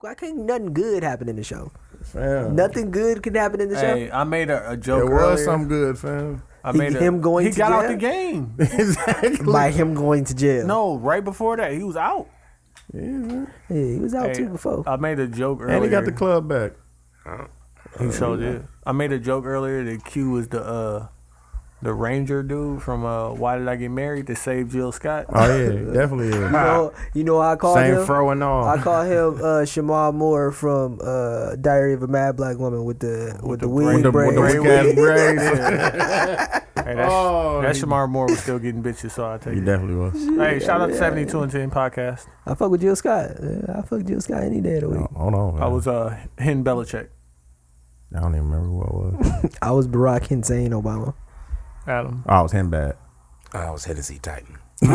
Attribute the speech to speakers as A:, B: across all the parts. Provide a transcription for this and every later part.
A: why can't nothing good happen in the show?
B: Fam.
A: Nothing good can happen in the show.
C: Hey, I made a, a joke
B: There was
C: earlier.
B: some good, fam.
C: I
A: He-
C: made a-
A: him going
C: He
A: to
C: got out
A: jail?
C: the game.
B: exactly.
A: By him going to jail.
C: No, right before that, he was out.
B: Yeah, man.
A: Yeah, he was out
C: Hey, Uh,
A: too before.
C: I made a joke earlier.
B: Oh, And he got the club back.
C: He showed it. I made a joke earlier that Q was the uh the Ranger dude from uh Why Did I Get Married that saved Jill Scott.
B: Oh yeah, definitely.
A: you,
B: Is.
A: know, you know how I call
B: Same
A: him?
B: fro and all.
A: I call him uh, Shamar Moore from uh, Diary of a Mad Black Woman with the with, the,
B: With
A: wig
B: the-
A: braids.
B: with the
C: braid.
B: weak-ass
C: Braid.
B: braids.
C: Yeah. hey, that's,
B: Oh,
C: that
B: he-
C: Shamar Moore was still getting bitches, so I take
B: He
C: it.
B: definitely was.
C: Hey, shout out to 72 and 10 podcast.
A: I fuck with Jill Scott. Yeah, I fuck Jill Scott any day of the week.
B: Hold on. Man.
C: I was uh Hen Belichick.
B: I don't even remember who I was.
A: I was Barack Hussein Obama.
C: Adam.
B: Oh, I was him bad.
D: I was Hennessy Titan.
C: We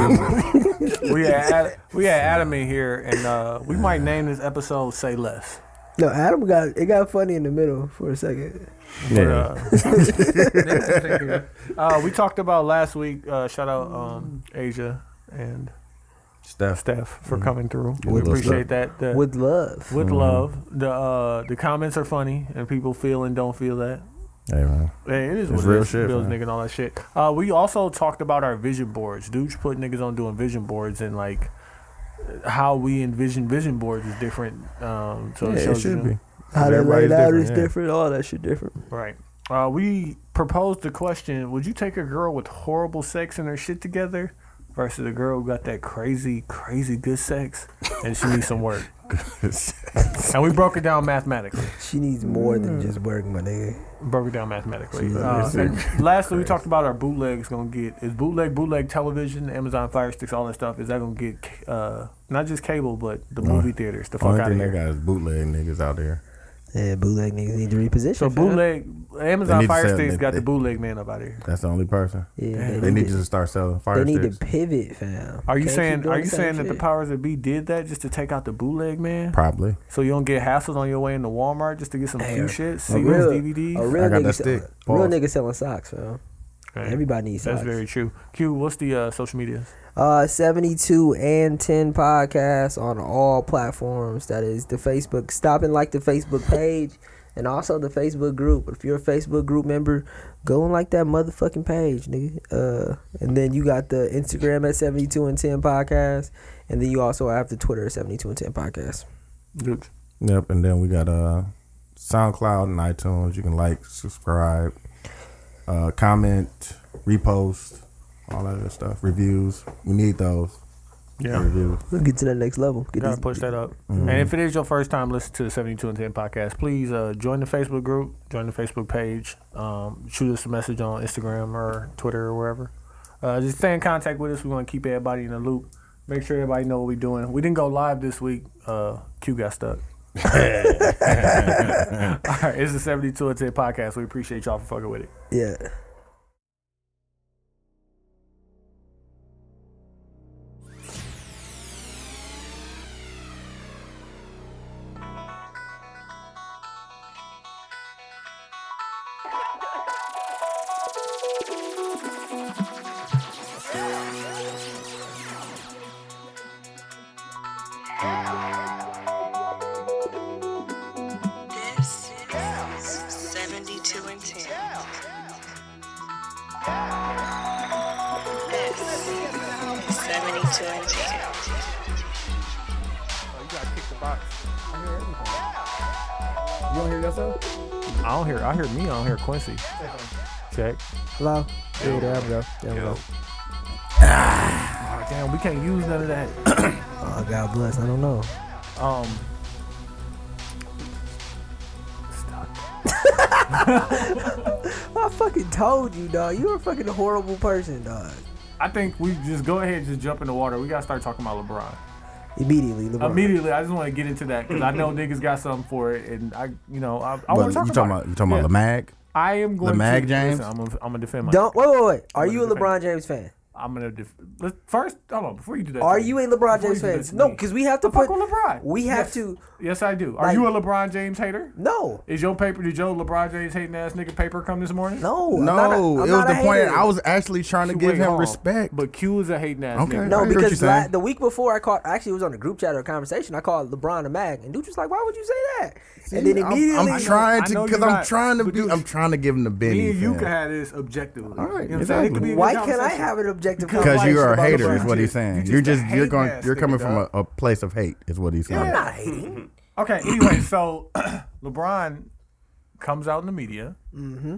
C: had Ad, we had Adam in here and uh we might name this episode Say Less.
A: No, Adam got it got funny in the middle for a second.
B: Yeah.
C: Uh, uh, we talked about last week, uh shout out um Asia and
B: Steph. Mm-hmm.
C: Steph for coming through. we
B: With love,
C: appreciate that. The, with
A: With love.
B: Mm-hmm.
C: love, the uh, the comments are funny, and people feel and don't feel that.
B: Hey man.
C: And it is
B: It's
C: what
B: real
C: it is.
B: shit,
C: Bills,
B: man.
C: nigga, and all that shit. Uh, we also talked about our vision boards. Dudes put niggas on doing vision boards and like how we envision vision boards is different. Um, so
B: Yeah,
C: it,
B: it
C: shows
B: should
C: you,
B: be.
A: How they
B: Everybody's
A: laid out
B: different,
A: is
B: yeah.
A: different. All that shit different.
C: right. Uh, we proposed the question: Would you take a girl with horrible sex and her shit together? Versus a girl who got that crazy, crazy good sex, and she needs some work. and we broke it down mathematically.
A: She needs more than just work, my nigga.
C: broke it down mathematically.
B: Jesus.
C: Uh, and lastly, we talked about our bootlegs going to get is bootleg, bootleg television, Amazon Fire Sticks, all that stuff. Is that going to get uh, not just cable, but the
B: No.
C: movie theaters? The fuck
B: Only
C: out of
B: thing they
C: here.
B: got is bootleg niggas out there.
A: Yeah, bootleg niggas need to reposition.
C: So
A: fam.
C: bootleg,
B: They need
C: Amazon
B: to
C: Fire
B: sell-
C: Sticks
B: they-
C: got the
B: they-
C: bootleg man up out of here.
B: That's the only person.
A: Yeah,
C: Damn.
B: They need to
A: to,
B: just start selling
A: they
B: fire
A: need to
B: sticks.
A: pivot, fam.
C: Are
A: Can't
C: you
A: keep
C: saying
A: doing
C: are
A: the
C: you
A: same
C: saying that the
A: shit.
C: powers that be did that just to take out the bootleg man,
B: Probably.
C: so you don't get hassled on your way into Walmart just to get some
A: Hey,
C: few
A: a-
C: shit,
A: a
C: CDs,
A: real,
C: DVDs?
A: a real
B: I got
A: nigga
B: that
A: sell-
B: stick.
A: real
B: Pause.
A: nigga selling socks, fam.
C: Right.
A: Everybody needs
C: That's
A: socks.
C: very true. Q, what's the uh, social media?
A: Uh, 72 and 10 podcasts on all platforms. That is the Facebook. Stop and like the Facebook page and also the Facebook group. If you're a Facebook group member, go and like that motherfucking page, nigga. Uh, and then you got the Instagram at 72 and 10 podcast. And then you also have the Twitter at 72 and 10 podcast.
C: Dudes.
B: Yep. And then we got uh, SoundCloud and iTunes. You can like, subscribe, uh, comment, repost, all that other stuff. Reviews. We need those.
C: Yeah.
B: Reviews.
A: We'll get to that next level. Get
C: Gotta
A: these-
C: push that up. And if it is your first time listening to the 72 and 10 podcast, please uh, join the Facebook group, join the Facebook page, um, shoot us a message on Instagram or Twitter or wherever. Uh, just stay in contact with us. We want to keep everybody in the loop. Make sure everybody know what we're doing. We didn't go live this week. Uh, Q got stuck. All right, it's the 72 and 10 podcast. We appreciate y'all for fucking with it.
A: Yeah.
E: This is 72 and 10. This is 72 and 10.
B: You don't hear yourself?
C: I don't hear. I hear me. I don't hear Quincy. Check.
A: Hello? Yeah, there we go. There we go.
C: Oh, damn, we can't use none of that.
A: Oh, God bless. I don't know.
C: Um. Stuck.
A: I fucking told you, dog. You're a fucking horrible person, dog.
C: I think we just go ahead and just jump in the water. We gotta start talking about LeBron
A: Immediately, LeBron.
C: immediately. I just want to get into that because I know niggas got something for it, and I, you know, I, I
B: Well,
C: want
B: you
C: to talk
B: talking
C: about.
B: about,
C: it.
B: you talking about
C: Yeah.
B: LeMag?
C: I am going
B: Mag
C: to
B: James?
C: Listen, I'm gonna, I'm gonna defend myself.
A: Don't wait, wait, wait. Are you a
C: What is it?
A: LeBron James fan?
C: I'm gonna def- let's, first. Hold on, before you do that,
A: Are
C: to me-
A: you a LeBron
C: before you
A: James
C: do that
A: fan?
C: to
A: No,
C: me,
A: because we have to
C: I fuck
A: put
C: with LeBron.
A: We have
C: Yes.
A: to.
C: Yes, I do. Are
A: Like-
C: you a LeBron James hater?
A: No,
C: Is your paper? Did your LeBron James hating ass nigga paper come this morning?
A: no, I'm
B: No,
A: not a- I'm
B: it was
A: not a
B: the point.
A: hater.
B: I was actually trying to
C: You
B: give
C: way
B: him
C: wrong.
B: respect.
C: But Q is a hating ass
B: Okay.
C: nigga.
B: I
A: No,
B: hear what
A: because
B: you're
A: la-
B: saying.
A: the week before I called, actually it was on a group chat or a conversation. I called LeBron a mag, and dude was like, "Why would you say that?" and then
B: See, I'm-
A: immediately,
B: I'm, trying
C: I know
B: to
C: you're
B: because I'm
C: not,
B: trying to
C: but
B: do.
C: you-
B: I'm trying to give him the Benny.
C: Me and you
B: fan.
C: can have this objectively.
B: All right,
C: You know what I'm saying? It could be a
B: exactly.
C: good
A: why can't I
C: conversation.
A: have an objective?
C: Because
A: conversation
B: Because you are a
A: about
B: hater,
A: LeBron
B: is what he's
A: James?
B: saying.
C: just
B: You're just
C: a
B: you're going
C: hating-ass
B: you're coming from
C: nigga,
B: a, a place of hate, is what he's saying.
A: I'm not hating.
C: Okay, anyway, so LeBron comes out in the media
B: Mm-hmm.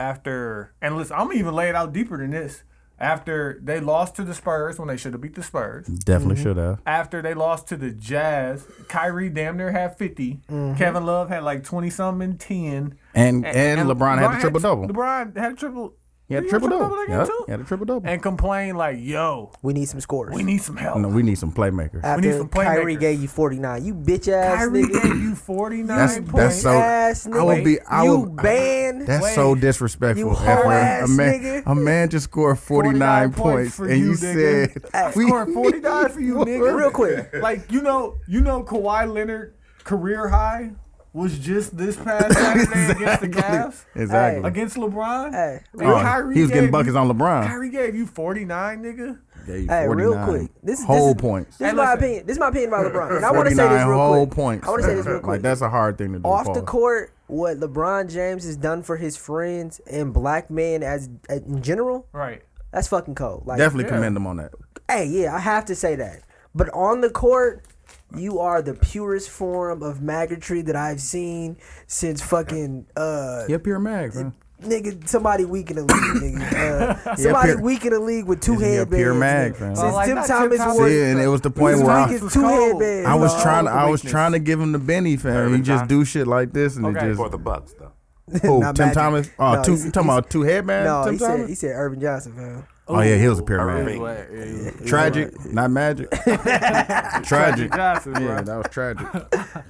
C: after, and listen, I'm gonna even lay it out deeper than this. After they lost to the Spurs when they should have beat the Spurs,
B: Definitely should have.
C: after they lost to the Jazz, Kyrie damn near had 50,
B: Mm-hmm.
C: Kevin Love had like 20 something and 10.
B: And and, LeBron, had a triple double.
C: LeBron had a triple.
B: He had a
C: a
B: triple double.
C: that game
B: Yeah,
C: too?
B: he had a triple double.
C: and complained like, "Yo,
A: We need some scores.
C: we need some help."
B: No, we need some playmakers.
A: After
C: need some
A: Kyrie
C: playmakers.
A: gave you 49, you bitch ass
C: Kyrie
A: nigga.
C: gave you 49
B: That's-
C: points.
B: that's so-
A: ass nigga.
B: I would be- I
A: you
B: would-
A: banned.
B: That's so
C: Wait.
B: disrespectful.
A: You
B: Efren.
A: hoe-ass
B: a man,
A: nigga.
B: a man just scored 49,
C: 49
B: points,
C: points for
B: and you,
C: you,
B: said
C: nigga. scored 49 for you, nigga.
A: Real quick.
C: Like you know, you know Kawhi Leonard career high was just this past Saturday against the Cavs
B: Exactly.
C: against LeBron.
A: Hey,
C: And
B: Oh,
C: Kyrie
B: he was getting
C: gave
B: buckets
C: you,
B: on LeBron.
C: Kyrie gave you 49, nigga.
B: Gave you
A: Hey, real
B: 49
A: quick. This is
B: whole
A: this is,
B: points.
A: This is
C: Hey,
A: my
C: listen.
A: opinion. This is my opinion about LeBron. And I want to say this
B: 49
A: real
B: whole
A: quick.
B: points.
A: I want to say this real quick.
B: Like that's a hard thing to do.
A: off the
B: Paul.
A: court, what LeBron James has done for his friends and black men as in general,
C: Right.
A: that's fucking cold. Like,
B: Definitely
C: Yeah.
B: commend him on that.
A: hey, yeah, I have to say that. But on the court, you are the purest form of maggotry that I've seen since fucking uh
B: Yep, you're mag, man.
A: nigga somebody weak in the league, nigga. Uh, somebody
B: pure-
A: weak in the league with two
B: Isn't he a
A: headbands.
B: pure mag,
A: nigga.
B: fam?
A: Since
B: Oh,
C: like
A: Tim
C: that
A: Thomas
C: Tim Thomas-
A: wore
B: Yeah, and it was the point
A: this
B: where
A: league
B: I,
A: is two
C: cold.
A: headbands.
B: I was
A: dog.
B: trying. I was
C: Weakness.
B: trying to give him the Benny fam. He
D: Irving
B: just
D: Thomas.
B: do shit like this, and
C: Okay.
B: it
D: For
B: just
D: the Bucks, though.
B: oh
A: Not
B: Tim
A: Magic.
B: Thomas. Oh,
A: No,
B: two,
A: he's-
B: you talking
A: he's-
B: about two headbands?
A: No,
B: Tim
A: he
B: Thomas?
A: said he said Urban Johnson, man.
B: oh yeah, he was a pyramid.
D: Irving.
C: Magic.
B: Tragic, not magic. tragic.
C: Johnson,
B: Yeah,
C: bro.
B: that was tragic.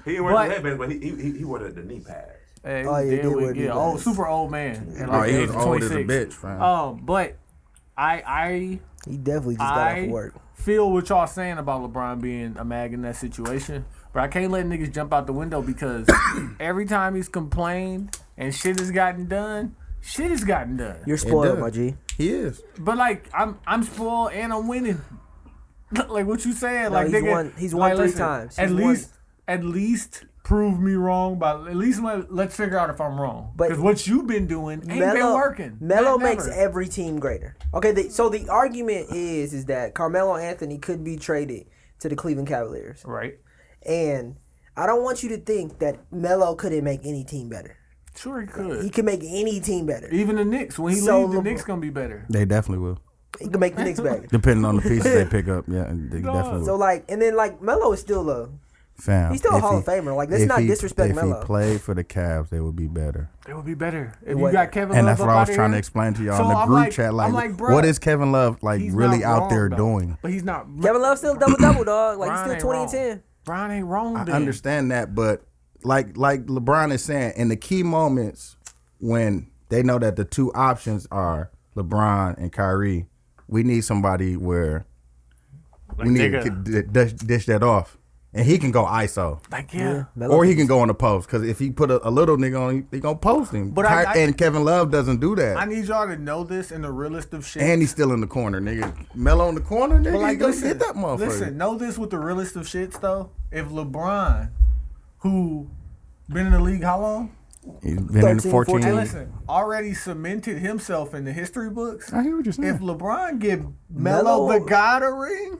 D: He didn't wear the
C: But-
D: headbands, but he, he, he- he wore the, the knee pads.
C: Hey,
A: Oh, yeah,
C: Dan
A: he did
C: Wig-
A: wear
C: yeah,
A: Adidas.
C: old, super old man. at,
B: Oh,
C: like,
B: he
C: the
B: was
C: age of
B: old as a
C: 26.
B: bitch, fam.
D: Oh.
C: Um, but I, I
A: He definitely just got
C: I
A: off work.
C: feel what y'all saying about LeBron being a mag in that situation, but I can't let niggas jump out the window because every time he's complained and shit has gotten done, shit has gotten done.
A: You're
B: It
A: spoiled,
B: does.
A: my G.
B: He is.
C: But like I'm, I'm spoiled and I'm winning. like what you saying? like
A: he's
C: nigga,
A: won- he's won
C: like,
A: three times.
C: At
A: He's won.
C: least, at least prove me wrong. But at least let, let's figure out if I'm wrong.
A: But-
C: Because what you've been doing ain't been
A: Melo-
C: working.
A: Melo
C: Not
A: makes
C: never.
A: every team greater. Okay, the, so the argument is is that Carmelo Anthony could be traded to the Cleveland Cavaliers,
C: right.
A: and I don't want you to think that Melo couldn't make any team better.
C: Sure he could.
A: He can make any team better.
C: Even the Knicks when he
A: So
C: leaves, the
A: LeBron-
C: Knicks gonna be better.
B: They definitely will.
A: He can make the Knicks better.
B: Depending on the pieces they pick up, yeah, and they
C: No.
B: definitely
A: So
B: will.
A: like, and then like Melo is still a
B: Fam,
A: he's still a
B: if
A: Hall
B: he-
A: of Famer. Like, let's
B: if
A: not
B: he-
A: disrespect
B: If
A: Melo.
B: he played for the Cavs, they would be better.
C: It would be better if you
A: wasn't.
C: got Kevin.
B: and
C: Love
B: that's what
C: up
B: I was
C: outta
B: trying
C: here.
B: to explain to y'all
C: So
B: in the
C: I'm
B: group
C: like-
B: chat. Like,
C: I'm like, bruh,
B: what is Kevin Love like
C: he's
B: really
C: not
B: out
C: wrong,
B: there
C: though.
B: doing?
C: But he's not.
A: Kevin Love's still double double dog. Like
C: Brian
A: he's
C: ain't
A: still twenty and
C: wrong.
A: ten.
C: Brian ain't wrong.
B: I
C: then.
B: understand that, but like like LeBron is saying, in the key moments when they know that the two options are LeBron and Kyrie, we need somebody where
C: Like,
B: we need
C: nigga.
B: to d- dish, dish that off, and he can go ISO.
C: Like yeah.
A: Melo
B: Or he can go on the post because if he put a, a little nigga on, he- they gonna post him.
C: But I-
B: Ky-
C: I-
B: and Kevin Love doesn't do that,
C: I need y'all to know this in the realest of shit.
B: and he's still in the corner, nigga. Melo in the corner, nigga.
C: But,
B: he gonna hit that motherfucker.
C: Listen, know this with the realest of shits though. If LeBron, who been in the league how long?
B: he's been in
A: 13,
B: the 14.
C: Hey, listen, already cemented himself in the history books.
B: I hear what you're saying.
C: If LeBron give Melo the
A: Melo-
C: God a ring,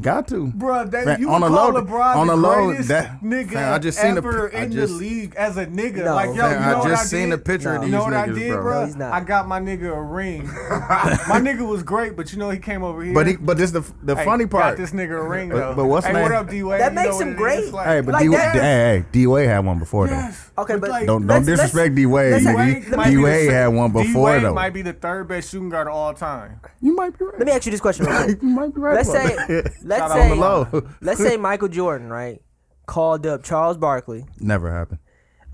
B: Got to,
C: Bruh, that,
B: Fam,
C: you on would call LeBron
B: on
C: the
B: a low,
C: greatest
B: that-
C: nigga
B: fam, I just seen the
C: ever
B: pi- I
C: in
B: just-
C: the league as a nigga.
A: No,
C: like, yo,
A: fam,
C: you
A: I
C: know what
B: just
C: I
B: seen
C: did?
B: a picture of
C: You know
B: these
C: what I
B: niggas,
C: did,
B: bro.
C: bruh?
A: No, he's not.
C: I got my nigga a ring. my nigga was great, but you know he came over here.
B: but he, but this the the
C: Hey,
B: funny
C: Got
B: part.
C: this
B: Hey,
C: nigga a ring
B: But-
C: though.
B: but what's
C: hey,
B: name-
C: what up, D Wade?
A: That makes him great.
C: Like,
B: but
A: Like
B: D,
A: that.
B: hey, hey, D Wade had one before
C: yes.
A: Okay, but
B: though. Don't don't
A: Let's- let's-
B: disrespect D Wade.
A: let's-
B: nigga.
A: Wade might
B: D
A: be the
B: Wade had one before
C: D-Wade
B: though.
C: might be the third best shooting guard of all time.
B: You might be right.
A: Let me ask you this question. Real quick.
B: you might be right.
A: Let's
B: about
A: say,
B: that.
A: let's
C: Shout out
A: say,
B: Melo.
A: let's say Michael Jordan, right, called up Charles Barkley,
B: never happened.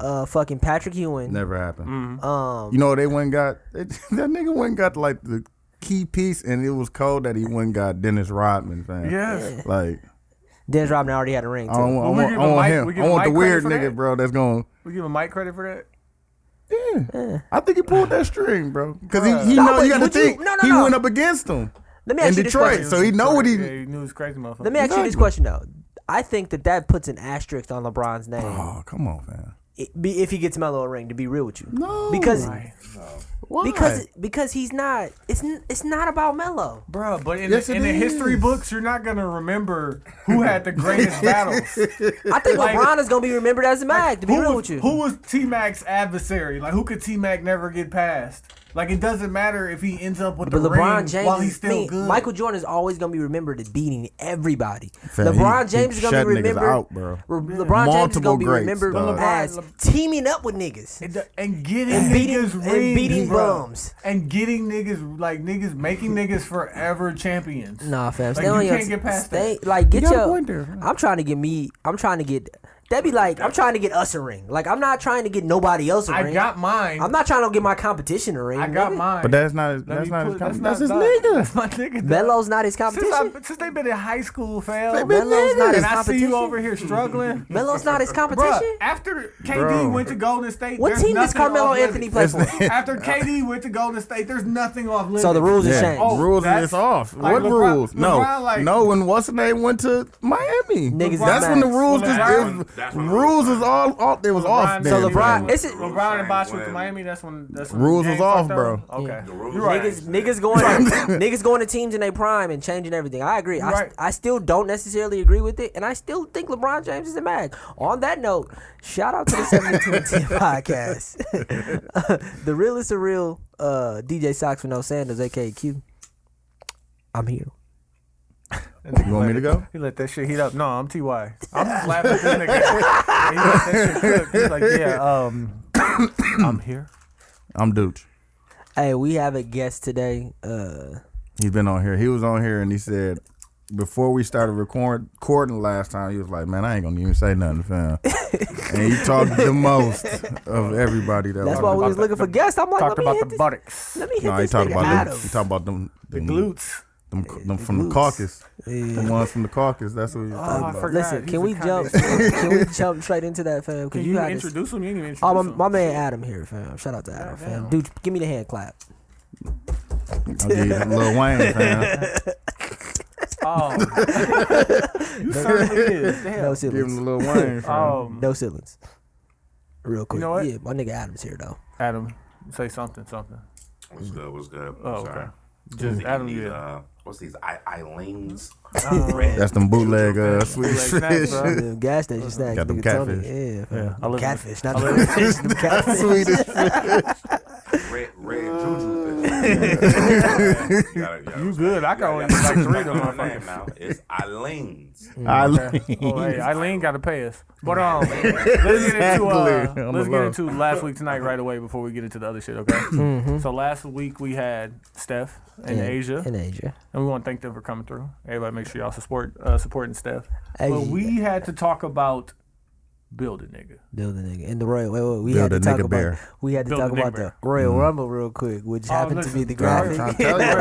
A: uh, fucking Patrick Ewing,
C: Mm-hmm.
B: Never happened.
A: um,
B: You know they went got that nigga went got like the key piece, and it was cold that he went and got Dennis Rodman, fam.
C: Yes.
B: Like
A: Dennis Rodman already had a ring. Too.
B: I don't want,
C: Well, we
B: I want, I
C: give
B: want
C: him Mike- we
B: him.
C: give
B: I
C: him
B: want the
C: Mike
B: weird
C: credit for
B: nigga,
C: that?
B: bro. That's going.
C: We give him Mike credit for that.
B: to I think he pulled that string, bro. Because he, he
A: No,
B: know
A: but
B: you got to
A: would you-
B: think
A: no, no,
B: he
A: no.
B: went up against him
A: Let me
B: in
A: ask you this
B: Detroit,
A: question.
B: so he know what he.
C: Yeah, he knew he was crazy motherfucker.
A: Let me ask you this
B: Exactly.
A: question though. I think that that puts an asterisk on LeBron's name
B: Oh come on, fam.
A: it- be- if he gets Melo a ring. To be real with you,
B: No.
A: because
B: Why?
A: because because he's not. It's n- it's not about Melo.
C: Bro, but in,
B: Yes,
C: the,
B: it
C: in the history
B: is.
C: books, you're not gonna remember who had the greatest battles.
A: I think
C: Like-
A: LeBron is gonna be remembered as a mag. To be
C: Who
A: real
C: was,
A: with you,
C: who was T Mac's adversary? Like, who could T Mac never get past? Like, it doesn't matter if he ends up with
A: But
C: the
A: LeBron
C: ring
A: James,
C: while
A: is-
C: he's still
A: I mean,
C: good.
A: Michael Jordan is always going to be remembered as beating everybody.
B: Fam,
A: LeBron
B: he-
A: James
B: he
A: is going
B: shut
A: to
B: niggas
A: be remembered.
B: out, bro.
A: Re- LeBron James is
B: Multiple
A: going to be
B: greats,
A: remembered
B: dog.
A: as
C: LeBron-
A: teaming up with niggas.
C: And, and getting
A: And beating-
C: niggas
A: and
C: rings,
A: beating
C: bro.
A: bums.
C: and getting niggas like niggas making niggas forever champions.
A: Nah, fam, stay
C: Like, you
A: on your
C: can't get past
A: stay. Like get
B: gotta
A: your.
B: wonder, huh?
A: I'm trying to get me. I'm trying to get. That'd be like I'm trying to get us a ring. Like I'm not trying to get nobody else a
C: I
A: ring.
C: got mine.
A: I'm not trying to get my competition a ring.
C: I got
A: nigga.
C: mine.
B: But that's not.
C: Let
B: That's
C: me
B: not, his
C: put-
B: company.
C: that's
B: that's his
C: not-
B: nigga.
C: That's my nigga. dog.
A: Melo's not his
C: Since,
A: competition.
C: I, since they've been in high school, fam.
B: They been
A: Melo's not
B: niggas.
A: his
C: and I see
A: competition.
C: you over here struggling.
A: Melo's not his
C: Bruh,
A: Mm-hmm. competition.
C: after KD
B: Bro.
C: went to Golden State,
A: what
C: there's
A: team does
C: nothing
A: Carmelo
C: off limits.
A: Anthony play for?
C: After KD went to Golden State, there's nothing off limits.
A: So the rules have changed.
C: Oh,
B: rules
C: that's-
B: is off.
C: like
B: what
C: LeBron-
B: rules? No,
C: LeBron, like-
B: no. When what's the name went to Miami?
A: Niggas is
B: that's when the
A: mad.
B: rules
C: Well,
B: just
C: LeBron-
B: is-
D: that's when the
B: rules
D: rules
B: is all off. It was off.
C: So
B: then,
A: LeBron-
B: fam.
A: it's-
C: LeBron and Bosh went to
D: When-
C: Miami. That's when that's when
B: Rules
C: the
B: was
C: game
B: off,
C: fucked
B: bro.
C: up? Okay,
D: The rules
C: you're right.
A: Niggas, niggas going, niggas going to teams in their prime and changing everything. I agree. I,
C: Right.
A: I still don't necessarily agree with it, and I still think LeBron James is a mag. On that note, shout out to the 72 and 10 podcast. the real is the real uh, DJ Socks for No Sanders, aka Q. I'm here.
B: You want me to go?
C: He let that shit heat up. No, I'm Ty. I'm just laughing at this nigga. he let that shit cook. He's like, yeah, um, I'm here.
B: I'm Dooch.
A: Hey, we have a guest today. Uh,
B: He's been on here. He was on here and he said before we started record- recording last time, he was like, "Man, I ain't gonna even say nothing, fam." and he talked the most of everybody that.
A: that's
B: was
A: why we
B: on
A: was looking for guests. I'm like, let
C: Talked
A: me
C: about
A: hit
C: the
A: this.
C: buttocks,
A: Let me hit
B: No, he
A: this
B: talked
A: nigga
B: about
A: out
B: them. He
A: of-
B: talked about them. them
C: glutes.
B: Them, them from the
A: glutes.
B: caucus.
A: Yeah.
B: The ones from the caucus. That's what he was
C: Oh, I
B: talking about.
C: forgot.
A: Listen,
C: He's
A: can
C: a
A: we jump?
C: communist.
A: can we jump straight into that, fam? Because
C: Can
A: you,
C: you
A: had this.
C: introduce him? You ain't even
A: Oh,
C: introduce
A: my,
C: him.
A: my man Adam here, fam. Shout out to Adam, fam. Dude, give me the hand clap.
B: I'll give you some Lil Wayne, fam.
C: Oh. you son of a bitch. Damn.
A: No
B: Give him
A: siblings.
B: the Lil Wayne, fam.
C: Um,
A: No siblings. Real quick.
C: know what?
A: Yeah, my nigga Adam's here though.
C: Adam, say something, something.
D: What's good? What's good?
C: Oh,
D: Sorry.
C: okay. Just Adam,
D: These,
C: yeah.
D: uh, what's these? I- Eileen's.
B: That's them bootleg uh, sweet
C: Bootleg snacks,
B: fish.
C: bro.
A: Them gas station snacks.
B: Got them
A: nigga Tony.
B: catfish.
A: Yeah, fam.
C: Yeah, I live in-
A: catfish,
C: I
A: not
C: live
A: them fish, them catfish.
D: Red, red juju. fish. You gotta- gotta
C: You good. I can only
D: Yeah,
C: get like
D: yeah.
C: three of them
D: Her name
C: motherfuckers.
D: now. It's Eileen's.
B: Eileen.
C: Oh, hey, Eileen got to pay us. But um, let's get into uh,
B: Exactly. I'm
C: let's get
B: alone.
C: into last week tonight right away before we get into the other shit. Okay. So last week we had Steph in
A: Yeah,
C: Asia,
A: In Asia.
C: and we want to thank them for coming through. Everybody, make sure y'all support uh, supporting Steph. But
A: Asia.
C: we had to talk about build a nigga.
A: Build a nigga. In the Royal wait, wait, we
B: Build
A: had to
B: a
A: talk
B: nigga
A: about
B: bear. Mm-hmm.
A: we had to
C: Build a
A: talk
C: nigga
A: about
C: bear. Oh,
A: the Royal Rumble real quick, which happened to
C: listen,
A: be the
C: bro, I'm
A: graphic.
B: trying to tell you.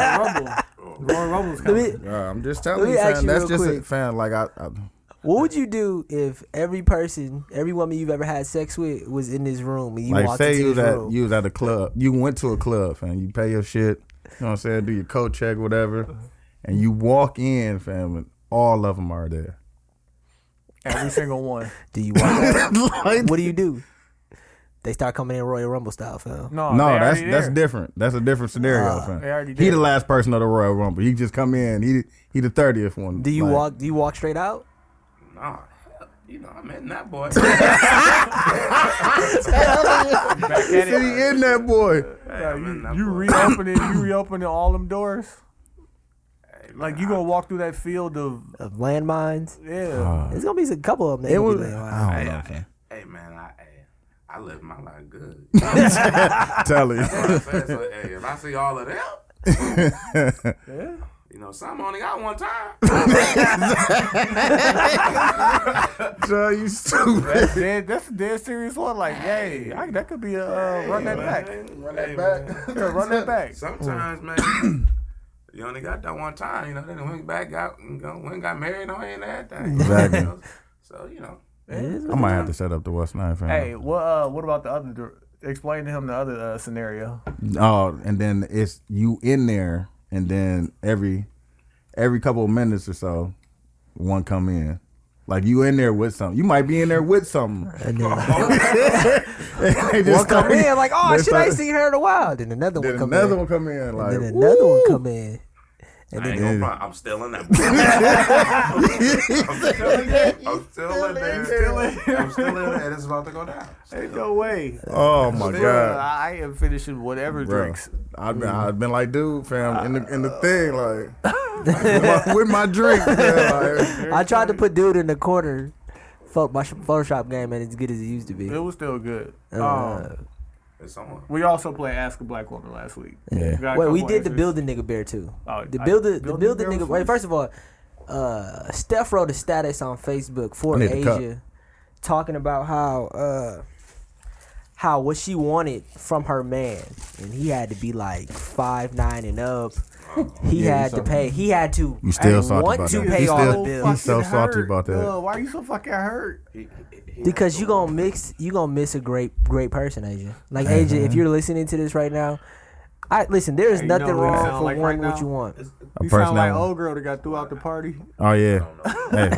C: Rumble. Royal Rumble's
A: Let
C: coming.
A: me-
B: Yeah, I'm just
A: Let
B: telling
A: me
B: you,
A: ask
B: fam.
A: you
B: That's
A: real
B: just
A: quick.
B: it, fam. Like I, I
A: What would you do if every person, every woman you've ever had sex with, was in this room and you
B: like
A: walked
B: say
A: into
B: you was
A: this
B: at
A: room?
B: you was at a club. You went to a club and you pay your shit. You know what I'm saying? Do your coat check, whatever. And you walk in, fam, and all of them are there.
C: Every single one.
A: do you walk? out?
B: Like,
A: what do you do? They start coming in Royal Rumble style, fam.
C: No,
B: no,
C: they
B: that's
C: already
B: that's
C: there.
B: different. That's a different scenario,
A: Ah,
C: They
B: fam.
C: already
B: He
C: there.
B: the last person of the Royal Rumble. He just come in. He he the thirtieth one.
A: Do you
B: Like,
A: walk? Do you walk straight out?
D: Nah, hell, you know I'm in that boy.
C: Back at
B: He
C: it.
B: in that boy.
C: Yeah,
D: I'm in
C: you,
D: that
C: you
D: boy.
C: reopen it. You reopen it, all them doors. Like you gonna walk through that field of
A: Of landmines?
C: yeah.
B: Uh.
A: There's gonna be a couple of them. That
B: It
A: gonna
B: was.
A: be landmines.
B: I don't know, fam.
D: Hey man, I hey, I live my life good.
B: Tell you.
D: You know what I'm saying? So, hey, if I see all of them, you know, some only got one time.
B: Joe, you stupid.
C: That's dead. That's a dead serious one. Like, hey, I, that could be a uh, run that back.
D: Hey, man.
C: Yeah, run that back.
D: Sometimes, man, You only got that one time, you know. Then went back, got you know, went got married on and everything.
B: Exactly.
D: You know? So you know,
B: I might have to set up the West Nine
C: Hey,
B: family.
C: what uh, what about the other? dir- Explain to him the other uh, scenario.
B: Oh, and then it's you in there, and then every every couple of minutes or so, one come in. Like you in there with something. You might be in there with something.
A: And then
B: They
A: one
B: just
A: come in like, oh
B: they
A: shit, I ain't
B: start-
A: seen her in a while. Then another
B: Then
A: one come
B: another
A: in.
B: one come in. Like
A: then another one come in.
D: I ain't gonna front. I'm still in that. I'm still in there. I'm still in there. I'm still in there. It's about to go down.
C: Ain't no way.
B: oh my god.
C: I am finishing whatever
B: Bro,
C: drinks.
B: I've been, I've been like, dude, fam, in the in
A: Uh.
B: the thing, like with, my, with my drink, fam, like,
A: I tried to put dude in the corner. Fuck my sh- Photoshop game ain't as good as it used to be.
C: It was still good.
A: Uh,
C: um,
D: It's on.
C: we also played Ask a Black Woman last week.
B: Yeah.
C: Got a
A: Wait, we
C: couple
A: did the
C: answers.
A: building nigga bear too.
C: Oh,
A: The
C: I-
A: builder, the
C: building
A: builder
C: bear
A: nigga.
C: was
A: Wait,
C: nice.
A: first of all, uh, Steph wrote a status on Facebook for
B: I need a cup.
A: Asia, talking about how uh, how what she wanted from her man, and he had to be like five nine and up. He
B: Yeah, you
A: had
B: saw
A: to
B: that.
A: pay. He had to.
B: You still
A: and
B: salty
A: want
B: about
A: to
B: that.
A: pay
B: He's
A: all
B: still-
A: the bills.
B: he's so
C: fucking
B: salty
C: hurt.
B: about that.
C: Ugh, why you so fucking hurt?
D: He- he- he
A: Because
D: has
A: you
D: to-
A: gonna mix, you gonna miss a great, great person, Asia. Like Asia, if you're listening to this right now, I listen. There is
C: Hey, you
A: nothing
C: know what it
A: wrong
C: sound
A: for
C: like right
A: wanting
C: now?
A: what you want.
B: A
C: You sound like
B: personality.
C: old girl that got threw out the party.
B: oh yeah, hey, man.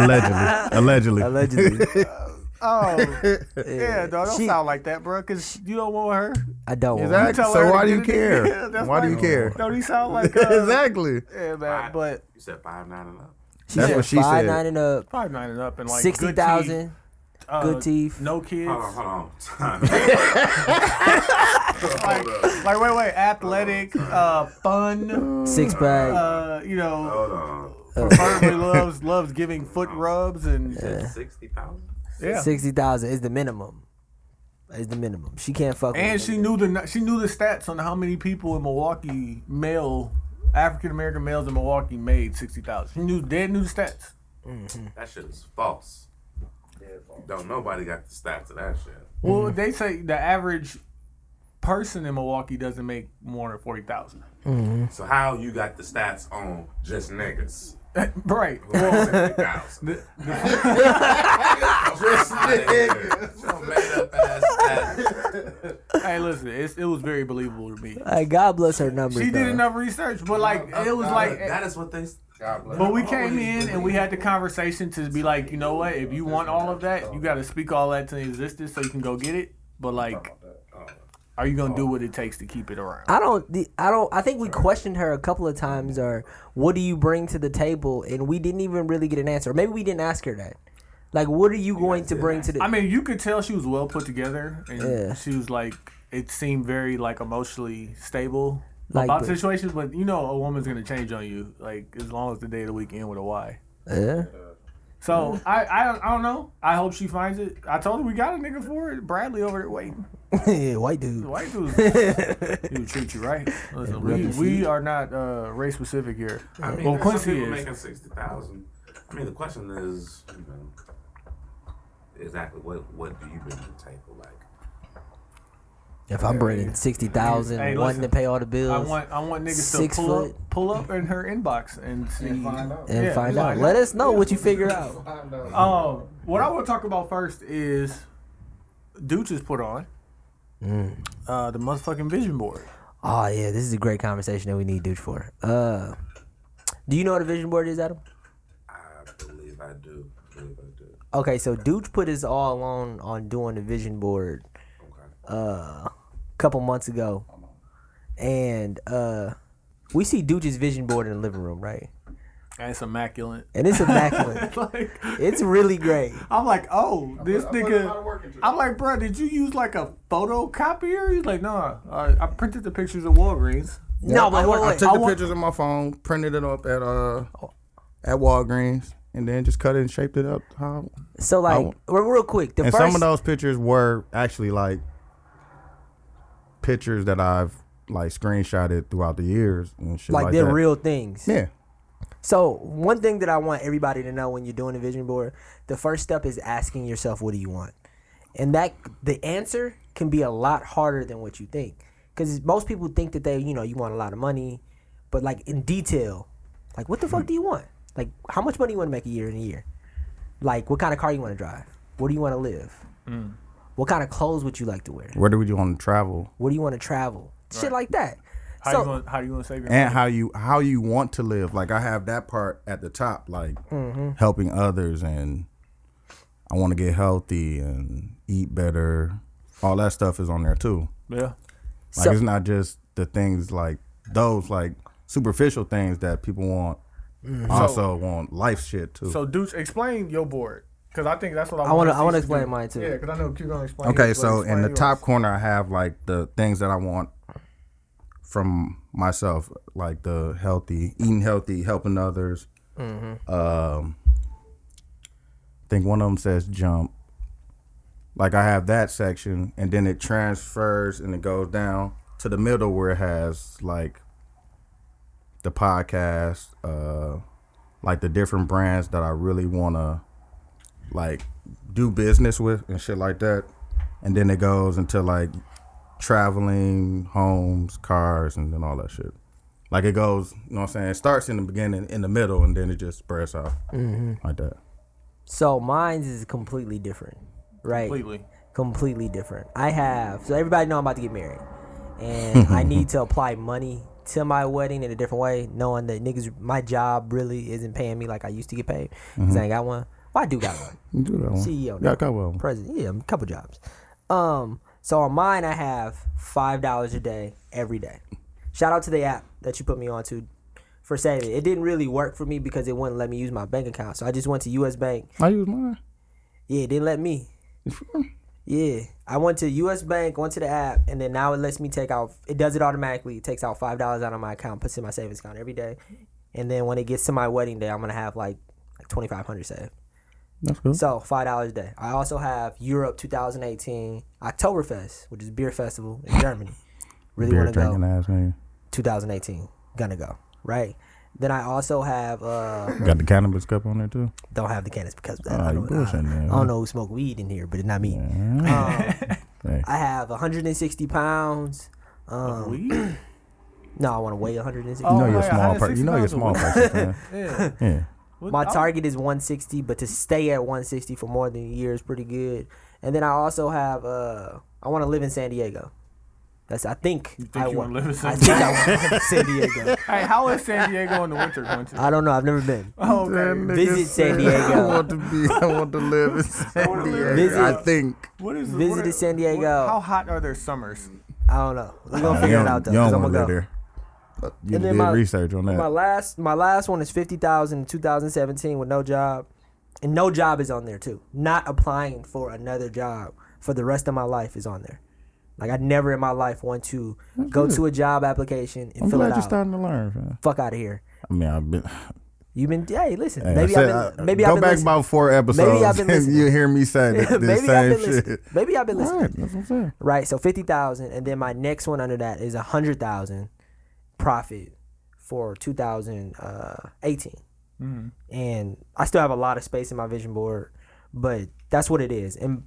B: allegedly, allegedly,
A: Allegedly,
C: Oh, yeah, dog. Don't
A: She-
C: sound like that, bro. Cause you don't want her.
A: I don't. want
B: Exactly.
C: Tell
B: So
C: her to
B: why do
C: get
B: you
C: it together.
B: care?
C: That's
B: Why do you
C: like-
B: care?
C: Don't he sound like uh,
B: exactly.
C: Yeah, man. But
D: You said five nine and up.
A: She
B: That's
A: said
B: what she
A: five
B: said.
A: nine and up,
C: probably nine and up and like
A: sixty
C: good teeth,
A: thousand,
C: uh,
A: good teeth.
C: no kids.
D: Hold on, hold on. hold up.
C: Like wait, wait, athletic, uh, fun,
A: six pack.
C: uh, you know,
D: Hold on.
C: preferably loves loves giving foot rubs and
D: Uh, Sixty thousand.
C: yeah.
A: Sixty thousand is the minimum. Is the minimum. She can't fuck. with
C: And
A: a
C: she
A: nigga.
C: knew the she knew the stats on how many people in Milwaukee male African American males in Milwaukee made sixty thousand. She knew they knew the stats.
D: That shit is false. Don't nobody got the stats of that shit.
C: Well, they say the average person in Milwaukee doesn't make more than forty thousand.
D: So how you got the stats on just niggas?
C: Right.
D: Who are 60,000? Just niggas. Some made up ass stats.
C: hey, listen, it's, it was very believable to me.
A: Like, God bless her numbers.
C: She did
A: though.
C: enough research, but like it was like
D: that is what they. God bless.
C: But we came in and we had the conversation to be like, you know what? If you want all of that, you got to speak all that to existence so you can go get it. But like, are you gonna do what it takes to keep it around?
A: I don't. the- I don't. I think we questioned her a couple of times. Or what do you bring to the table? And we didn't even really get an answer. Maybe we didn't ask her that. Like, what are you going to bring to the?
C: I mean, you could tell she was well put together, and
A: Yeah.
C: she was like, it seemed very like emotionally stable
A: Like,
C: about
A: but-
C: situations. But you know, a woman's gonna change on you, like as long as the day of the week end with a Y.
A: Yeah.
C: So I, I, I don't know. I hope she finds it. I told her we got a nigga for it. Bradley over there waiting.
A: yeah, white dude.
C: White dudes, he would treat you right. Listen, we,
A: rubber
C: we are not uh, race specific here.
D: I mean,
C: well,
D: there's some
C: Quincy
D: people
C: is.
D: making sixty thousand. I mean, the question is, you know, exactly what what do you bring to the table? Like,
A: If I'm bringing sixty thousand,
C: Hey,
A: wanting to
C: listen,
A: pay all the bills,
C: I want I want niggas
A: Six
C: to pull
A: foot.
C: up pull up in her inbox and see.
A: and
C: Yeah,
A: find out.
C: like-
A: Let us know what you figure out.
C: Um, what I want to talk about first is Dooch is put on
B: Mm.
C: uh, the motherfucking vision board.
A: Oh yeah, this is a great conversation that we need Dooch for. Uh, do you know what a vision board is, Adam?
D: I believe I do. I believe I do.
A: Okay, so Dooch put his all on on doing a vision board
D: Okay.
A: uh, couple months ago, and uh, we see Dooch's vision board in the living room, right?
C: And it's immaculate.
A: And it's immaculate.
C: like
A: it's really great.
C: I'm like, oh, this
B: I put a lot of work
C: nigga.
B: into it.
C: I'm like, bro, did you use like a photocopier? He's like, no, I, I printed the pictures at Walgreens.
A: No, but wait,
B: I
A: wait,
B: took
A: I
B: the
A: want-
B: pictures on my phone, printed it up at uh at Walgreens, and then just cut it and shaped it up. How?
A: So like,
B: want-
A: real, real quick, the
B: And
A: first
B: some of those pictures were actually like pictures that I've like screenshotted throughout the years and shit like,
A: like they're
B: that.
A: real things.
B: Yeah.
A: So one thing that I want everybody to know when you're doing a vision board, the first step is asking yourself, what do you want? And that the answer can be a lot harder than what you think, because most people think that they, you know, you want a lot of money, but like in detail. Like, what the fuck do you want? Like, how much money you want to make a year in a year? Like, what kind of car you want to drive? Where do you want to live?
C: Mm.
A: What kind of clothes would you like to wear?
B: Where do we want to travel?
A: Where do you want to travel? Shit
C: Right.
A: like that.
C: How
A: so,
C: you gonna How you gonna save your
B: And how you how you want to live? Like I have that part at the top, like helping others, and I want to get healthy and eat better. All that stuff is on there too.
C: money? Yeah.
B: Like
A: So-
B: it's not just the things like those like superficial things that people want. Also want life shit too.
C: So, Deuce, explain your board because I think that's what I,
A: I wanna-
C: to.
A: I wanna explain mine, too.
C: Yeah, because I know you're gonna explain.
B: Okay,
C: yours, but
B: so in
C: explain
B: the
C: yours.
B: top corner, I have like the things that I want from myself, like the healthy, eating healthy, helping others. Um, I think one of them says jump. Like I have that section, and then it transfers and it goes down to the middle where it has like the podcast, uh, like the different brands that I really want to like do business with and shit like that. And then it goes into like traveling, homes, cars, and then all that shit. Like it goes, you know what I'm saying? It starts in the beginning, in the middle, and then it just spreads out like that.
A: so mine's is completely different, right?
C: completely.
A: completely different. I have so everybody know I'm about to get married, and I need to apply money to my wedding in a different way, knowing that niggas, my job really isn't paying me like I used to get paid because I ain't got one. Well, I do got one.
B: You do that one.
A: CEO
B: Yeah,
A: now.
B: a couple of 'em.
A: President, yeah, a couple jobs. Um, so on mine, I have five dollars a day every day. Shout out to the app that you put me onto for saving. It didn't really work for me because it wouldn't let me use my bank account, so I just went to U.S. Bank.
B: I use mine.
A: Yeah, it didn't let me. Yeah, I went to U.S. Bank, went to the app, and then now it lets me take out. It does it automatically. It takes out five dollars out of my account, puts it in my savings account every day, and then when it gets to my wedding day, I'm gonna have like like twenty five hundred saved.
B: That's good.
A: So five dollars a day. I also have Europe 2018 Oktoberfest, which is beer festival in Germany. Really
B: Beer
A: want to go.
B: drinking ass nigga.
A: 2018, gonna go. Right. Then I also have uh
B: Got the cannabis cup on there too.
A: don't have the cannabis because of that.
B: Ah,
A: I,
B: you
A: don't, I,
B: bullshitting, man.
A: I don't know who smoked weed in here, but it's not me.
B: Hey.
A: I have 160 pounds.
C: Oh,
A: Um,
C: Weed?
A: no, I want to weigh 160.
C: Oh,
B: you know you're
C: yeah,
B: a small person. You
C: 160
B: know you're a
C: pounds
B: small
C: of
B: person. man.
C: yeah.
B: Yeah.
C: What- oh.
A: My
C: I-
A: target is 160, but to stay at 160 for more than a year is pretty good. And then I also have uh, I want to live in San Diego. That's I think,
C: think
A: I
C: you
A: want.
C: wanna live in San
A: I think I want to live in San Diego.
C: Hey, how is San Diego in the winter going to?
A: I don't know. I've never been.
C: Oh, okay.
A: Visit San
B: I
A: Diego.
B: want to be. I want to live in San Diego.
A: Visit-
B: I think.
C: What is
A: Visited
C: what are-
A: San Diego.
C: what- how hot are their summers?
A: I don't know. We're
C: Uh,
A: gonna
B: Nah,
A: figure
B: you
A: it
B: don't-
A: out though.
B: You
A: 'cause
B: don't
A: I'm
B: want to
A: gonna go.
B: live there. You
A: And then
B: did
A: my-
B: research on that.
A: My last my last one is 50,000 in 2017 with no job. And no job is on there too. Not applying for another job for the rest of my life is on there. Like I never in my life want to go to a job application and
B: I'm
A: fill
B: glad
A: it
B: you're
A: out.
B: starting to learn. fam.
A: Fuck out of here.
B: I mean, I've been.
A: You've been hey, listen.
B: Hey,
A: maybe
B: I said,
A: I've
B: I-
A: been maybe
B: go
A: I've been
B: back
A: listening.
B: about four
A: Maybe I've
B: episodes,
A: been
B: and
A: listening.
B: you hear me say the, the
A: maybe I've been
B: same
A: listening.
B: shit.
A: Maybe I've been listening.
B: Right, that's what I'm saying.
A: Right, so fifty thousand, and then my next one under that is a hundred thousand profit for two thousand uh,
C: Mm-hmm.
A: and I still have a lot of space in my vision board, but that's what it is. And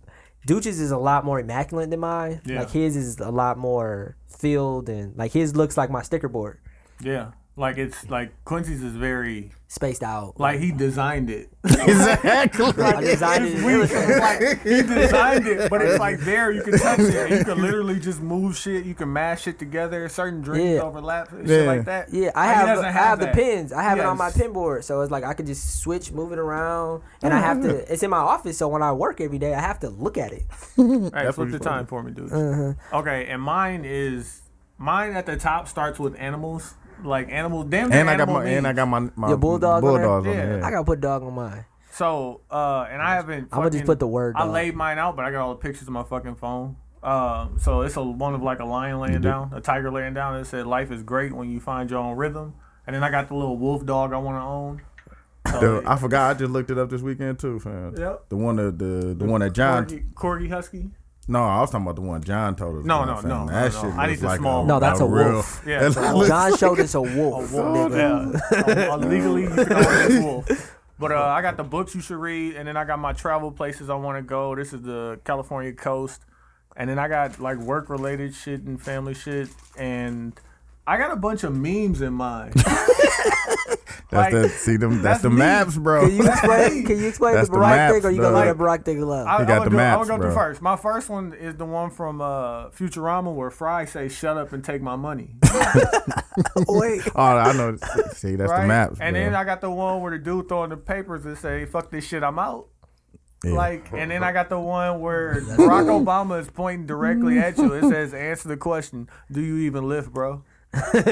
A: Dooch's is a lot more immaculate than mine.
C: Yeah.
A: Like his is a lot more filled, and like his looks like my sticker board,
C: Yeah, like it's like Quincy's is very
A: spaced out.
C: like he designed it.
A: I designed it.
C: It's
A: in
C: weird.
A: Illustrator.
C: It's like he designed it, but it's like there you can touch it. You can literally just move shit. You can mash it together. Certain drinks
A: Yeah.
C: overlap and
B: Yeah.
C: shit like that.
A: Yeah, I
C: Like, he
A: have,
C: doesn't
A: I have the
C: that.
A: pins. I have it on my
C: Yes.
A: pin board, so it's like I can just switch, move it around, and I have to. It's in my office, so when I work every day, I have to look at it.
C: All right, flip the time for me, dude.
A: Uh-huh.
C: Okay, and mine is mine at the top starts with animals, like animals. Damn,
B: And
C: and
B: I got
C: animal
B: my and I got my my
A: Your bulldog on there?
B: bulldogs on
C: Yeah.
B: there.
A: I gotta put dog on mine.
C: So, uh, and I haven't.
A: I'ma just
C: fucking-
A: put the word
C: I
A: dog.
C: laid mine out, but I got all the pictures on my fucking phone. Um, so it's a one of like a lion laying down, a tiger laying down. It said life is great when you find your own rhythm. And then I got the little wolf dog I want to own. So
B: Dude,
C: it-
B: I forgot. I just looked it up this weekend too, fam.
C: Yep.
B: The one that the the one that John.
C: corgi, corgi husky.
B: No, I was talking about the one John told us.
C: No,
B: about,
C: no,
B: fam.
C: no,
B: That
C: no,
B: shit
C: no. I
B: looks
C: need the
B: like
C: small-
B: A,
A: No, that's a
B: real,
A: wolf.
C: Yeah.
B: that
C: John
B: looks
A: John
B: like
A: showed us a wolf. nigga.
C: Yeah, a, a legally you can own this wolf. But uh, I got the books you should read, and then I got my travel places I want to go. This is the California coast, and then I got like work related shit and family shit, and I got a bunch of memes in mind. Like,
B: That's the see them. That's,
C: that's
B: the
C: me.
B: maps, bro.
A: Can you explain? Can you explain the
B: That's the
A: Barack
B: maps,
A: thing, or you gonna
B: dog.
A: let the Barack thing alone?
C: I,
B: He got
C: I
B: the
C: go, I'm
B: maps,
C: gonna go
B: bro.
C: through first. My first one is the one from uh, Futurama where Fry says, "Shut up and take my money."
A: Wait,
B: oh, I know. See, that's
C: right?
B: the maps,
C: and
B: bro.
C: then I got the one where the dude throwing the papers and say, "Fuck this shit, I'm out."
B: Yeah.
C: Like, and then I got the one where Barack Obama is pointing directly at you. It says, "Answer the question: Do you even live, bro?" like,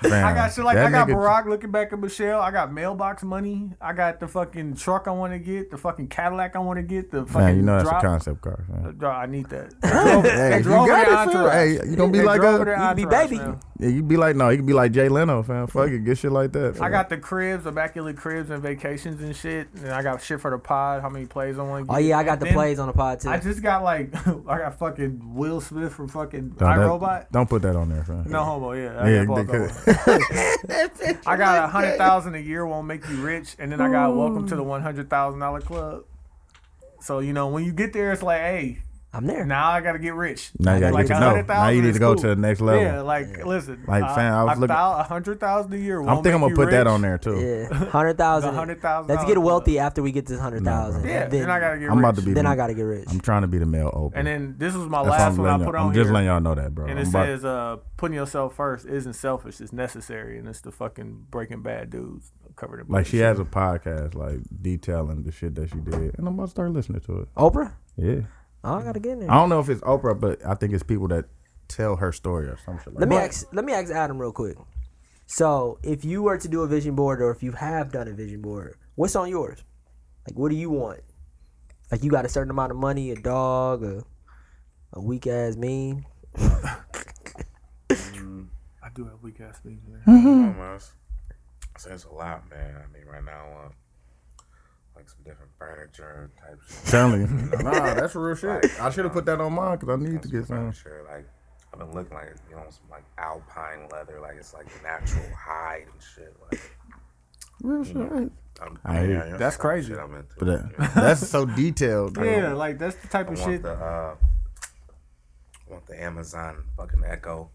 C: I
B: Man,
C: got shit like
B: that
C: I got
B: nigga-
C: Barack looking back at Michelle. I got mailbox money. I got the fucking truck I want to get, the fucking Cadillac I want to get, the fucking
B: man, you know that's
C: drop.
B: a concept car. Man.
C: Dog, I need that. They drove- they
B: you
C: drove
B: got
C: their
B: it, fam.
C: entourage.
B: Hey, you gonna be
C: They
B: like
C: drove
B: a-
C: their
A: You be
C: entourage,
A: baby.
C: man.
B: Yeah, you be like, no, you could be like Jay Leno, fam. Fuck it, get shit like that.
C: I
B: fam.
C: got the cribs, immaculate cribs, and vacations and shit. And I got shit for the pod. How many plays I want to get?
A: oh yeah, I got
C: And
A: the
C: then
A: plays on the pod too.
C: I just got like I got fucking Will Smith from fucking
B: No, that-
C: iRobot.
B: Don't put that on there, fam.
C: No homo, yeah. I,
B: Yeah,
C: got both of
B: because-
C: them. I got a hundred thousand a year won't make you rich, and then I got welcome to the one hundred thousand dollar club. So you know when you get there, it's like, hey,
A: I'm there.
C: now I gotta get rich.
B: Now you gotta
C: like
B: get to
C: a
B: know.
C: hundred
B: Now
C: thousand
B: you need
C: is
B: to go
C: cool.
B: to the next level.
C: Yeah, like listen,
B: Like,
C: uh,
B: fam, I was
C: a
B: looking-
C: thou- a hundred thousand a year.
B: I
C: Won't
B: think I'm
C: make
B: gonna
C: you
B: put that
C: rich.
B: on there too.
A: Yeah, hundred thousand.
C: The $100,000
A: Let's get
C: club.
A: wealthy after we get this hundred thousand.
C: Yeah,
A: then,
C: and I gotta get
B: I'm
C: rich.
B: about to be.
A: then I gotta get rich.
B: I'm trying to be the male open.
C: And then this was my
B: That's why
C: last
B: I'm
C: one I
B: letting
C: put
B: y'all-
C: on
B: I'm just
C: here.
B: letting y'all know that, bro.
C: and
B: I'm
C: it
B: about-
C: says, uh, putting yourself first isn't selfish; it's necessary, and it's the fucking Breaking Bad dudes covered in
B: like
C: bullshit.
B: she has a podcast, like detailing the shit that she did, and I'm gonna start listening to it.
A: Oprah.
B: Yeah,
A: Oh, I gotta get in there.
B: I don't know if it's Oprah, but I think it's people that tell her story or some shit. Like
A: Let me
B: that.
A: ask. Let me ask Adam real quick. So, if you were to do a vision board, or if you have done a vision board, what's on yours? Like, what do you want? Like, you got a certain amount of money, a dog, a, a weak ass meme.
C: I do have weak ass knees. man.
D: Almost. So it's a lot, man. I mean, right now, I want like some different furniture type shit.
B: Telling you. nah, that's real shit. I should have put that on mine because I need to
D: Some
B: get some.
D: furniture. Like I've been looking like you know some like alpine leather, like it's like natural hide and shit. Like
B: Real shit.
D: I'm,
B: I hear you.
C: That's
D: some
C: crazy.
D: shit I'm into.
B: But uh, that, that's so detailed. bro.
C: Yeah, like that's the type
D: I
C: of
D: want
C: shit.
D: the uh, I want the Amazon fucking Echo.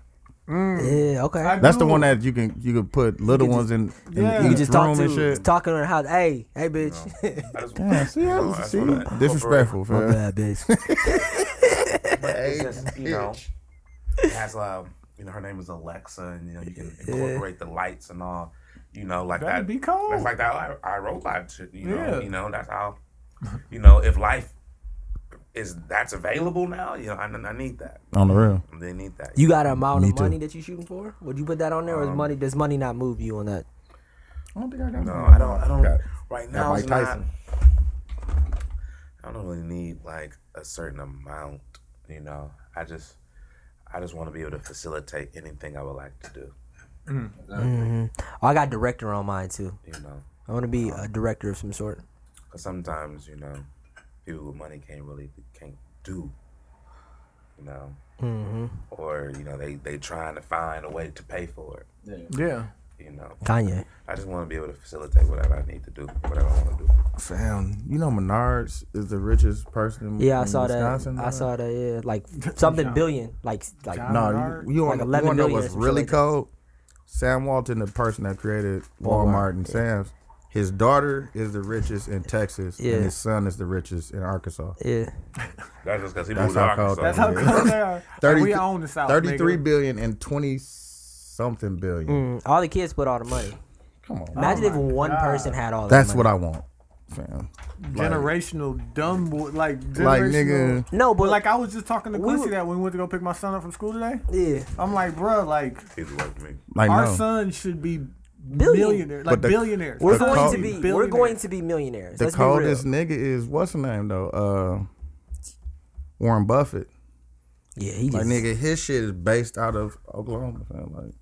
A: Yeah. Okay.
C: I-
B: That's the
C: Dude.
B: one that you can you can put little
A: can
B: ones in, in
C: Yeah.
B: each
A: you can just talk
B: room
A: to
B: and shit.
A: talking on the house. Hey, hey, bitch.
D: I Oh, just,
B: Damn, see,
D: you
B: Oh, I
D: know,
B: was-
D: that's
B: see,
D: what I-
A: My
B: disrespectful, fam.
A: bad, bitch.
D: But it's just, you know, it has um, you know, her name is Alexa, and you know, you can incorporate the lights and all. You know, like
C: That'd
D: that.
C: be cool.
D: That's like that I, I robot shit. You know,
C: Yeah.
D: you know that's how. You know, if life is that's available now, you know, I, I need that.
B: On the real.
D: They need that.
A: You got an amount
B: Me
A: of
B: too. Um,
A: money that you shooting for? Would you put that on there, or is money? Does money not move you on that?
B: I don't think I got
D: No, I don't. I don't.
B: Got-
D: right
B: got
D: now,
B: Mike
D: it's not,
B: Tyson.
D: I don't really need like a certain amount. You know, I just, I just want to be able to facilitate anything I would like to do.
A: Oh, I got director on mine too.
D: You know,
A: I want to be a director of some sort.
D: because sometimes you know, people with money can't really can't do. You know, mm-hmm. or you know they they trying to find a way to pay for it.
C: Yeah.
D: You know,
A: Kanye.
D: I just want to be able to facilitate whatever I need to do, whatever I want to do.
B: Fam, you know Menards is the richest person.
A: Yeah, I
B: in
A: saw that.
B: Wisconsin,
A: I
B: bro?
A: saw that. Yeah, like something billion. Like like
C: John.
B: No,
C: Menards.
B: you, you,
A: Like
B: wanna- you
A: 11
B: wanna know
A: million or
B: what's
A: some shit
B: really
A: like that.
B: cold? Sam Walton, the person that created Walmart,
A: Walmart,
B: and Sam's, his daughter is the richest in Texas,
A: Yeah.
B: and his son is the richest in Arkansas.
A: yeah.
D: That's just because he
B: That's
D: moved to
B: how cold that
D: Arkansas.
C: That's how
B: Yeah.
C: cool they are.
B: 30
C: and we own the South.
B: 33
C: nigga.
B: billion and 20 something billion.
A: Mm, all the kids put all the money.
B: Come on.
A: Imagine if one person had all.
B: That's
A: that
B: what
A: money.
B: I want, fam.
C: generational dumb boy, like generational.
B: Like, nigga.
A: No, but
C: But like I was just talking to
A: We
C: Quincy
A: were-
C: that when we went to go pick my son up from school today.
A: yeah,
C: I'm like, bruh, like
D: He's like me.
B: Like,
C: our
B: no.
C: son should be
A: Billion.
C: millionaire,
B: But
C: like
B: the-
C: billionaires.
A: we're
B: The
A: going
B: cul-
A: to be we're
C: billionaires.
A: going to be millionaires.
B: The
A: Let's be real.
B: coldest nigga is, what's the name, though? Uh, Warren Buffett.
A: Yeah, he
B: Like
A: just
B: nigga, his shit is based out of Oklahoma. Fam. Like,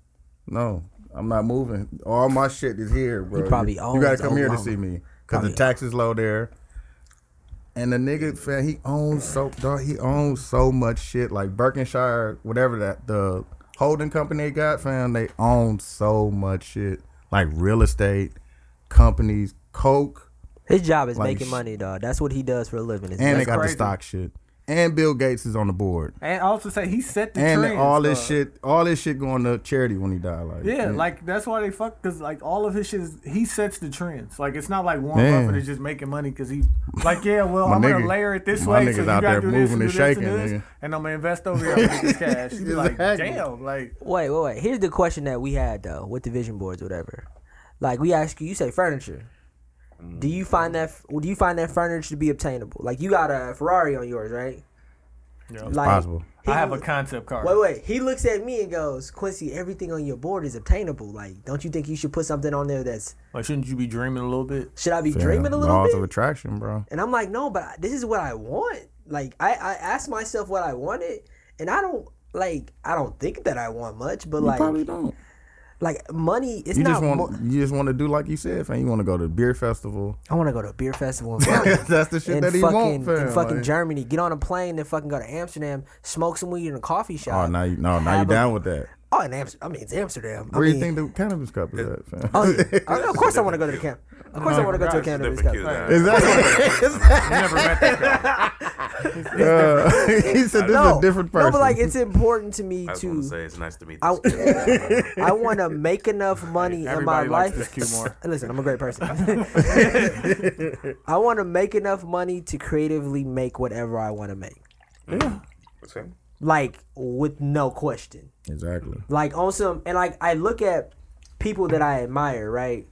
B: no, I'm not moving. All my shit is here, bro.
A: probably
B: you,
A: owns
B: gotta come here to
A: Oklahoma.
B: see me because the
A: Probably-
B: tax is low there. And the nigga, fam, he owns so dog, he owns so much shit. Like Berkshire, whatever that the holding company they got, fam, they own so much shit. Like real estate companies, Coke,
A: his job is
B: like,
A: making
B: sh-
A: money, dog. That's what he does for a living. Is
B: and they
A: that's
B: got
A: crazy.
B: the stock shit. and Bill Gates is on the board.
C: And I also say he set the
B: and
C: trends,
B: all this
C: dog.
B: shit, all this shit going to charity when he died. Like
C: Yeah,
B: man.
C: like that's why they fuck because like all of his shit, is, he sets the trends. Like it's not like Warren
B: Man.
C: Buffett is just making money because he like yeah, well
B: My
C: I'm gonna
B: nigga-
C: layer it this
B: my
C: way,
B: nigga's
C: so you
B: out there
C: gotta do this
B: moving
C: and,
B: and
C: do this
B: shaking,
C: and, this,
B: nigga.
C: and I'm gonna invest over here with this cash. You be like
B: Exactly.
C: damn, like
A: Wait, wait, wait. Here's the question that we had though with the vision boards, whatever. Like we ask you, you say furniture. Do you find that? Do you find that furniture to be obtainable? Like you got a Ferrari on yours, right?
C: Yeah.
A: like,
B: possible.
A: he-
C: I have a concept card.
A: Wait, wait. He looks at me and goes, Quincy, everything on your board is obtainable. Like, don't you think you should put something on there that's,
C: Like shouldn't you be dreaming a little bit?
A: should I be
B: Yeah,
A: dreaming a little
B: laws
A: bit?
B: of attraction, bro.
A: and I'm like, no, but I- this is what I want. Like, I, I asked myself what I wanted, and I don't, like, I don't think that I want much, but
B: you probably
A: like,
B: don't.
A: like money, it's
B: You
A: not.
B: just want
A: mo-
B: you just want to do like you said, fam. You want to go to beer festival.
A: I want to go to a beer festival in Florida.
B: That's the shit
A: in
B: that he
A: fucking,
B: want, fam.
A: in fucking
B: like,
A: Germany. Get on a plane and fucking go to Amsterdam, smoke some weed in a coffee
B: oh,
A: shop.
B: now you no, now
A: Have
B: you
A: a-
B: down with that.
A: Oh, in Amsterdam. I mean, it's Amsterdam. I
B: Where do you
A: mean-
B: think the cannabis cup is at, fam?
A: Oh, yeah. Oh, of course I want to go to the camp. Of course I want to go to a
D: It's a
A: cannabis
D: different
A: camp.
D: cue than
B: Exactly.
C: I never met that guy.
B: Uh, he said this is
A: No,
B: a different person.
A: no, but like it's important to me
D: I just want to
A: to.
D: say it's nice to meet
A: I,
D: you. kid.
A: I want to make enough money in my
C: Everybody likes this
A: life.
C: cue more.
A: Listen, I'm a great person. I want to make enough money to creatively make whatever I want to make,
D: What's that?
A: like with no question.
B: exactly.
A: like on some and like I look at people that I admire, right?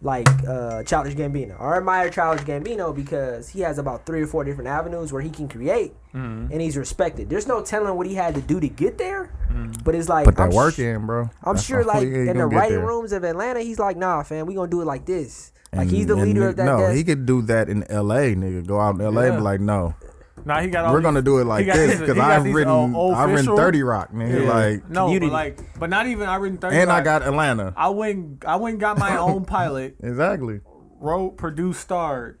A: Like uh Childish Gambino. I admire Childish Gambino because he has about three or four different avenues where he can create
D: Mm-hmm.
A: and he's respected. There's no telling what he had to do to get there.
D: Mm-hmm.
A: But it's like
B: Put that
A: I'm
B: work
A: sh-
B: in, bro.
A: I'm
B: That's
A: sure
B: the only
A: like
B: way you
A: in the
B: gonna get
A: writing
B: there.
A: rooms of Atlanta, he's like, nah fam, we gonna do it like this. Like he's
B: And-
A: the
B: and
A: leader
B: nigga-
A: of that
B: No,
A: desk.
B: he could do that in L.A. Nigga, go out in L.A. and
C: Yeah.
B: be like, no,
C: Nah, he got all
B: we're
C: these-
B: gonna do it
C: he
B: like
C: got
B: this
C: these- he
B: because
C: got
B: I've
C: these,
B: written,
C: uh,
B: I've written
C: official-
B: Thirty Rock, nigga. Like,
C: no,
A: Community.
C: but like, but not even I written thirty.
B: and I
C: Rock.
B: got Atlanta.
C: I went, I went, and got my own pilot,
B: Exactly.
C: wrote, produced, starred,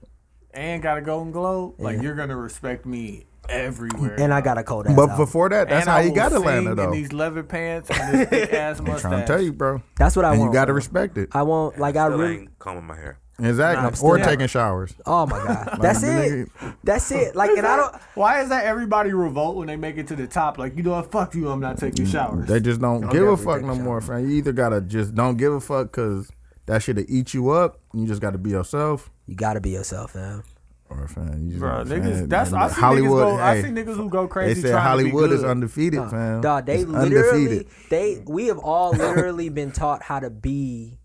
C: and got a Golden Globe. Like you're gonna respect me everywhere.
A: and I got a cold ass.
B: But
A: out.
B: before that, that's
C: And
B: how
C: I
B: he
C: will
B: got
C: sing
B: Atlanta,
C: In
B: though.
C: these leather pants and this thick ass mustache.
B: Trying to tell you, bro.
A: that's what I
B: And
A: want.
B: you gotta respect it.
A: I want like I
D: Still
A: really
D: ain't combing my hair.
B: Exactly.
A: still
B: Or
A: never-
B: taking showers.
A: Oh my god. That's
B: the
A: it. That's it. Like and I don't
C: Why is that everybody revolt when they make it to the top? Like you know what? Fuck you. I'm not taking showers.
B: Mm, They just don't give a
A: never
B: fuck
A: take
B: no
A: showers.
B: more, fam. You either gotta just don't give a fuck because that shit'll eat you up. And you just gotta be yourself.
A: you gotta be yourself, man.
B: Or fam, you just
C: Bro,
B: fam,
C: niggas, that's I see
B: Hollywood.
C: Niggas go, I
B: hey,
C: see niggas who go
B: they
C: crazy.
B: said
C: trying
B: Hollywood
C: to be
B: is
C: good.
B: undefeated, fam.
A: Dog, they
B: It's
A: literally
B: undefeated.
A: they we have all literally been taught how to be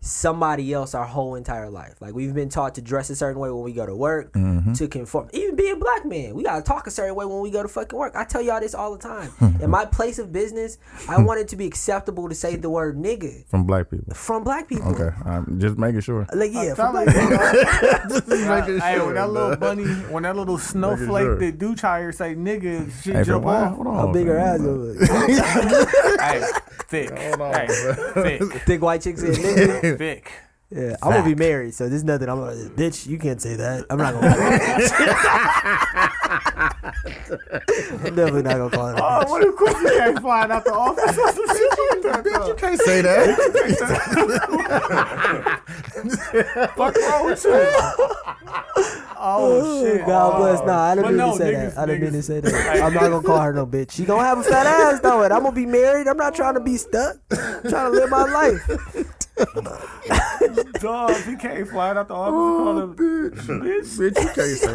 A: somebody else our whole entire life. Like we've been taught to dress a certain way when we go to work,
B: Mm-hmm.
A: to conform. Even being black men, we gotta talk a certain way when we go to fucking work. I tell y'all this all the time. In my place of business, I want it to be acceptable to say the word nigga
B: From black people.
A: from black people.
B: Okay, I'm just making sure.
A: Like yeah, from
C: Tell
A: black
C: me,
A: people.
B: just making
C: Hey, when that little
B: dog.
C: bunny, when that little snowflake
B: sure.
C: that do try her say nigga, she
B: Hey, fam,
C: jump
B: why-
C: off.
B: hold on,
A: How big her
B: fam.
A: ass was.
C: hey, thick. hey, thick.
A: Thick white chick said nigga.
C: Thick.
A: Yeah, I'm gonna be married, so there's nothing. I'm gonna, bitch. You can't say that. I'm not gonna. Call it. I'm definitely not gonna call it.
C: Oh, what if Quincy came flying out the office? or some shit like that,
B: Bitch, you can't say that.
C: Fuck wrong with you? Oh shit!
A: God bless.
C: Oh.
A: Nah, I
C: But
A: didn't mean
C: no,
A: to say
C: niggas-
A: that. I didn't mean to
C: niggas-
A: say that. I'm not gonna call her no bitch. She gonna have a fat ass though, and I'm gonna be married. I'm not trying to be stuck. I'm trying to live my life.
C: Dog, he came flying out the office.
A: Oh,
C: and called him, bitch.
B: Bitch, you can't say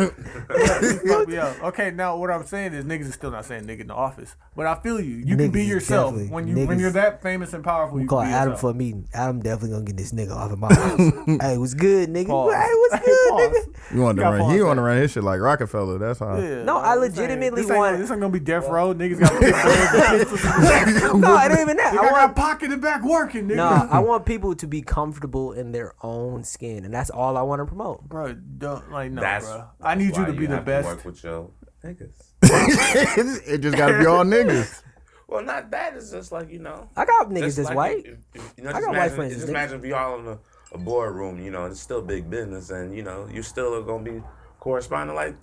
B: that.
C: Fuck me up. Okay, now what I'm saying is niggas is still not saying nigga in the office, but I feel you. You can
A: Niggas
C: be
A: is
C: yourself
A: definitely-
C: when you when
A: niggas-
C: you're that famous and powerful. You
A: Call
C: can be
A: Adam
C: yourself.
A: for a meeting. Adam definitely gonna get this nigga off of my house. hey, what's good, nigga?
C: Pause.
A: Hey, what's good, nigga?
C: Pause.
B: You want to
C: You gotta
B: run? He
C: pause
B: want to run his shit like Rockefeller. That's how.
C: Yeah,
A: No, I
C: this ain't-
A: legitimately
C: this ain't-
A: want-
C: This ain't gonna be death row. Niggas got pistols.
A: No, it ain't even that.
C: I
A: I want
C: got pocket and back working, nigga.
A: No, I want people to be comfortable in their own skin, and that's all I want to promote.
C: Bro, don't like no,
D: That's
C: bro. I need you
D: why
C: to be the
D: have
C: best.
D: work with your niggas.
B: it just gotta be all niggas.
D: Well, not that. It's just like you know.
A: I got niggas
D: just
A: that's
D: like
A: white.
D: if- if- you know,
A: I
D: just
A: got white
D: imagine,
A: friends,
D: Just
A: nigga.
D: imagine if you all in a, a boardroom. You know, it's still big business, and you know, you still are gonna be corresponding. Like,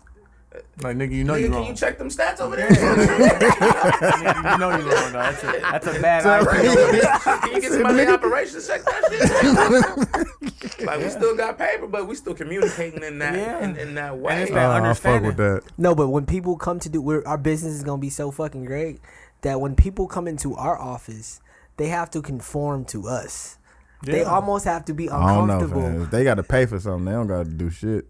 C: Like nigga, you know
D: nigga,
C: you
D: can you
C: wrong.
D: check them stats over there? can
C: nigga, you know you wrong. Though. That's a that's a bad
B: Sorry.
C: idea.
D: you get somebody in operations to check that shit? Like we still got paper, but we still communicating in that
C: Yeah.
D: in, in that way.
C: it's that-
B: Uh, I fuck
C: understanding.
B: with that.
A: No, but when people come to do, we're, our business is gonna be so fucking great that when people come into our office, they have to conform to us. They
C: Yeah.
A: almost have to be
B: I don't know,
A: uncomfortable.
B: fam. If they got to pay for something, they don't got to do shit.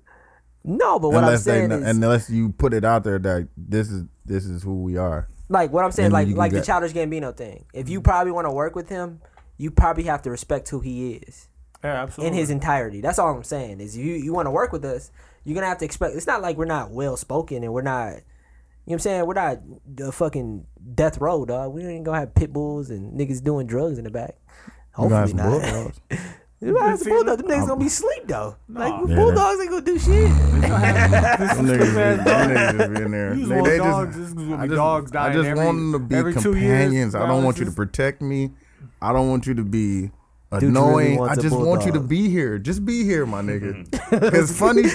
A: no, but what
B: unless
A: I'm saying
B: they,
A: is,
B: unless you put it out there that this is this is who we are.
A: like what I'm saying,
B: and
A: like
B: you can
A: like the
B: get-
A: Childish Gambino thing. If you probably want to work with him, you probably have to respect who he is
C: Yeah, absolutely.
A: in his entirety. That's all I'm saying is you you want to work with us, you're gonna have to expect. It's not like we're not well spoken and we're not. You know what I'm saying? We're not the fucking death row, dog. We ain't gonna have pit bulls and niggas doing drugs in the back.
B: You gonna
A: Hopefully
B: have some
A: not.
B: bulldogs. Oh.
A: You gonna have some
C: You seen
A: bulldogs. Them niggas gonna be asleep though. Like
B: Yeah.
A: bulldogs ain't gonna do shit.
B: Them niggas, just- them niggas just be in there.
C: You just
B: They,
C: want
B: they
C: dogs.
B: just,
C: This is gonna be
B: I just,
C: dogs
B: I
C: dying
B: just
C: every-
B: want them to be
C: every two years,
B: companions. I
C: dog.
B: don't want
C: This
B: you to
C: is-
B: protect me. I don't want you to be
A: really
B: annoying.
A: wants
B: I
A: a
B: just want you to
A: bulldog.
B: be here. Just be here, my nigga. It's funny.
A: was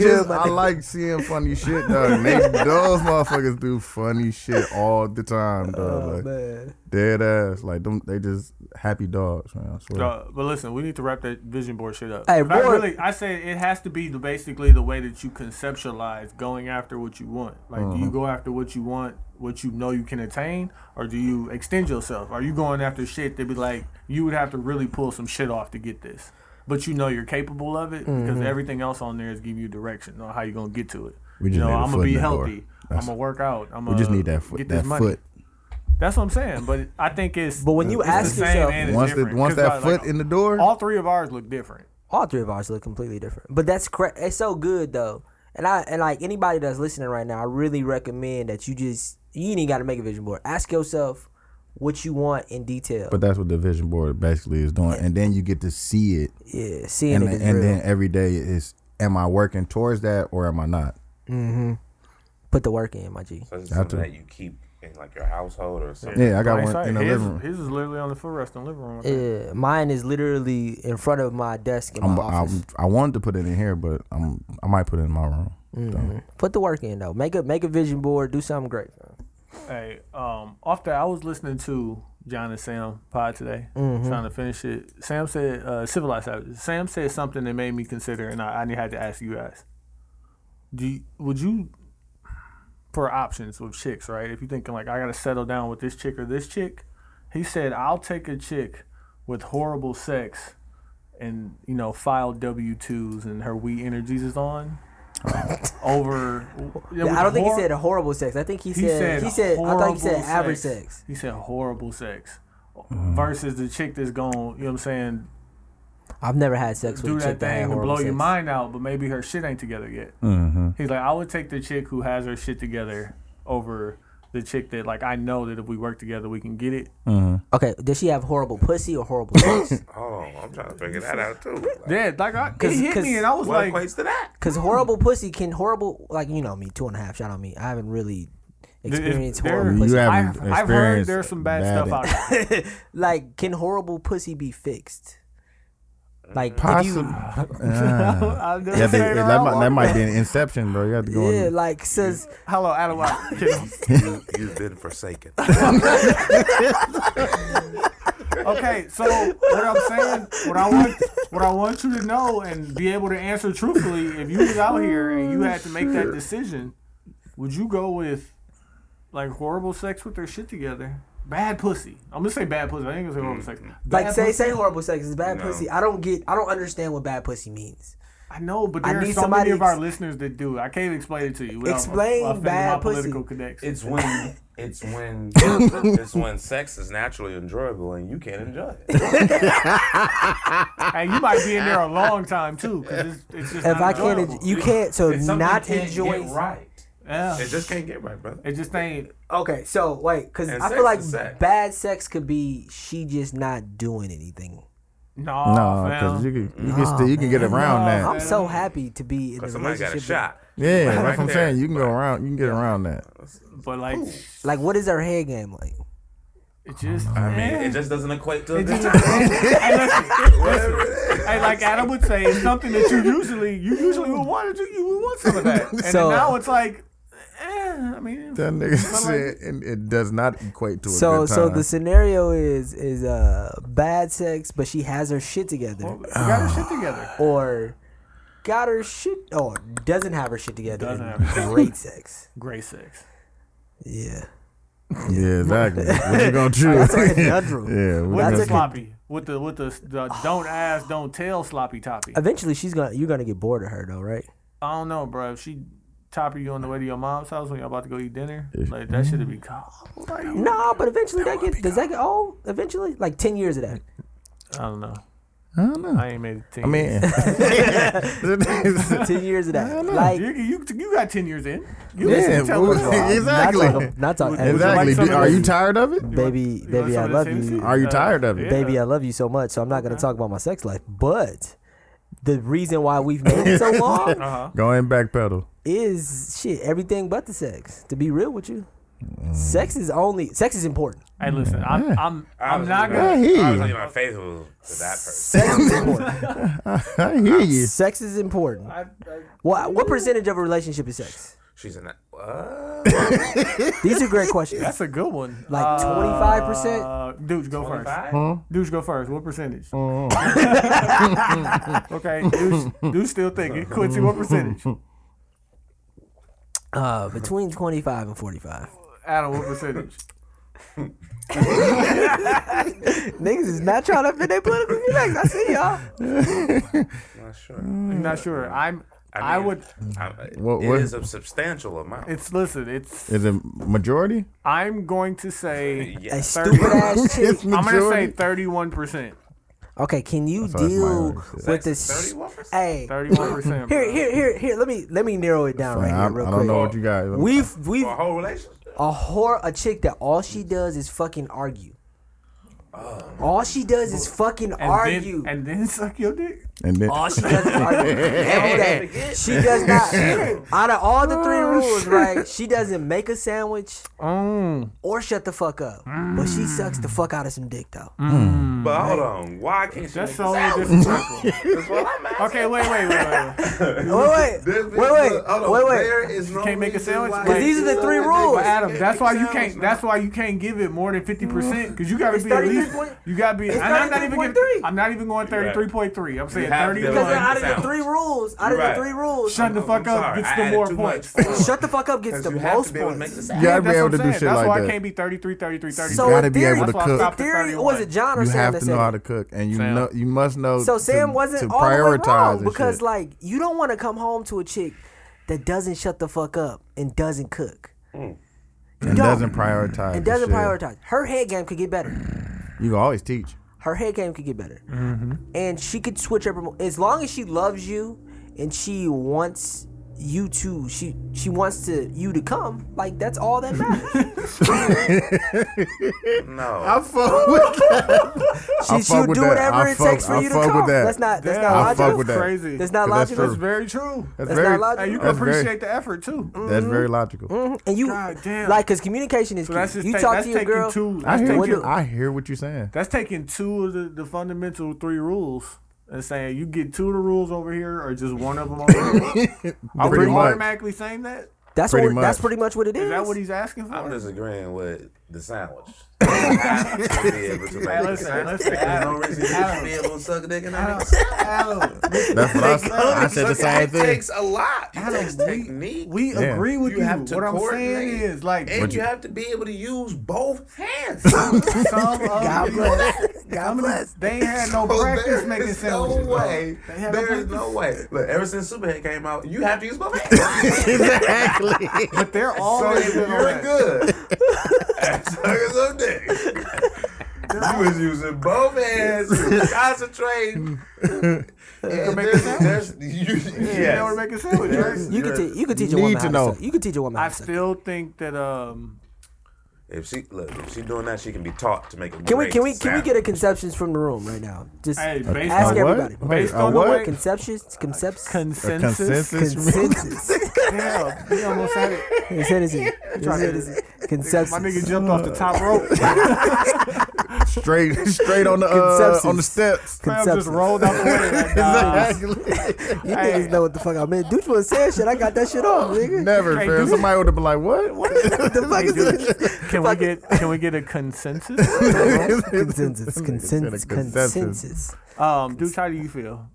A: good,
B: just
A: my
B: I
A: nigga.
B: like seeing funny shit, dog. And they- Those motherfuckers do funny shit all the time, dog.
A: Oh
B: like,
A: man.
B: dead ass. Like them, they just happy dogs, man. I swear.
C: Uh, but listen, we need to wrap that vision board shit up.
A: Hey,
C: But I
A: boy-
C: really, I say it has to be the basically the way that you conceptualize going after what you want. Like, do
B: Mm-hmm.
C: you go after what you want, what you know you can attain, or do you extend yourself? Are you going after shit that be like you would have to really pull some shit off to get this, but you know you're capable of it
B: Mm-hmm.
C: because everything else on there is give you direction on how you're gonna get to it.
B: We just
C: you know,
B: need a
C: I'm
B: foot
C: gonna
B: in
C: be
B: the door.
C: healthy. I'm
B: That's-
C: gonna work out. I'm
B: We just need that foot.
C: uh, Get
B: That
C: this money.
B: foot.
C: That's what I'm saying. But I think it's
A: But when you
C: it's the
A: ask
C: same
A: yourself-
C: and it's
B: Once the,
C: different.
B: once
C: 'Cause uh,
B: that
C: like-
B: foot in the door,
C: all three of ours look different.
A: all three of ours look completely different. But that's cra- it's so good though. And I and like anybody that's listening right now, I really recommend that you just you ain't got to make a vision board. Ask yourself what you want in detail.
B: But that's what the vision board basically is doing, and then you get to see it,
A: yeah, seeing
B: and
A: it is
B: and
A: real.
B: then every day is, am I working towards that or am I not?
A: Put the work in, my G.
D: So is it
B: I
D: something
B: do.
D: that you keep in like your household or something.
B: Yeah, I got
C: Like,
B: one
C: sorry,
B: in the
C: his,
B: living room.
C: His is literally on the footrest in the living room. I think.
A: Yeah, mine is literally in front of my desk in my
B: I'm,
A: office.
B: I'm, I wanted to put it in here, but I'm, I might put it in my room. So,
A: Put the work in though. Make a make a vision board. Do something great. bro.
C: Hey, um, off that, I was listening to John and Sam pod today,
A: Mm-hmm.
C: trying to finish it. Sam said, uh, "Civilized savages." Sam said something that made me consider, and I, I had to ask you guys: Do you, would you for options with chicks, right? If you're thinking like, I gotta settle down with this chick or this chick, he said, I'll take a chick with horrible sex and you know file W twos and her we energies is on. over,
A: I don't think he said a horrible sex. I think he,
C: he
A: said,
C: said,
A: he said I thought he said
C: horrible
A: average sex.
C: He said horrible sex.
B: Mm-hmm.
C: Versus the chick that's going, you know what I'm saying,
A: I've never had sex with
C: do
A: a chick
C: that
A: that had
C: thing and
A: horrible
C: blow your
A: sex.
C: mind out, but maybe her shit ain't together yet.
B: Mm-hmm.
C: He's like, I would take the chick who has her shit together over the chick that, like, I know that if we work together, we can get it.
A: Okay, does she have horrible pussy or horrible sex?
D: Oh, I'm trying to figure that out too. Like,
C: Yeah, like, I,
A: Cause-
C: it hit
A: cause-
C: me and I was
D: What
C: like,
D: equates to that?
A: Cause horrible pussy can horrible like you know me two and a half. Shout out me. I haven't really
C: there-
A: experienced
C: there-
A: horrible pussy.
B: You have-
C: I've, I've heard
B: experienced
C: there's some bad,
B: bad
C: stuff out there.
A: like, can horrible pussy be fixed? Like, if
B: possibly.
A: you,
C: I never
B: Uh, Yeah, they-
C: said her
B: that,
C: out
B: might, that
C: loud.
B: might be an inception, bro. You have to go.
A: yeah,
B: in
A: like says
C: Hello, Adam. White. Kidding.
D: You, you've been forsaken.
C: okay, so what I'm saying, what I want, what I want you to know and be able to answer truthfully, if you was out here and you had to make
A: Oh,
C: that decision, would you go with like horrible sex with their shit together, bad pussy? I'm gonna say bad pussy. I ain't gonna say horrible sex.
A: Mm. like
C: Bad
A: say
C: pussy?
A: say horrible sex is bad
D: No.
A: pussy. I don't get. I don't understand what bad pussy means.
C: I know, but
A: I
C: there are
A: need
C: so
A: somebody
C: many of our
A: ex-
C: listeners that do. I can't explain it to you. without
A: Explain
C: offending
A: bad
C: my
A: pussy.
C: Political connections.
D: It's when it's when it's when sex is naturally enjoyable and you can't enjoy it.
C: hey, you might be in there a long time too, because it's, it's
A: If
C: just not
A: I can't,
C: enjoyable.
A: en- you can't. So
D: It's something you
A: not
D: can't
A: enjoy.
D: get right.
C: yeah.
D: It just can't get right, brother.
C: It just ain't.
A: Okay, so wait, because
D: And
A: I
D: sex
A: feel like
D: is sex.
A: bad sex could be she just not doing anything.
C: No,
B: no,
C: fam.
B: because you can you can still you can get around
C: Nah,
A: I'm
B: that.
A: so happy to be in a
D: But somebody
A: relationship.
D: got a
A: with-
D: shot.
B: Yeah,
D: Right
B: that's what I'm
D: there.
B: saying. You can go around. You can get around that.
C: but like,
A: Like, what is her head game like?
C: it just.
D: I mean, it just doesn't equate to. a
C: It
D: good
C: just-
D: time.
C: hey, listen, listen. Hey, like Adam would say, it's something that you usually you usually would want to do. You would want some of that, and
A: So-
C: then now it's like, eh, eh, I mean,
B: That nigga said and it does not equate to a
A: So
B: good
A: so
B: time.
A: the scenario is is uh bad sex, but she has her shit together,
C: well, we got her shit together.
B: Ah.
A: or got her shit, or doesn't have her shit together.
C: Doesn't
A: and
C: have her
A: great sex.
C: Great sex.
A: Yeah.
B: yeah, exactly. what you gonna choose?
A: That's like a conundrum.
B: yeah, what
C: With
A: That's
C: the
A: a-
C: sloppy, with the with the, the don't ask, don't tell sloppy toppy.
A: Eventually, she's gonna you're gonna get bored of her though, right?
C: I don't know, bro. If she topper you on the way to your mom's house when y'all about to go eat dinner, like that should be cold. Like, I
A: No, but eventually that get does that get old? Eventually, like ten years of that.
C: don't know.
B: I don't know.
C: I ain't made it.
B: I mean,
A: ten years of that. Like
C: you, you, you got ten years in. You
B: yeah,
C: listen, tell
B: well,
C: us why.
B: exactly,
A: Not talking, not talking
C: Would you like
B: exactly.
C: some
B: Do-
C: of
B: are you
C: this?
B: tired of it?
A: baby,
C: You want
A: baby,
C: some
A: I
C: of that
A: love
C: Tennessee? Uh,
A: you.
B: Are you tired of it?
C: yeah.
A: Baby, I love you so much, so I'm not gonna talk about my sex life. But the reason why we've made it so long
C: Uh-huh.
B: Go in backpedal.
A: is shit, everything but the sex. To be real with you.
C: Mm.
A: Sex is only sex is important.
C: Hey, listen, I'm I'm, I'm not
B: Yeah,
D: I
C: gonna.
B: he-
D: was only not faithful to that person.
A: Sex is important.
B: I hear you.
A: sex is important.
C: I, I,
A: What what percentage of a relationship is sex?
D: She's in that. What?
A: These are great questions.
C: that's a good one.
A: Like
C: Uh,
A: 25%?
C: Uh, dudes, go first.
D: Five?
C: Dudes, go first. What percentage? okay, dudes, dudes still thinking. Quincy, what percentage?
A: Uh, between 25 and 45.
C: Adam, what percentage?
A: Niggas is not trying to fit their political views. I see y'all.
D: Not sure.
C: I'm not sure. I'm.
D: I,
C: I
D: mean,
C: would.
D: I,
B: What-
D: it
B: what-
D: is a substantial amount.
C: It's listen. It's.
B: Is it majority?
C: I'm going to say.
A: A
D: yeah.
A: stupid ass chick.
B: It's
C: I'm gonna say
B: majority?
C: 31 percent.
A: Okay, can you
B: why it's
A: deal
B: minority.
A: with this?
D: Thirty-one percent.
A: Hey,
C: 31 percent.
A: here, here, here, here. Let me let me narrow it down right
B: I, I
A: here, real
B: don't
A: quick.
B: know what you guys.
A: We've we've
D: A whole relationship.
A: a whore, a chick that all she does is fucking argue. All she does is fucking
C: And
A: argue.
C: then, and then suck your dick.
B: and then,
A: all she does is argue every day. She does not. out of all the
B: Oh,
A: three rules, right? She doesn't make a sandwich
C: Mm.
A: or shut the fuck up, but she sucks the fuck out of some dick though.
B: Mm.
C: Mm.
D: But hold on, why can't she?
C: That's
D: That's
C: so
D: so.
C: disrespectful.
D: That's what I'm asking.
C: Okay, wait, wait, wait, wait. wait.
A: Wait, wait,
D: This-
A: wait, wait,
D: look, hold on,
A: wait, wait.
D: there is no
C: Can't make a
D: reason
C: sandwich?
D: why-
C: 'Cause these
A: are the three rules.
C: But Adam, that's why you can't.
D: Sandwich,
C: That's why you can't give it more than fifty percent because you gotta
A: It's
C: be at
A: 33
C: least.
A: point-
C: You gotta be.
A: it's
C: And I'm not even. Giving,
A: 33.3.
C: I'm not even going thirty-three point three. I'm saying
D: You have to-
A: Because
D: Right.
A: out
C: thirty-one.
A: of the three rules, out of
D: You're
A: the
D: right.
A: three rules,
C: Shut the
D: I'm
C: fuck up.
D: sorry,
C: Gets
D: I
C: the
D: added
C: more
D: too much.
C: points.
A: shut the fuck up gets the
D: You have
A: most
D: to be able to make
A: points.
D: the
B: you
D: sandwich.
B: gotta be
C: That's
B: able
C: what
B: to do
C: I'm saying.
B: shit
C: That's
B: like
C: why
B: that.
C: I can't be 33, 33, 33.
A: So
B: You
A: in
B: gotta be
A: theory,
B: able to
A: in
B: cook.
A: theory, was it John or
B: you
A: Sam
B: have
A: that
B: to
A: said
B: know how
A: it?
B: to cook, and you
C: Sam.
B: know you must know.
A: So
B: to-
A: Sam wasn't
B: to
A: all
B: prioritize
A: the way wrong
B: and
A: because,
B: shit.
A: like, you don't want to come home to a chick that doesn't shut the fuck up and doesn't cook
D: Mm.
A: don't.
B: and doesn't prioritize
A: and
B: the
A: doesn't
B: shit.
A: prioritize. Her head game could get better.
B: You can always teach.
A: Her head game could get better,
B: Mm-hmm.
A: and she could switch up her mo- as long as she loves you and she wants you to. She she wants to you to come. Like that's all that matters.
D: No,
B: fuck with
A: she
B: fuck
A: she'll
B: with
A: do
B: that.
A: whatever
B: I
A: it
B: fuck-
A: takes for
B: I
A: you to
B: fuck with
A: come.
B: that.
A: That's not that's
C: Damn,
A: not
B: I
A: logical.
B: fuck with that.
C: Crazy.
A: That's not
B: 'Cause that's
A: logical.
B: true. Mm.
C: very true.
B: That's
A: That's
B: very.
A: not logical. Mm-hmm.
C: Hey, you can
B: that's very-
C: appreciate the effort too.
B: That's very logical.
A: And you
C: God damn.
A: like because communication is
C: So
A: key.
C: that's just
A: you
C: take-
A: talk
C: that's
A: to your
C: taking
A: girl.
C: two-
B: I
C: that's
B: hear
A: What
B: what
C: taking,
B: you.
A: do-
B: I hear what you're saying.
C: that's taking two of the, the fundamental three rules and saying you get two of the rules over here or just one of them over here. Are we
B: Pretty much.
C: automatically saying that?
A: That's
B: Pretty
A: what we're- that's
B: much.
A: pretty much what it is.
C: Is that what he's asking for?
D: I'm disagreeing with the sandwich. You have to be able to make
C: Hey,
D: the
C: listen,
D: sandwich.
C: listen,
D: There's no reason you
C: Adam.
D: should be able to suck a dick in that.
C: Adam,
B: That's what I, s- I said. The same
D: It
B: thing.
D: takes a lot. It takes technique.
C: we
B: Yeah.
C: agree with you.
D: You have to
C: what I'm saying
D: coordinate.
C: is like
D: and
B: Would
D: you,
B: you-
D: have to be able to use both hands.
C: some of
A: God
C: these-
A: bless. God
C: some of
A: bless.
C: these- they ain't had no
D: So
C: practice
D: there
C: making
D: is no
C: sandwiches. bro.
D: way.
C: They had
D: There is
C: practice.
D: no way. Look, ever since Superhead came out, you have to use both hands.
B: exactly.
C: But they're
D: so
C: always
D: if
C: good on
D: you're
C: that.
D: good. at sucking some dick. You was using both hands, you was concentrating. And
C: make a
D: there's, there's,
C: You
D: you,
C: know
D: yes.
C: how to make a sandwich, right?
A: You could
D: You're-
A: te- you could teach a
B: you
A: woman
B: need to
A: how to
B: know.
A: suck. You could teach a woman.
C: I
A: how to suck.
C: still think that um
D: If she look, if she doing that, she can be taught to make a.
A: Can we
D: great
A: can we can we get a
D: sandwich.
A: conceptions from the room right now? Just
C: Hey, based
A: ask
C: on
B: what?
A: everybody.
B: Wait,
C: based
B: a
C: on
B: what?
C: the way
A: Conceptions, conceptions,
C: consensus.
B: Consensus.
A: consensus,
C: Yeah, we almost had it.
A: consensus,
C: Try to-
A: consensus,
C: My
A: Conception.
C: nigga jumped off the top rope.
B: straight straight on the uh, on the
A: Conceptions.
B: steps.
C: Fam just
A: Conception.
C: rolled out the way. Like, nah,
B: Exactly.
A: You niggas know what the fuck I meant. Dude, you was saying shit. I got that shit off, nigga.
B: Never,
C: Hey,
B: fam.
C: dude.
B: Somebody would have been like, "What? What?"
A: What the fuck is this?
C: can we get can we get a consensus?
A: Consensus, consensus,
B: Consensus.
A: consensus.
C: Um, Deuce, how do you feel?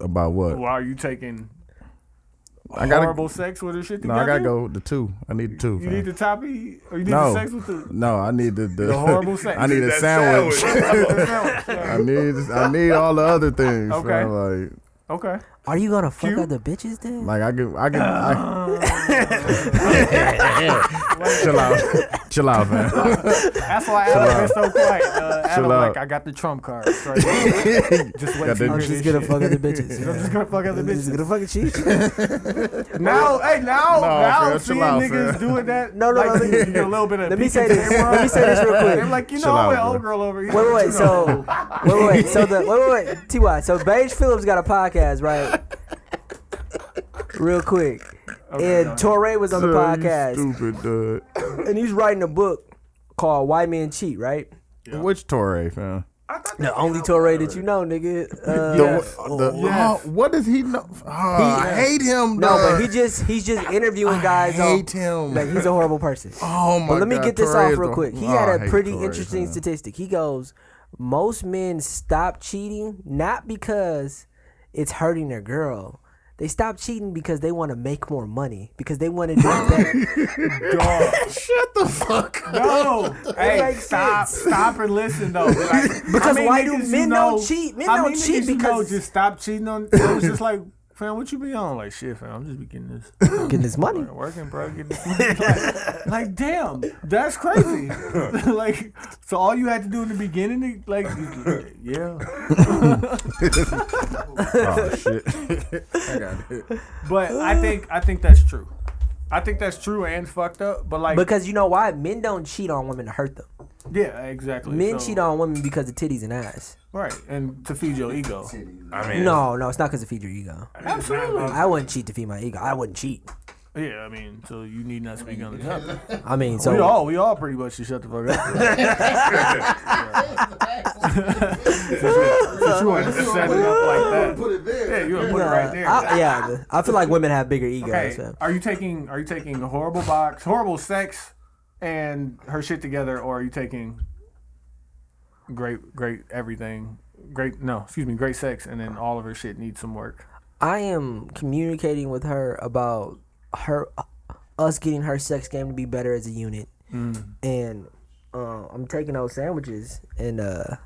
B: About what?
C: Why are you taking
B: I gotta-
C: horrible sex with her shit
B: No,
C: together?
B: I gotta go with the two. I need the two.
C: You
B: fam.
C: need the toppy, or you need
B: no,
C: the sex with the.
B: no, I need the the,
C: The horrible sex.
B: I need a
D: That
B: sandwich.
D: sandwich.
B: I need I need all the other things.
C: Okay.
B: fam. Like
C: Okay.
A: Are you gonna fuck
C: Cute.
A: other bitches then?
B: like I can I can I, chill out, chill out, man.
C: That's why Adam been so quiet. Uh, Adam,
B: Chill out.
C: like, I got the trump card. Right? just wait
B: Got the-
C: till
A: I'm
C: you
B: Crazy
A: just gonna
C: fuck.
A: fuck other bitches.
C: I'm just gonna fuck other
A: I'm just
C: bitches.
A: gonna fucking cheat.
C: Now, hey,
B: No,
C: now, now,
B: fam,
C: seeing
B: chill out,
C: niggas
B: fam.
C: doing that.
A: No, no,
C: like,
A: no,
C: You
A: no.
C: get a little bit of.
A: Let me
C: peek
A: say
C: at the
A: this.
C: camera.
A: Let me say this real
C: They're
A: quick.
C: like, you
B: Chill
C: know,
B: out,
C: I'm an
B: bro.
C: old girl over here.
A: Wait, wait, wait. So, wait, wait. So the wait, wait, wait. Ty. So Beige Phillips got a podcast, right? Real quick. and Torre was on the
B: Sir, you
A: podcast,
B: Stupid dude.
A: and he's writing a book called "Why Men Cheat," right?
B: Which Torre, fam?
A: The only Torre that you know, nigga. Uh,
B: The- the- oh,
C: Yes.
B: what does he know? Oh, I hate him.
A: No,
B: dog.
A: but he just he's just interviewing guys. on-
B: hate him.
A: Like he's a horrible person.
B: Oh my
A: But let me
B: God,
A: get this
B: Torre
A: off
B: is
A: real
B: the-
A: quick. He
B: Oh, I
A: had a
B: hate
A: pretty
B: Torre,
A: interesting
B: man.
A: statistic. He goes, most men stop cheating not because it's hurting their girl. They stop cheating because they want to make more money because they want to do that.
B: Shut the fuck up.
C: No, hey,
A: Like
C: stop, stop and listen though. Like,
A: Because
C: I mean,
A: why do
C: niggas, you
A: men
C: know-
A: don't cheat? Men
C: I
A: don't
C: mean,
A: cheat
C: niggas, you know,
A: because-
C: just stop cheating on. It was just like, fam, what you be on? Like, shit, fam, I'm just be getting this
A: Getting this money.
C: working, bro. Getting this money. like, like, damn, that's crazy. like, so all you had to do in the beginning, to, like, yeah.
B: Oh shit. I got it.
C: But I think, I think that's true. I think that's true and fucked up. But like,
A: Because you know why? Men don't cheat on women to hurt them.
C: yeah, exactly.
A: Men
C: So-
A: cheat on women because of titties and ass.
C: right, and to feed your ego.
D: I mean,
A: No, no, it's not because of feed your ego.
C: Absolutely.
A: I wouldn't cheat to feed my ego. I wouldn't cheat.
C: Yeah, I mean, so you need not speak on the topic.
A: I mean,
C: We
A: so uh,
C: all, we all pretty much should shut the fuck up. Since you want to set it up like that.
F: Put it there.
C: Yeah, you want to put it
A: uh,
C: right there.
A: I, yeah, I feel like women have bigger egos.
C: okay,
A: man.
C: are you taking, are you taking horrible box, horrible sex, and her shit together, or are you taking great, great everything, great? No, excuse me, great sex, and then all of her shit needs some work.
A: I am communicating with her about her us getting her sex game to be better as a unit,
C: Mm.
A: and uh, I'm taking those sandwiches and uh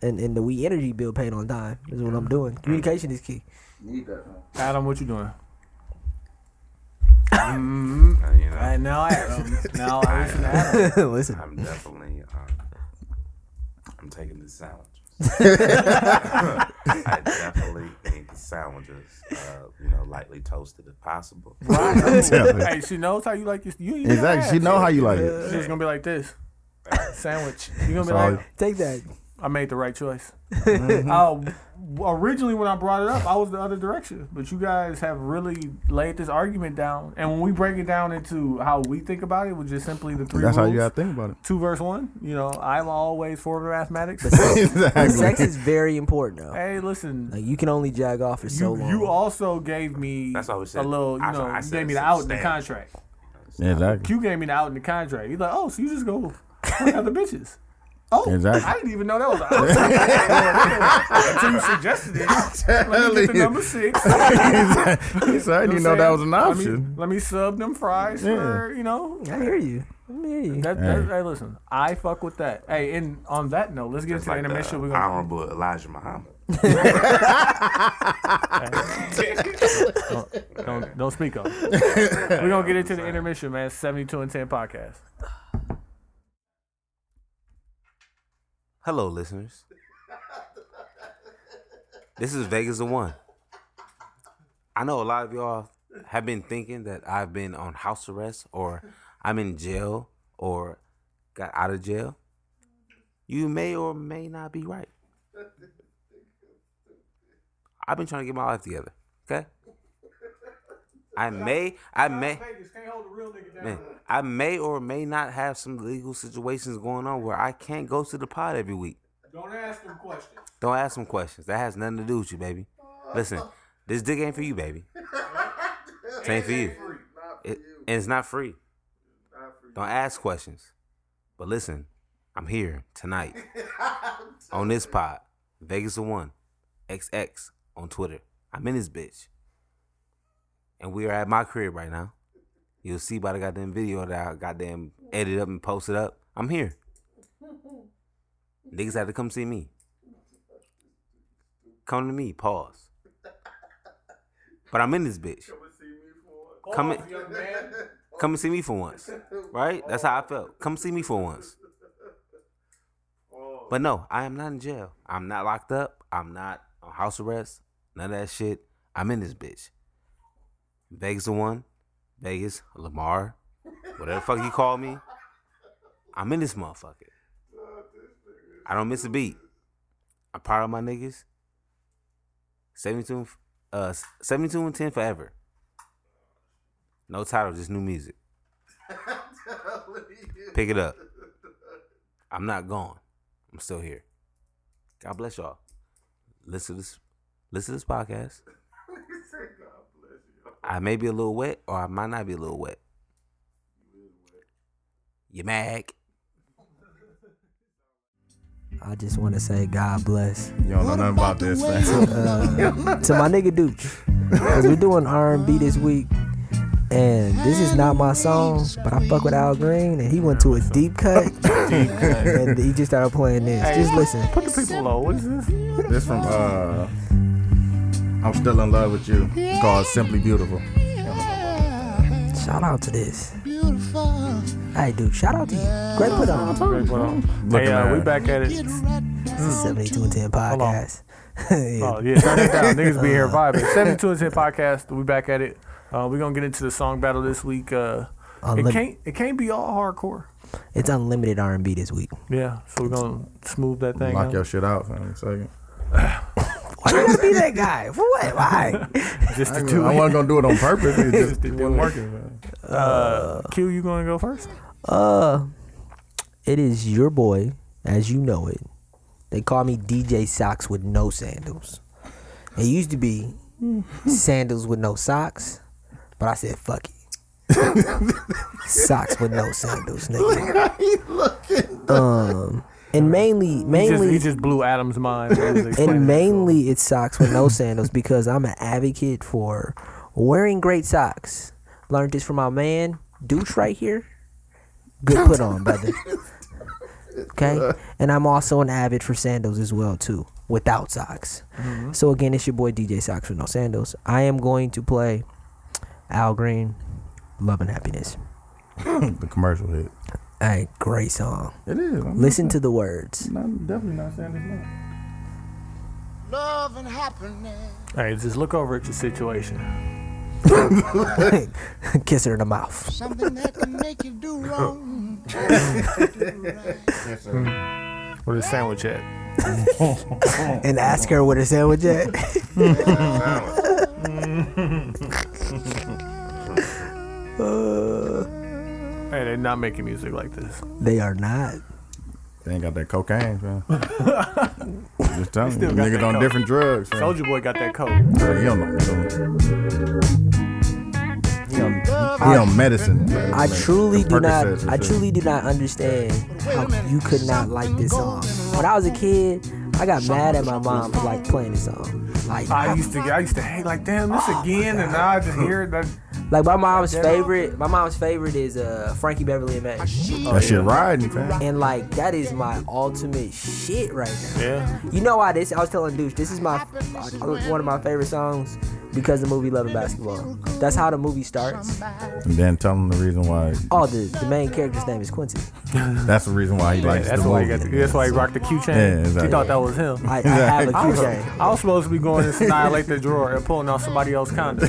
A: and and the we energy bill paid on time is what I'm
C: Mm.
A: doing. Communication is key.
F: Need that, man.
C: Adam, what you doing? Mm-hmm.
D: uh, you know,
C: Right now, Adam. um, Now I listen to Adam.
A: Listen,
D: I'm definitely, um, I'm taking the sandwiches. I definitely need the sandwiches, uh, you know, lightly toasted if possible.
C: hey, she knows how you like your. You, you
B: Exactly. She know how you like it.
C: She's gonna be like this. Sandwich. You gonna be
B: So-
C: like,
A: take that.
C: I made the right choice.
B: Mm-hmm.
C: Uh, originally, when I brought it up, I was the other direction, but you guys have really laid this argument down. And when we break it down into how we think about it, which is simply the three
B: That's how
C: rules,
B: you gotta think about
C: two verse one. You know, I'm always for mathematics.
B: it. exactly.
A: Sex is very important though.
C: hey, listen,
A: Like you can only jag off for so
C: you,
A: long.
C: you also gave me
D: That's why we
C: a
D: said-
C: little, you
D: I-
C: know,
D: I
C: you
D: said
C: gave me
D: it's
C: the out in the
D: substantial.
C: contract.
B: Exactly.
C: You gave me the out in the contract. You're like, oh, so you just go with other bitches. Oh,
B: Exactly.
C: I didn't even know that was an out until you suggested it. Let me get the number six.
B: he said, I didn't even know
C: what
B: that
C: I'm
B: was an
C: saying?
B: option.
C: Let me, let me sub them fries
B: Yeah.
C: for you know.
A: I hear you. I hear you.
C: That, that, hey, listen, I fuck with that. Hey, and on that note, let's get
D: It's
C: into
D: like the
C: intermission. We're gonna
D: honorable Elijah Muhammad.
C: don't, don't speak on. We're gonna get into the intermission, man. Seventy-two and ten podcast.
G: Hello, listeners. This is Vegas the One. I know a lot of y'all have been thinking that I've been on house arrest or I'm in jail or got out of jail. You may or may not be right. I've been trying to get my life together, okay?
D: I may, I may,
C: can't hold a real nigga down.
D: man, I may or may not have some legal situations going on where I can't go to the pod every week.
C: Don't ask him questions.
D: Don't ask some questions. That has nothing to do with you, baby. Listen, this dick ain't for you, baby. It ain't for you. It, and it's not free. Don't ask questions. But listen, I'm here tonight on this pod, Vegas the One, XX on Twitter. I'm in this bitch. And we are at my crib right now. You'll see by the goddamn video that I goddamn edited up and posted up. I'm here. Niggas had to come see me. Come to me, pause. But I'm in this bitch. Come and see me for Come, and see me for once. Right? That's how I felt. Come see me for once. But no, I am not in jail. I'm not locked up. I'm not on house arrest. None of that shit. I'm in this bitch. Vegas the one. Vegas, Lamar, whatever the fuck you call me. I'm in this motherfucker. I don't miss a beat. I'm proud of my niggas. 72, and f- uh, s- 72 and 10 forever. No title, just new music. Pick it up. I'm not gone. I'm still here. God bless y'all. Listen to this. Listen to this podcast. I may be a little wet, or I might not be a little wet. You mag.
A: I just want to say God bless
B: You don't know nothing about this, man.
A: Um, to my nigga Dooch because we're doing R&B this week, and this is not my song, but I fuck with Al Green, and he went to a deep cut, and he just started playing this. Just listen.
C: Put the people low. What is this?
B: This from uh, I'm still in love with you. It's called Simply Beautiful.
A: Shout out to this. Hey, dude, shout out to you. Great put on.
C: Great, well,
B: Looking
C: hey, uh,
B: at
C: we
B: it.
C: back at it.
A: This is 72 and 10 podcast. Yeah.
C: Oh yeah, turn it down. Niggas be here vibing. Seventy-two and ten podcast. We back at it. Uh, we're gonna get into the song battle this week. Uh,
A: Unlim-
C: it can't. It can't be all hardcore.
A: It's unlimited R&B this week.
C: Yeah, so we're gonna smooth that thing
B: Lock
C: out.
B: your shit out for a second.
A: Why you gotta be that guy? For what? Why?
C: Just
B: I
C: to
B: ain't
C: do
B: gonna- I
C: it.
B: wasn't gonna do it on purpose. It just
C: to do
B: wasn't
C: it.
B: working. Man.
C: Uh, Q, you gonna go first?
A: Uh, it is your boy, as you know it. They call me DJ Socks with no sandals. It used to be sandals with no socks, but I said fuck it. socks with no sandals, nigga. Um, and mainly,
C: He just,
A: mainly,
C: he just blew Adam's mind. when he was explaining
A: and
C: it.
A: mainly it's socks with no sandals because I'm an advocate for wearing great socks. Learned this from my man Dooch right here. Good put on, brother. Okay, and I'm also an avid for sandals as well too, without socks. So again, it's your boy DJ Socks with no sandals. I am going to play Al Green, "Love and Happiness."
B: The commercial hit.
A: Hey, great song.
B: It is. I'm
A: Listen to the words.
B: not- definitely not saying it's not.
F: Love and happiness.
C: All right, just look over at your situation.
A: Kiss her in the mouth.
F: Something that can make you do wrong.
C: Where the sandwich at?
A: And ask her what her sandwich at.
C: Hey, they're not making music like this.
A: They are not.
B: They ain't got that cocaine, man. just telling you,
C: still got
B: niggas
C: that
B: on
C: coke.
B: different drugs. Man.
C: Soldier Boy got that coat.
B: So he don't know what he's doing. He on, he on medicine. man.
A: I
B: Like,
A: truly do not.
B: Percocets and
A: I
B: shit.
A: truly do not understand how you could not like this song. When I was a kid, I got mad at my mom for like playing this song. Like,
C: I
A: I-
C: used to. I used to hate like, damn, this again, and now I just hear it. That,
A: like my mom's favorite. My mom's favorite is uh Frankie Beverly and Mac.
B: That shit riding, man.
A: And like that is my ultimate shit right now.
C: yeah.
A: You know why this? I was telling Douche, this is my uh, one of my favorite songs because the movie Love and Basketball. That's how the movie starts.
B: And then tell him the reason why.
A: Oh, the the main character's name is Quincy.
B: That's the reason why he likes
C: that's
B: the
C: why
B: movie.
C: he got. The, that's why he rocked the Q chain.
B: Yeah, exactly.
C: He thought that was him.
A: I, I have a
C: I
A: Q
C: was,
A: chain.
C: I was supposed to be going to annihilate the drawer and pulling out somebody else's condom.
A: I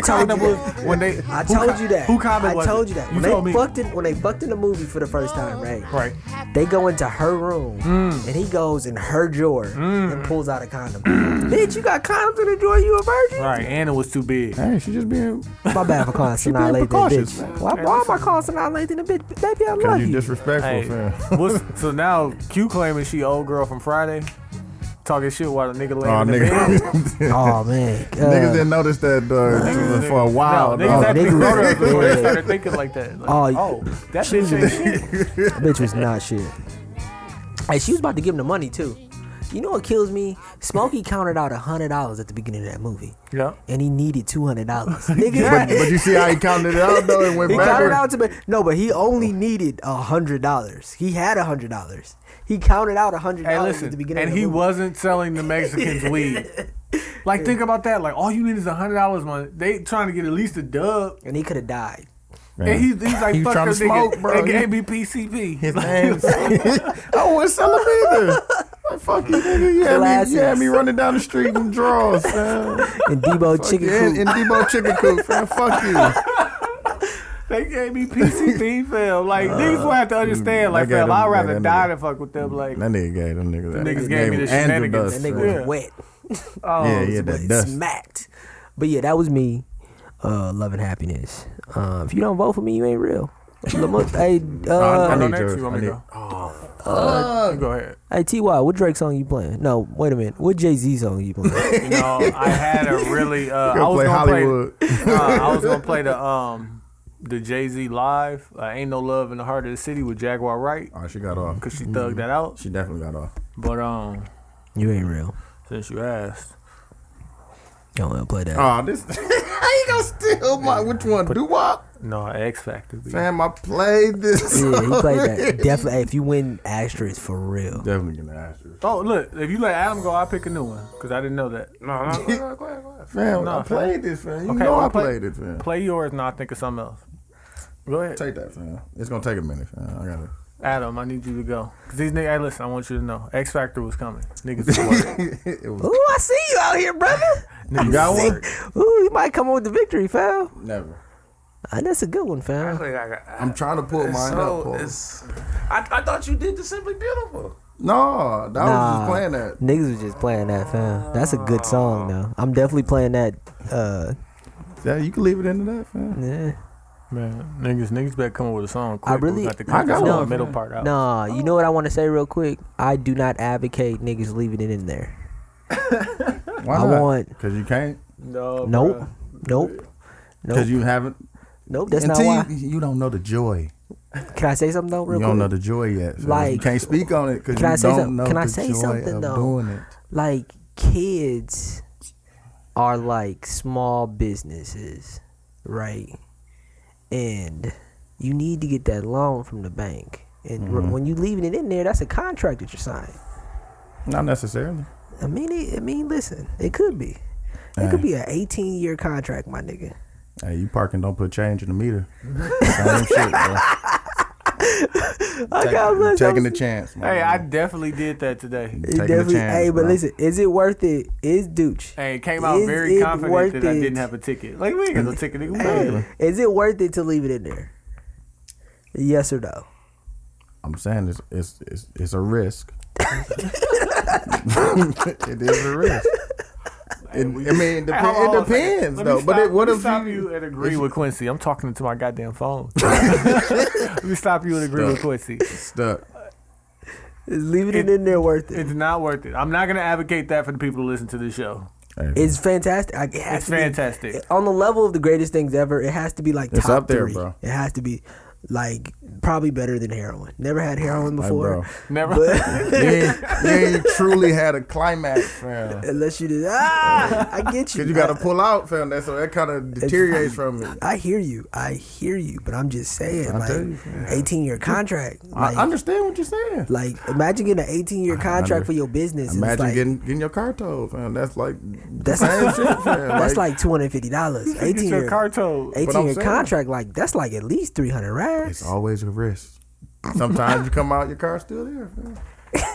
A: told you
C: Condom was
A: that.
C: when they.
A: I
C: who
A: told
C: co-
A: you that.
C: Who condom
A: I
C: was?
A: told
C: it?
A: you that.
C: You
A: When
C: told
A: they
C: me.
A: fucked in when they fucked in the movie for the first time, right?
C: Right.
A: They go into her room and he goes in her drawer and pulls out a condom. Bitch, you got condoms in the drawer, you a virgin?
C: Right, and it was too big.
B: Hey, she just being.
A: My bad for calling
B: She
A: Sanaa Lathan a
B: being precautious,
A: bitch.
B: man.
A: Why, why am I calling Sanaa Lathan a bitch? Baby, I
B: Cause
A: love
B: you
A: you.
B: disrespectful,
C: Hey,
B: fam.
C: what's, so now Q claiming she old girl from Friday, talking shit while the nigga
B: Oh,
C: laying in the bed.
B: nigga.
A: oh, man.
B: Niggas
A: Uh,
B: didn't notice that uh, for a while.
C: No, niggas
A: Oh,
B: dog.
C: had to be
A: niggas-
C: grown up before they
A: yeah.
C: started thinking like that. Like,
A: Oh,
C: oh, that bitch ain't shit.
A: That bitch was not shit. Hey, she was about to give him the money too. You know what kills me? Smokey counted out hundred dollars at the beginning of that movie,
C: Yeah.
A: and he needed two hundred dollars. Nigga,
B: But, but you see how he counted it out though and went
A: he counted
B: backward.
A: out to me. No, but he only needed hundred dollars. He had hundred dollars. He counted out hundred
C: Hey,
A: dollars
C: listen,
A: at the beginning.
C: and
A: of the
C: he
A: movie.
C: wasn't selling the Mexicans weed. Like, think about that. Like, all you need is a hundred dollars. Man, they trying to get at least a dub,
A: and he could have died.
C: and he's, he's like,
B: He
C: "Fuck
B: trying
C: this
B: to smoke,
C: nigga."
B: bro.
C: Nigga,
B: He-
C: ABPCP.
B: His name's. I wouldn't sell him either. Like, fuck you, nigga. You had, me, you had me
A: Glasses.
B: running down the street in drawers, fam.
A: And Debo
B: Fuck
A: chicken
B: you.
A: coop.
B: And, and Debo chicken coop, fam. Fuck you.
C: They gave me PCP, fam. Like, niggas will have to understand. Like,
B: Uh, they gave
C: fam,
B: them-
C: I'd
B: they
C: rather
B: gave
C: die
B: them-
C: than fuck with them. Like,
B: That nigga gave them niggas. that.
C: Niggas
B: He
C: gave me
B: them
C: the
B: Andrew
C: shenanigans.
B: dust,
A: that nigga
B: fam.
C: Yeah.
A: was wet.
C: oh,
B: Yeah, yeah, that
A: but
B: dust.
A: smacked. But yeah, that was me. Uh, love and happiness. Uh, if you don't vote for me, you ain't real. Lamont, hey,
B: I- I
A: uh,
C: Go
B: need
C: next.
B: yours.
C: You want
B: I
C: me to
B: need- Oh,
C: go? You go ahead.
A: hey, Ty, what Drake song you playing? No, wait a minute. What Jay Z song you playing?
C: You know, I had a really. Uh, I
B: Go
C: was
B: play
C: gonna
B: Hollywood.
C: play. Nah, I was gonna play the um, the Jay Z live. Uh, Ain't no love in the heart of the city with Jaguar Wright
B: Oh, she got off.
C: because she thugged that out.
B: Mm-hmm. She definitely got off.
C: But um,
A: you ain't real.
C: since you asked,
A: Don't wanna play that.
B: Oh, this. How you gonna steal my? Which one? Do wop?
C: no X Factor. B.
B: Fam, I played this.
A: yeah, he played that.
B: already.
A: Definitely. hey, If you win Asterisk for real,
B: Definitely gonna ask her.
C: Oh look, if you let Adam go, I'll pick a new one because I didn't know that.
D: No, no, go ahead, go ahead, go ahead.
B: Fam,
C: Nah,
B: I
C: fam.
B: played this, fam. You
C: Okay,
B: know
C: well,
B: I
C: play-
B: played it, fam.
C: Play yours and I'll think of something else. Go ahead,
B: Take that, fam. It's gonna take a minute, fam. I gotta.
C: Adam. I need you to go. 'Cause these niggas, hey, listen, I want you to know X Factor was coming. Niggas, was worried.
B: it was
A: ooh, I see you out here, brother.
B: you got one?
A: Ooh, you might come up with the victory, fam.
B: Never.
A: Uh, that's a good one, fam.
D: Actually, I got-
B: I'm trying to pull
D: it's
B: mine
D: so-
B: up. Paul.
D: it's- I, I thought you did the Simply Beautiful.
B: No, that was
A: Nah.
B: just playing that.
A: Niggas was just playing that, fam. That's a good song, though. I'm definitely playing that. Uh, eh.
B: Yeah, you can leave it into that, fam.
A: yeah.
C: man, niggas, niggas better come up with a song. Quick.
A: I
C: I
A: really-
C: really got to
A: I
C: cut
A: got
C: the
A: one.
C: middle part out.
A: Nah, you know what I want to say real quick? I do not advocate niggas leaving it in there.
B: Why
A: I
B: not?
A: want-
B: Cause you can't.
C: No,
A: Nope.
C: bruh.
A: Nope. Nope.
B: Oh, Cause you haven't.
A: nope. That's not
B: until
A: why.
B: you, you don't know the joy.
A: Can I say something though, real
B: you
A: quick?
B: don't know the joy yet. So you
A: Like-
B: can't speak on it because
A: Can
B: you
A: I say
B: don't
A: something-
B: know
A: can
B: the
A: I say
B: joy
A: something,
B: of
A: though?
B: doing it.
A: like kids are like small businesses, right? And you need to get that loan from the bank. And r-
B: Mm-hmm.
A: when you leaving it in there, that's a contract that you're signing.
B: Not necessarily.
A: I mean, it, I mean, listen, it could be. It could be an 18 year contract, my nigga.
B: Hey, you parking don't put change in the meter. Same shit, bro.
A: I got
B: You're
A: bless
B: taking
A: you.
B: the chance. man.
C: Hey, I definitely did that today.
A: It
B: Taking the
A: definitely-
B: chance,
A: hey, but
B: bro.
A: listen, is it worth it? Is douche?
C: Hey, came out
A: Is
C: very
A: it
C: confident
A: worth
C: that I
A: it?
C: didn't have a ticket. Like we ain't got no ticket, nigga. We
A: Hey,
C: good.
A: is it worth it to leave it in there? Yes or no?
B: I'm saying it's it's it's, it's a risk. it is a risk. It, I mean, it,
C: Hey,
B: depen-
C: hold on
B: it
C: a second.
B: depends
C: Let me
B: though.
C: stop-
B: but it, what
C: let me
B: if
C: stop
B: you,
C: you and agree with Quincy? I'm talking to my goddamn phone. let me stop you and agree with Quincy.
B: stuck?
A: Is leaving it,
C: It-
A: in there worth it?
C: It's not worth it. I'm not gonna advocate that for the people who listen to this show.
B: Hey,
A: It's fantastic. I, it has
C: It's
A: to be-
C: fantastic.
A: on the level of the greatest things ever, it has to be like
B: It's
A: top
B: up there,
A: three.
B: bro.
A: It has to be like probably better than heroin. Never had heroin
B: Like,
A: before.
B: bro.
C: Never.
B: you, ain't, you ain't truly had a climax, fam.
A: Unless you did. Ah, I get you.
B: Cause you got to pull out, fam. That so that kind of deteriorates from it.
A: I hear you. I hear you. But I'm just saying,
B: I tell you,
A: like, 18 year contract.
B: I
A: Like,
B: understand what you're saying.
A: like, imagine getting an 18 year
B: under-
A: contract for your business. and it's
B: Imagine
A: like,
B: getting getting your car towed, fam. That's like
A: That's
B: same shit, fam.
A: that's like two hundred fifty dollars.
C: Get
A: Eighteen
C: your
A: year,
C: car towed.
B: But I'm
A: eighteen year
B: saying-
A: contract. Like that's like at least three hundred
B: It's
A: racks.
B: always a risk. Sometimes you come out, your car's still there. Man.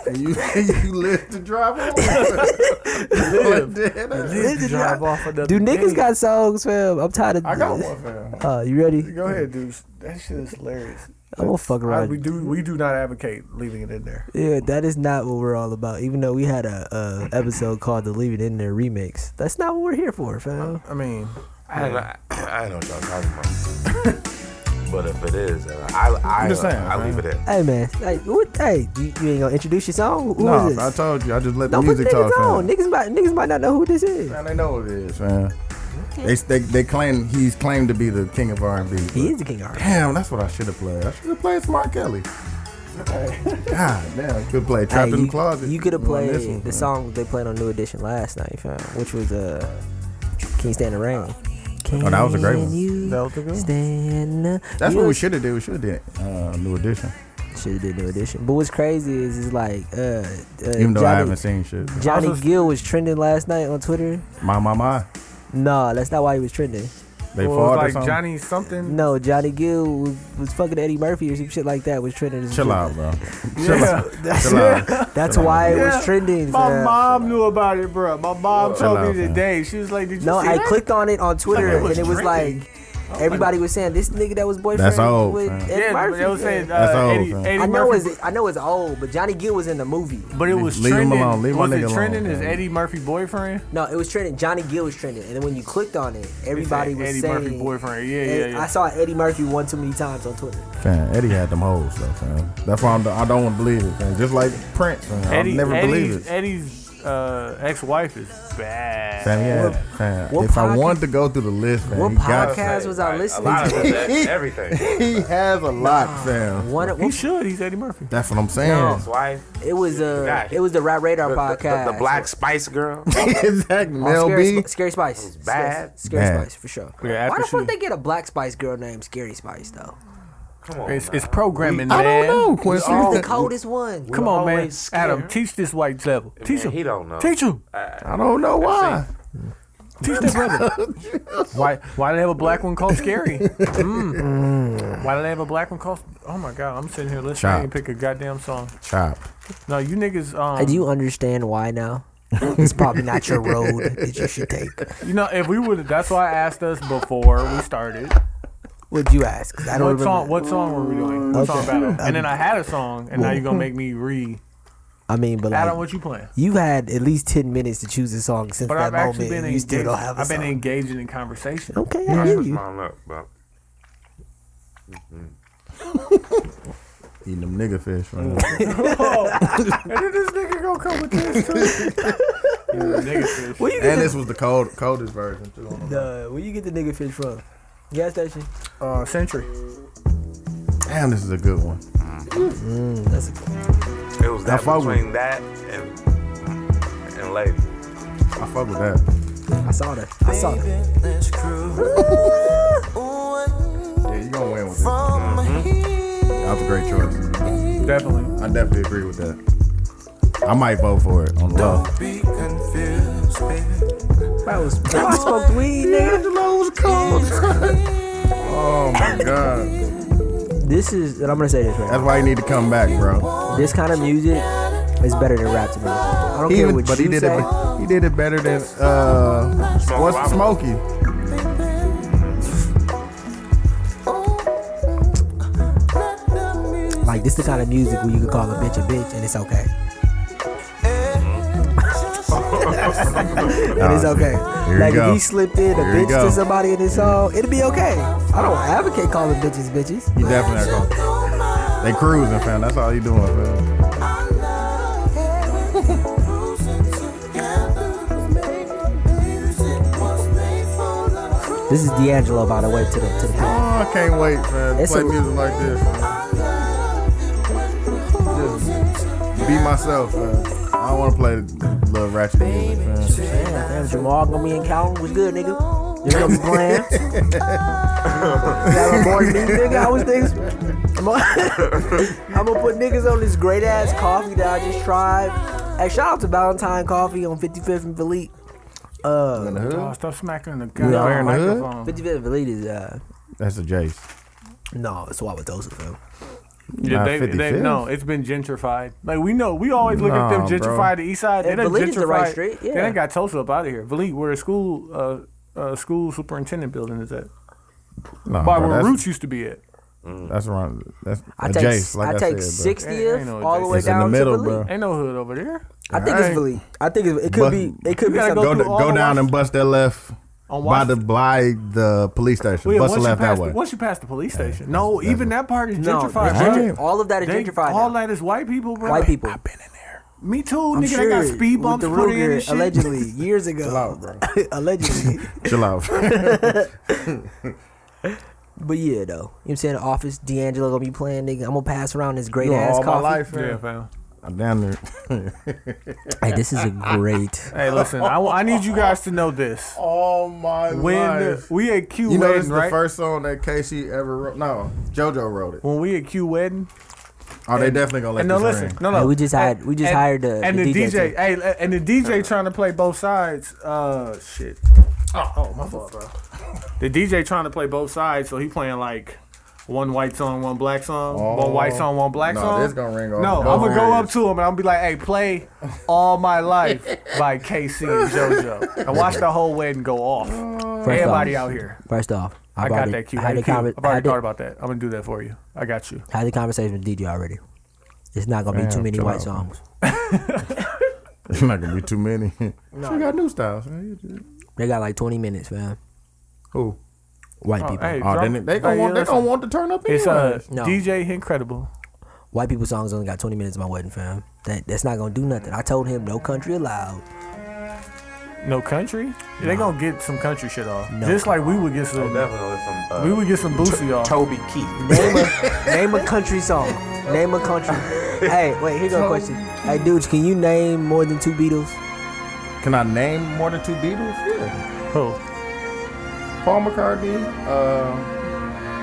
B: And you, you live to drive home. live.
C: Live to drive off another
A: Do niggas
C: day.
A: got songs, fam? I'm tired of.
B: I got one, fam.
A: Uh, you ready?
C: Go ahead, dude. That shit is hilarious.
A: I'm gonna fuck
C: I,
A: around.
C: we do we do not advocate leaving it in there.
A: Yeah, that is not what we're all about. Even though we had a, a episode called "The Leave It In There Remix," that's not what we're here for, fam.
C: I mean,
D: I don't know. I don't know what y'all talking about. but if it is, uh, I I,
B: just saying,
D: I, leave it in.
A: Hey man, hey, what, hey, you, you ain't gonna introduce your song? Who is
B: No,
A: this?
B: I told you. I just let
A: Don't
B: the
A: put the
B: music
A: niggas
B: talk.
A: on.
B: Man.
A: Niggas might niggas might not know who this is.
B: Man, they know what it is, man. They, they they claim he's claimed to be the king of R and B.
A: He is the king of R&B.
B: Damn, that's what I should have played. I should have played some R. Kelly. God damn, could play Trapped
A: Hey,
B: in
A: you,
B: the Closet.
A: You could have
B: on this
A: played
B: one,
A: the
B: man.
A: song they played on New Edition last night, fam, which was uh, "Can't Stand the Rain." Can
B: Oh, that was a great one.
A: you
C: That was a good one.
A: Stand the-
B: That's
A: you
B: what
A: know-
B: we should have did. We should have did uh, New Edition.
A: Should have did new edition. But what's crazy is it's like uh, uh
B: Even though
A: Johnny,
B: I haven't seen shit.
A: Johnny
C: Also-
A: Gill was trending last night on Twitter.
B: My my my.
A: No, that's not why he was trending.
B: They
C: well,
B: fought
C: it
B: or
C: was like
B: something.
C: Johnny something.
A: No, Johnny Gill was, was fucking Eddie Murphy or some shit like that was trending.
B: Chill out, bro. Chill
C: Yeah.
B: out. Chill out.
A: That's
B: Chill out.
A: why it
C: Yeah.
A: was trending.
C: My
A: fam.
C: mom knew about it, bro. My mom
B: Chill
C: told
B: out,
C: me
B: man.
C: today. She was like, "Did you
A: No,
C: see
A: I
C: that?"
A: clicked on it on Twitter
C: Like, it was
A: and it was
C: trending.
A: like everybody was saying this nigga that was boyfriend
B: That's old,
A: with
B: fam.
A: Eddie
C: Yeah, but
A: Murphy.
C: they was saying
B: That's
C: uh,
B: old,
C: Eddie,
B: fam.
C: Eddie
A: I know
C: Murphy.
A: it's I know it's old, but Johnny Gill was in the movie.
C: but it was
B: Leave him
C: trending.
B: alone. Leave my
C: was
B: nigga
C: it
B: alone,
C: trending? Is
B: man.
C: Eddie Murphy boyfriend?
A: No, it was trending. Johnny Gill was trending, and then when you clicked on it, everybody
C: It's
A: was
C: Eddie
A: saying
C: Murphy boyfriend. Yeah,
A: Ed-
C: yeah, yeah.
A: I saw Eddie Murphy one too many times on Twitter.
B: Fam, Eddie had them hoes though, fam. That's why I'm, I don't want to believe it, fam. Just like Prince, fam.
C: Eddie,
B: I'll never believe
C: Eddie's,
B: it.
C: Eddie's uh, ex-wife is bad.
B: Fam, yeah, fam.
A: what
B: if I
A: podca-
B: wanted to go through the list, fam,
A: What
B: he got
A: podcast- Guys, was I listening
D: A lot of
A: to?
D: it, that- everything.
B: He has a lot, fam.
A: One,
C: He should. He's Eddie Murphy.
B: That's what I'm saying.
D: His wife,
A: it was uh,
D: Guy.
A: it was the Rap Radar
D: the, the,
A: podcast.
D: the, the Black Spice Girl.
B: exactly.
A: on
B: Mel
A: Scary,
B: B.
A: Sp- Scary Spice.
D: bad.
A: Scary, Scary
B: Bad.
A: Spice for sure.
C: Yeah,
A: Why
C: after
A: the fuck
C: she-
A: they get a Black Spice girl named Scary Spice though?
D: Come on,
C: It's,
D: now.
C: it's programming,
B: I
C: man.
B: don't know,
A: She's
B: Quincy.
A: the coldest one.
C: Come on, man.
D: always
C: Adam,
D: scared.
C: teach this white level. Teach
D: Man,
C: him.
D: He don't know.
C: Teach him.
B: I don't know why.
C: Teach that brother. why? Why do they have a black one called Scary? Mm. Why do they have a black one called? Oh my God! I'm sitting here listening. I ain't
B: Chopped.
C: pick a goddamn song.
B: Chopped.
C: No, you niggas. Um,
A: Uh, Do you understand why now? it's probably not your road that you should take.
C: You know, if we would, that's why I asked us before we started.
A: Would you ask? 'Cause I don't
C: What
A: remember.
C: song? What song were we doing? What song
A: Okay. Um,
C: battle? And then I had a song, and now you gonna make me re.
A: I mean, but like,
C: Adam, what you playing?
A: you've had at least ten minutes to choose a song since
C: But
A: that
C: I've actually
A: moment.
C: been
A: and you still
C: engaged.
A: don't have a
C: I've been
A: song.
C: engaging in conversation.
A: okay, I hear you.
D: Come on up, bro.
B: Eating them nigga fish, fam.
C: and then this nigga gonna come with this too. You a nigga fish.
A: Where you get
B: and
A: the,
B: this was the cold, coldest version too.
A: uh, where you get the nigga fish from? Gas station.
C: Uh, Century.
B: Damn, this is a good one.
A: That's a,
D: It was that
B: fuck with
D: between that and and lady.
B: I fuck with that.
A: I saw that. I saw that.
B: Yeah, you gonna win with this. one, man. That was a great choice.
C: Definitely.
B: I definitely agree with that. I might vote for it on the low.
A: That was I smoked weed, nigga.
B: Oh my god.
A: This is, and I'm gonna say this right.
B: That's why you need to come back, bro.
A: now. This kind of music is better than rap to me. I don't
B: He,
A: care what
B: but
A: you
B: he did
A: say.
B: it. He did it better than uh, what's
D: Robinson.
B: Smokey?
A: Like this, the kind of music where you can call a bitch a bitch and it's okay. and it's okay.
B: Here you
A: like
B: go.
A: if he slipped in a
B: Here you
A: bitch to
B: go.
A: somebody in his song, it'd be okay. I don't advocate calling bitches bitches.
B: You definitely are cold. They cruising, fam. That's all you doing, fam.
A: This is D'Angelo, by the way, to the to the people.
B: Oh, I can't wait, fam. to
A: It's
B: Play
A: a-
B: music like this. fam. Just be myself, fam. I don't want to play little ratchet music, fam.
A: Damn, damn, Jamal gonna be in Calvin. What's good, nigga? You gonna be playing? Is that a morning meeting, nigga? How was things? I'm gonna, I'm gonna put niggas on this great ass coffee that I just tried. Hey, shout out to Valentine Coffee on 55th and Philippe. Uh,
B: In the
C: Oh,
B: hood?
C: stop smacking the
B: we're
C: goddamn
B: in the hood?
C: microphone.
A: 55th and Philippe is uh,
B: That's a Jace.
A: no, it's Wauwatosa, fam.
C: Yeah,
B: Nah,
C: they, they,
B: 55th.
C: no, it's been gentrified. Like we know, we always look at them
B: Nah, bro.
C: gentrified the east side. They
A: And
C: done
A: Valley's
C: gentrified.
A: the right street,
C: They
A: yeah.
C: done got Tulsa up out of here. Valit, where the school uh, uh, school superintendent building is at.
B: No,
C: By
B: Oh, bro,
C: where
B: that's-
C: Roots used to be at.
B: That's around. That's
A: I take
B: adjacent, like
A: I take
B: said, bro.
C: Ain't
A: 60th
C: no
A: all the way
B: It's in the
A: down
B: middle,
A: to Bali.
B: bro.
C: Ain't no hood over there.
A: I think it's
B: Alright.
A: Bali. I think it's, it could
B: But-
A: be it could
C: You
A: be
C: gotta
A: something.
C: go
B: Go
C: through all
B: go
C: the
B: down and
C: Wash-
B: bust that left
C: On
B: by the
C: Washington.
B: by the police station.
C: Well, yeah,
B: bust
C: once
B: the
C: you
B: left
C: pass
B: that
C: the-
B: way.
C: Once you pass the police station, no,
B: that's-
C: even that part is
A: no, it's
C: gentrified.
A: gentr-
B: Right.
A: all of that is
C: They-
A: gentrified.
C: All
A: now.
C: that is white people, bro.
A: White people.
C: I've been in there. Me too,
A: I'm
C: nigga.
A: sure
C: they got speed
A: with
C: bumps
A: the
C: put in and
A: Ruger
C: shit.
A: allegedly years ago. allegedly.
B: Chill out.
A: But yeah, though. You know what I'm saying? Office, D'Angelo gonna be playing, nigga. I'm gonna pass around this great
B: You
A: ass
B: all my
A: coffee.
B: life,
C: Yeah,
B: man.
C: fam.
B: I'm down there.
A: Hey, this is a great.
C: Hey, listen, I, I need you guys to know this.
B: Oh my
C: When we at Q
B: You know, this
C: wedding,
B: is
C: right?
B: the first song that Casey ever wrote. No, JoJo wrote it.
C: when we at Q wedding,
B: Oh, they definitely gonna let
C: and no,
B: this
C: listen,
B: ring.
C: no, no.
A: Hey, we just hired-
C: And-
A: we just
C: and-
A: hired uh, the-
C: and
A: the
C: the,
A: DJ
C: DJ. Hey, le- and the DJ trying to play both sides. Uh, shit. Oh, oh my fault, bro. The DJ trying to play both sides, so he playing like. One white song, one black song, one
B: Oh.
C: white song, one black
B: No,
C: song.
B: this gonna ring off
C: No,
B: the
C: I'm gonna go
B: wires.
C: up to him and I'm gonna be like, "Hey, play All My Life" by KC and JoJo, and watch the whole wedding go off.
A: off-
C: Everybody out here.
A: First off,
C: I
A: I've
C: got
A: already-
C: that Q.
A: I had
C: Hey,
A: a
C: Q,
A: conver-
C: I've
A: I
C: already
A: had a-
C: thought about that. I'm gonna do that for you. I got you.
A: had the conversation with DJ already. It's not gonna
B: Man,
A: be too many
B: chill
A: white
B: out.
A: songs.
B: There's not gonna be too many. she got new styles.
A: They got like 20 minutes, man.
B: Who?
A: White
C: Oh,
A: people.
C: hey.
B: Oh, then they, they gonna
C: Hey,
B: want. They
C: listen.
B: gonna want to turn up.
C: It's uh,
B: anyways.
A: No.
C: DJ Incredible.
A: White people songs only got 20 minutes of my wedding, fam. That that's not gonna do nothing. I told him no country allowed.
C: No country. They gonna get some country shit off.
A: No.
C: Just like we would get
D: So
B: Oh,
C: some.
D: definitely with some. Uh,
C: we would get some Boosie off.
D: Toby Keith.
A: Name a name a country song. Name a country. hey, wait, here go a question. Hey, dudes, can you name more than two Beatles?
B: Can I name more than two Beatles? Yeah.
C: Who?
B: Paul McCartney. Uh,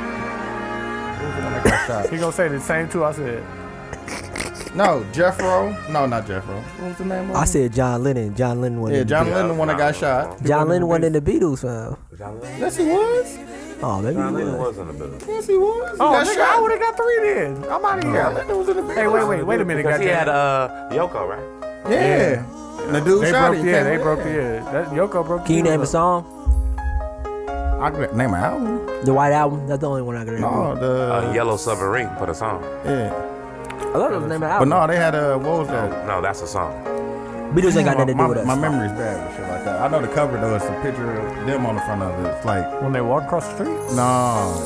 B: who's the one that got shot?
C: He gonna say the same two I said.
B: no, Jeffro. No, not Jeffro. What was the name? Of
A: I
B: him?
A: said John Lennon. John Lennon wasn't.
B: Yeah,
A: in the
B: John
A: Beatles.
B: Lennon, the one that got shot.
A: John Lennon wasn't in the Beatles, fam.
D: John Lennon
B: Yes, he was.
A: Oh, maybe
D: John
A: he
D: Lennon
A: was.
D: was in the middle.
B: Yes, he was. He
C: Oh,
B: got
C: nigga, I
B: shot.
C: would have got three then. I'm out of
B: John
C: here.
B: Lennon was in the Beatles.
C: Hey, wait, wait, wait a minute.
D: Because he
C: goddamn.
D: had uh, Yoko, right?
B: Yeah. And the dude
C: They
B: shot
C: broke.
B: it.
C: Yeah, they broke the. Yeah, that Yoko broke.
A: Can you
C: the-
A: name a song?
B: I could name an album.
A: The White Album. That's the only one I can remember.
B: No, Oh, the
D: Uh, Yellow Submarine for the song.
B: yeah.
A: I thought it was the name of the
B: But
A: album.
B: no, they had a what was that?
D: No, that's a song.
A: Beatles ain't got
B: my,
A: nothing to
B: my,
A: do with us.
B: my memory's bad with shit like that. I know the cover though. It's a picture of them on the front of it. It's like
C: When they walk across the street.
B: no,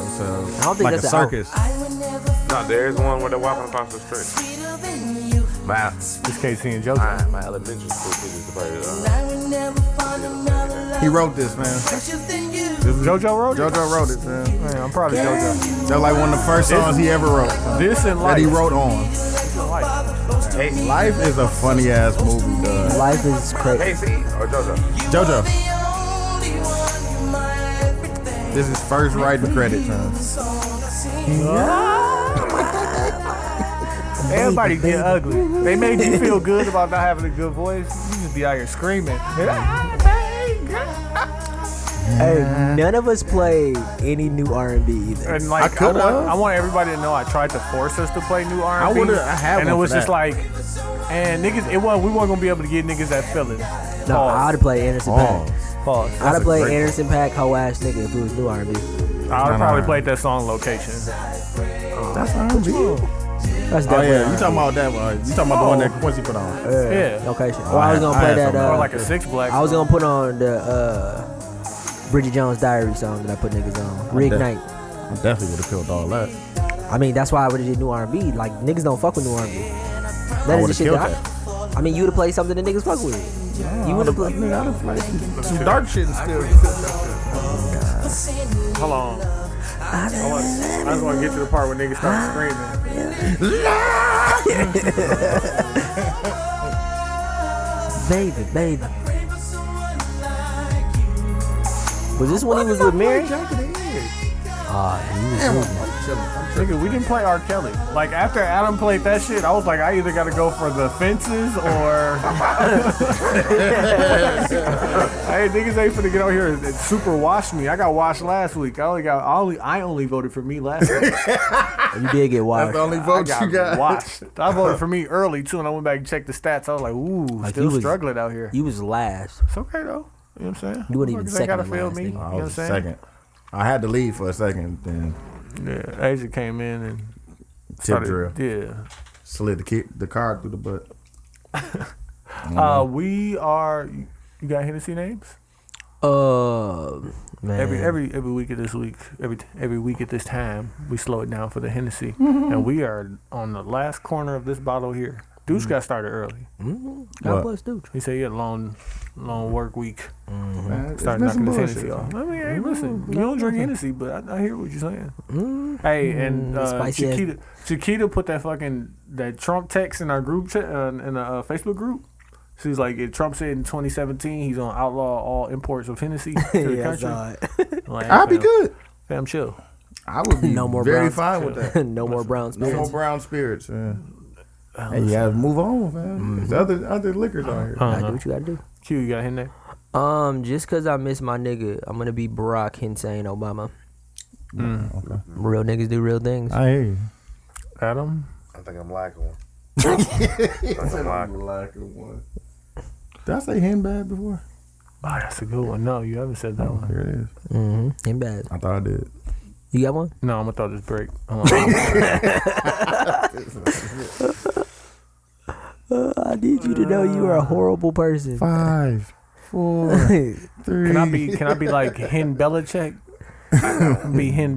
B: it's a I
A: don't think
B: like
A: that's
B: a
A: an album.
B: circus.
D: No, there is one where they're walking across the street. My,
C: This KC and JoJo.
D: my, my elementary school teacher's the first, uh,
B: He wrote this man.
C: JoJo wrote it.
B: JoJo wrote it man.
C: Man, I'm proud of JoJo.
B: That's like one of the first songs he ever wrote man,
C: This and
B: that he
C: life.
B: wrote on.
C: Life.
B: Life is a funny ass movie, dude.
A: Life is crazy.
D: Casey or JoJo?
B: JoJo. This is first writing credit, man.
C: Everybody get ugly. They made you feel good about not having a good voice. You just be out here screaming.
A: Hey, none of us play any new R&B either.
C: And like, I,
B: could've.
C: want, I want everybody to know I tried to force us to play new R&B.
B: would've- I had
C: And it
B: one
C: was
B: for
C: just
B: that.
C: like, and niggas, it was we weren't gonna be able to get niggas that feeling.
A: No, I'd
C: Pause.
A: have played Anderson Paak.
B: Oh,
C: Pause.
A: I'd have played
B: great-
A: Anderson Paak, hoe ass nigga, if it was new R&B.
C: I would
B: no,
C: probably
B: no.
C: played that song Location.
B: That's R&B. Oh
A: That's definitely
B: yeah, you talking about that one? You talking about the one that Quincy put on?
C: Yeah.
A: location. Or I was gonna
B: Oh, I
A: play
B: had
A: that.
B: some-
A: Uh,
C: Or like a six black.
A: I was
C: song.
A: gonna put on the uh, Bridget Jones Diary song that I put niggas on. Reignite.
B: I definitely would have killed all that.
A: I mean, that's why I would have did new R&B. Like niggas don't fuck with new R&B. That is
B: would've
A: the shit
B: killed
A: that. I, I mean, you would have played something that niggas fuck with. you would have played.
B: Some dark shit and still.
C: Hold on. I, want, I just want to get to the part where niggas start screaming.
A: Baby, baby. Was this when he was with Mary?
B: Ah,
C: Nigga, we didn't play R. Kelly. Like after Adam played that shit, I was like, I either gotta go for the fences or. hey, niggas ain't finna get out here and super wash me. I got washed last week. I only got I only I only voted for me last week.
A: You did get
B: That's
A: washed.
B: the only
C: I
B: vote you
C: got
B: got.
C: washed. I voted for me early too, and I went back and checked the stats. I was like, ooh, still
A: you was-
C: struggling out here.
A: You was last.
C: It's okay though. You know what I'm saying?
A: You wasn't even
C: Motherfuckers ain't
A: second
C: gotta
A: to
C: feel
A: last,
C: me.
A: nigga.
C: You know
B: I
C: what I'm
B: was
C: saying?
B: second. I had to leave for a second. Then
C: Yeah, Asia came in and
B: Tip drill.
C: Yeah.
B: Slid the, ki- the card through the butt.
C: Uh, we are. You got Hennessy names
A: Uh, man.
C: every every every week of this week every every week at this time we slow it down for the Hennessy
B: Mm-hmm.
C: and we are on the last corner of this bottle here.
B: Mm-hmm.
C: Deuce got started early.
A: God
B: What?
A: bless dude.
C: He said he had a long long work week.
B: Man, it's
C: Start
B: been
C: Mm-hmm.
B: some
C: knocking this
B: bullshit. Mm-hmm.
C: Hennessy off. I mean, hey, listen, you don't drink Hennessy, but I, I hear what you're saying.
B: Mm-hmm.
C: Hey, and
A: Mm,
C: uh,
A: spicy ass-
C: Chiquita, Chiquita put that fucking that Trump text in our group chat uh, in the uh, Facebook group. She's like, if Trump said in 2017 he's gonna outlaw all imports of Hennessy to the
A: Yeah, I
C: country.
A: saw it.
C: Like,
B: I'd be
C: fam-
B: good.
C: Fam, chill.
B: I would be
A: No more
B: very
A: browns.
B: fine with that.
A: no more brown
B: No more
A: spirits.
B: brown spirits. Man. Hey, you gotta move on, man.
A: Mm-hmm.
B: There's other other liquors out here.
A: Gotta do what you gotta do.
C: Q, you got in there.
A: Um, just cause I miss my nigga, I'm gonna be Barack Hussein Obama.
B: Mm, Okay.
A: Real niggas do real things.
B: I hear you.
C: Adam,
D: I think I'm lacking one. I think I'm lacking one.
B: Did I say handbag before? Oh,
C: oh, that's a good one. No, you haven't said that one.
B: Here it is.
A: Mm-hmm. And bad.
B: I thought I did.
A: You got one?
C: No, I'm gonna throw this break. Hold on.
A: Uh, I need you to know you are a horrible person.
B: Five, four, three.
C: can I be? Can I be like Hen Belichick? be Hen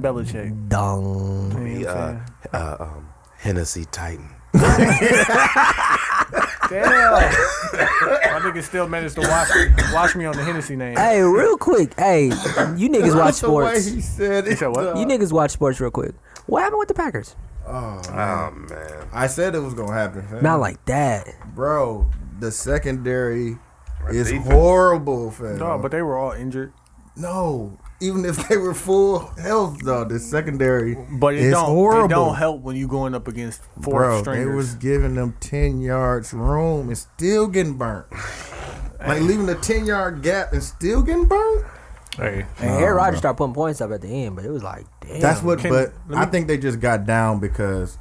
C: Belichick.
A: Dong.
C: You know what I'm saying?
D: Uh, um, Hennessy Titan.
C: Damn. My nigga still managed to watch watch me on the Hennessy name.
A: Hey, real quick. Hey, you niggas watch sports.
B: he said it.
C: said what?
A: You niggas watch sports real quick. What happened with the Packers?
D: Oh man,
B: I said it was gonna happen. fam.
A: Not like that.
B: bro, the secondary is
D: defense.
B: horrible, fam.
C: No, but they were all injured.
B: no, even if they were full health, though, the secondary
C: But it
B: is
C: don't
B: horrible.
C: it don't help when you going up against four
B: Bro,
C: stringers.
B: they was giving them ten yards room and still getting burnt. Like leaving a ten yard gap and still getting burnt.
C: hey,
A: And Aaron Rodgers started putting points up at the end, but it was like, damn.
B: That's what.
C: Can-
B: but
C: let
B: I
C: me-
B: think they just got down because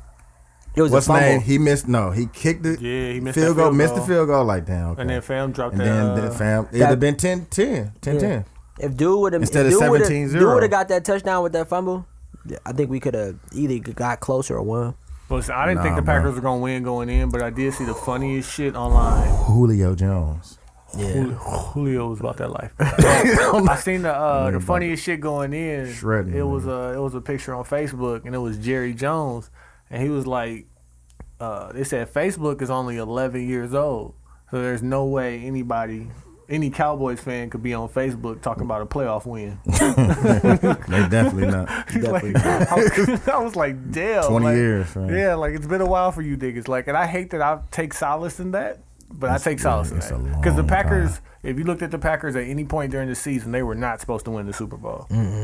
A: it was
B: what's
A: a fumble.
B: name? He missed. No, he kicked it.
C: Yeah, he missed
B: field
C: that
B: goal.
C: field
B: Missed the
C: goal.
B: field goal. Like damn. Okay.
C: and then fam dropped
B: And
C: that.
B: then
C: uh,
B: the fam, it'd
A: that-
B: have been 10 10, 10
A: Yeah. If dude would have
B: Instead
A: if
B: of
A: dude would've-
B: 17-0.
A: dude would have got that touchdown with that fumble. yeah, I think we could have either got closer or won.
C: listen, I didn't think
B: Nah,
C: the Packers
B: bro.
C: were gonna win going in, but I did see the funniest shit online.
B: Julio Jones.
A: Yeah,
C: Jul-
B: Mm,
C: Julio was about that life. I seen the uh, the funniest shit going in.
B: Mm. Shredding,
C: it was
B: man.
C: a it was a picture on Facebook, and it was Jerry Jones, and he was like, uh, they said Facebook is only 11 years old, so there's no way anybody, any Cowboys fan, could be on Facebook talking about a playoff win.
B: They definitely not.
A: definitely.
C: Like, I, was, I was like, damn,
B: 20
C: like,
B: years, right?
C: Yeah, like it's been a while for you niggas. Like, and I hate that I take solace in that, but I take solace in
B: it's a
C: that because the
B: long
C: Packers. If you looked at the Packers at any point during the season, they were not supposed to win the Super Bowl. So
B: Yeah,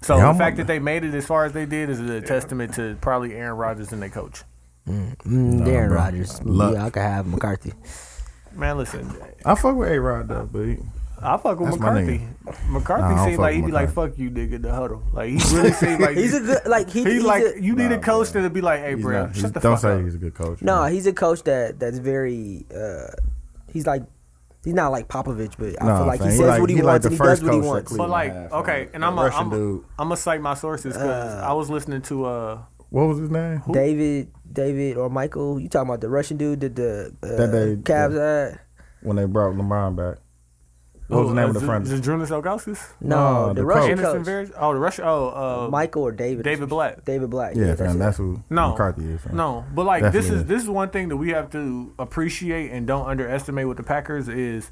C: the
B: I'm-
C: fact that they made it as far as they did is a testament to probably Aaron Rodgers and their coach.
A: Mm, Darren
B: bro.
A: Rodgers.
B: Luck.
A: Yeah, I could have McCarthy.
C: Man, listen,
B: I fuck with A Rod though, but he-
C: I fuck with
B: That's my
C: McCarthy.
B: Nah, I
C: McCarthy
B: don't
C: seemed
B: fuck
C: like
B: with
C: he be like,
B: McCarthy.
C: "Fuck you, nigga," the huddle. Like he really seemed like
A: He's a
C: he's,
A: good like he, he's
C: like
A: a-
C: you need a coach that'll be like, "Hey,
B: he's
C: bro,
B: not- he's-
C: shut the
B: don't
C: fuck
B: say
C: up."
B: he's a good coach.
A: no,
B: man.
A: he's a coach that that's very uh, he's like he's not like Popovich, but I
B: Nah,
A: feel like
B: fam,
A: he says what he
B: like
A: wants
B: the
A: and he does
B: first
A: what he
B: coach that
A: wants.
B: Cleveland
C: But like,
B: had, fam.
C: okay, and
B: The
C: I'm a,
B: Russian
C: I'm,
B: dude.
C: I'm gonna cite my sources because I was listening to uh
B: What was his name?
A: David, David or Michael, you talking about the Russian dude that the uh,
B: That they-
A: Cavs had?
B: When they brought LeBron back, what
C: Oh,
B: was the name of the
C: uh,
B: front?
C: Zdrunas Elgauskas?
A: No,
B: No,
A: the,
B: the
A: Russian
C: Anderson
A: coach,
C: Varejao? Oh, the Russian. Oh, uh,
A: Michael or David?
C: David Black.
A: David Black.
B: yeah,
A: that's
B: fam,
A: it.
B: that's who
C: No,
B: McCarthy is. Fam.
C: No, but like this
B: Definitely
C: is
B: is.
C: this is one thing that we have to appreciate and don't underestimate with the Packers is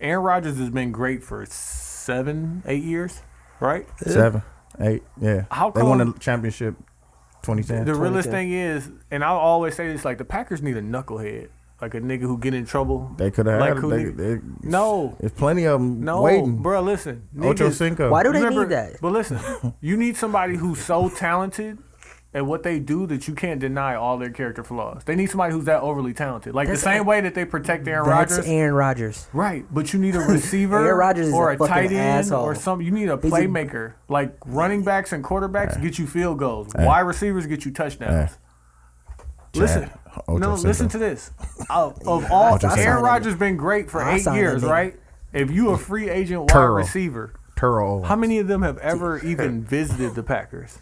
C: Aaron Rodgers has been great for seven, eight years, right?
B: seven, eight. Yeah,
C: How
B: they won
C: come-
B: the championship? 2010.
C: The realest
A: 2010.
C: thing is, and I always say this, like the Packers need a knucklehead, like a nigga who get in trouble.
B: they could have
C: like
B: had.
C: who
B: They,
C: need-
B: they,
C: No.
B: there's plenty of them
C: No,
B: waiting.
C: bro, listen,
B: Ocho
C: niggas-
B: Cinco.
A: Why do they
C: Remember-
A: need that?
C: But listen, you need somebody who's so talented at what they do that you can't deny all their character flaws. They need somebody who's that overly talented. Like
A: That's
C: the same
A: a-
C: way that they protect Aaron
A: That's
C: Rodgers.
A: Aaron Rodgers.
C: Right, but you need a receiver
A: Aaron Rodgers is
C: or
A: a
C: a,
A: fucking
C: tight end
A: asshole.
C: or some. You need a
A: He's a-
C: playmaker. like running backs and quarterbacks get you field goals. Wide receivers get you touchdowns. Listen,
B: Ocho
C: no,
B: Cinco.
C: listen to this. Of, of all,
A: Ocho Cinco.
C: Aaron Rodgers been great for
A: I
C: eight
A: saw that
C: years,
A: nigga.
C: right? If you a free agent wide
B: Pearl.
C: receiver,
B: Terrell.
C: how many of them have ever even visited the Packers?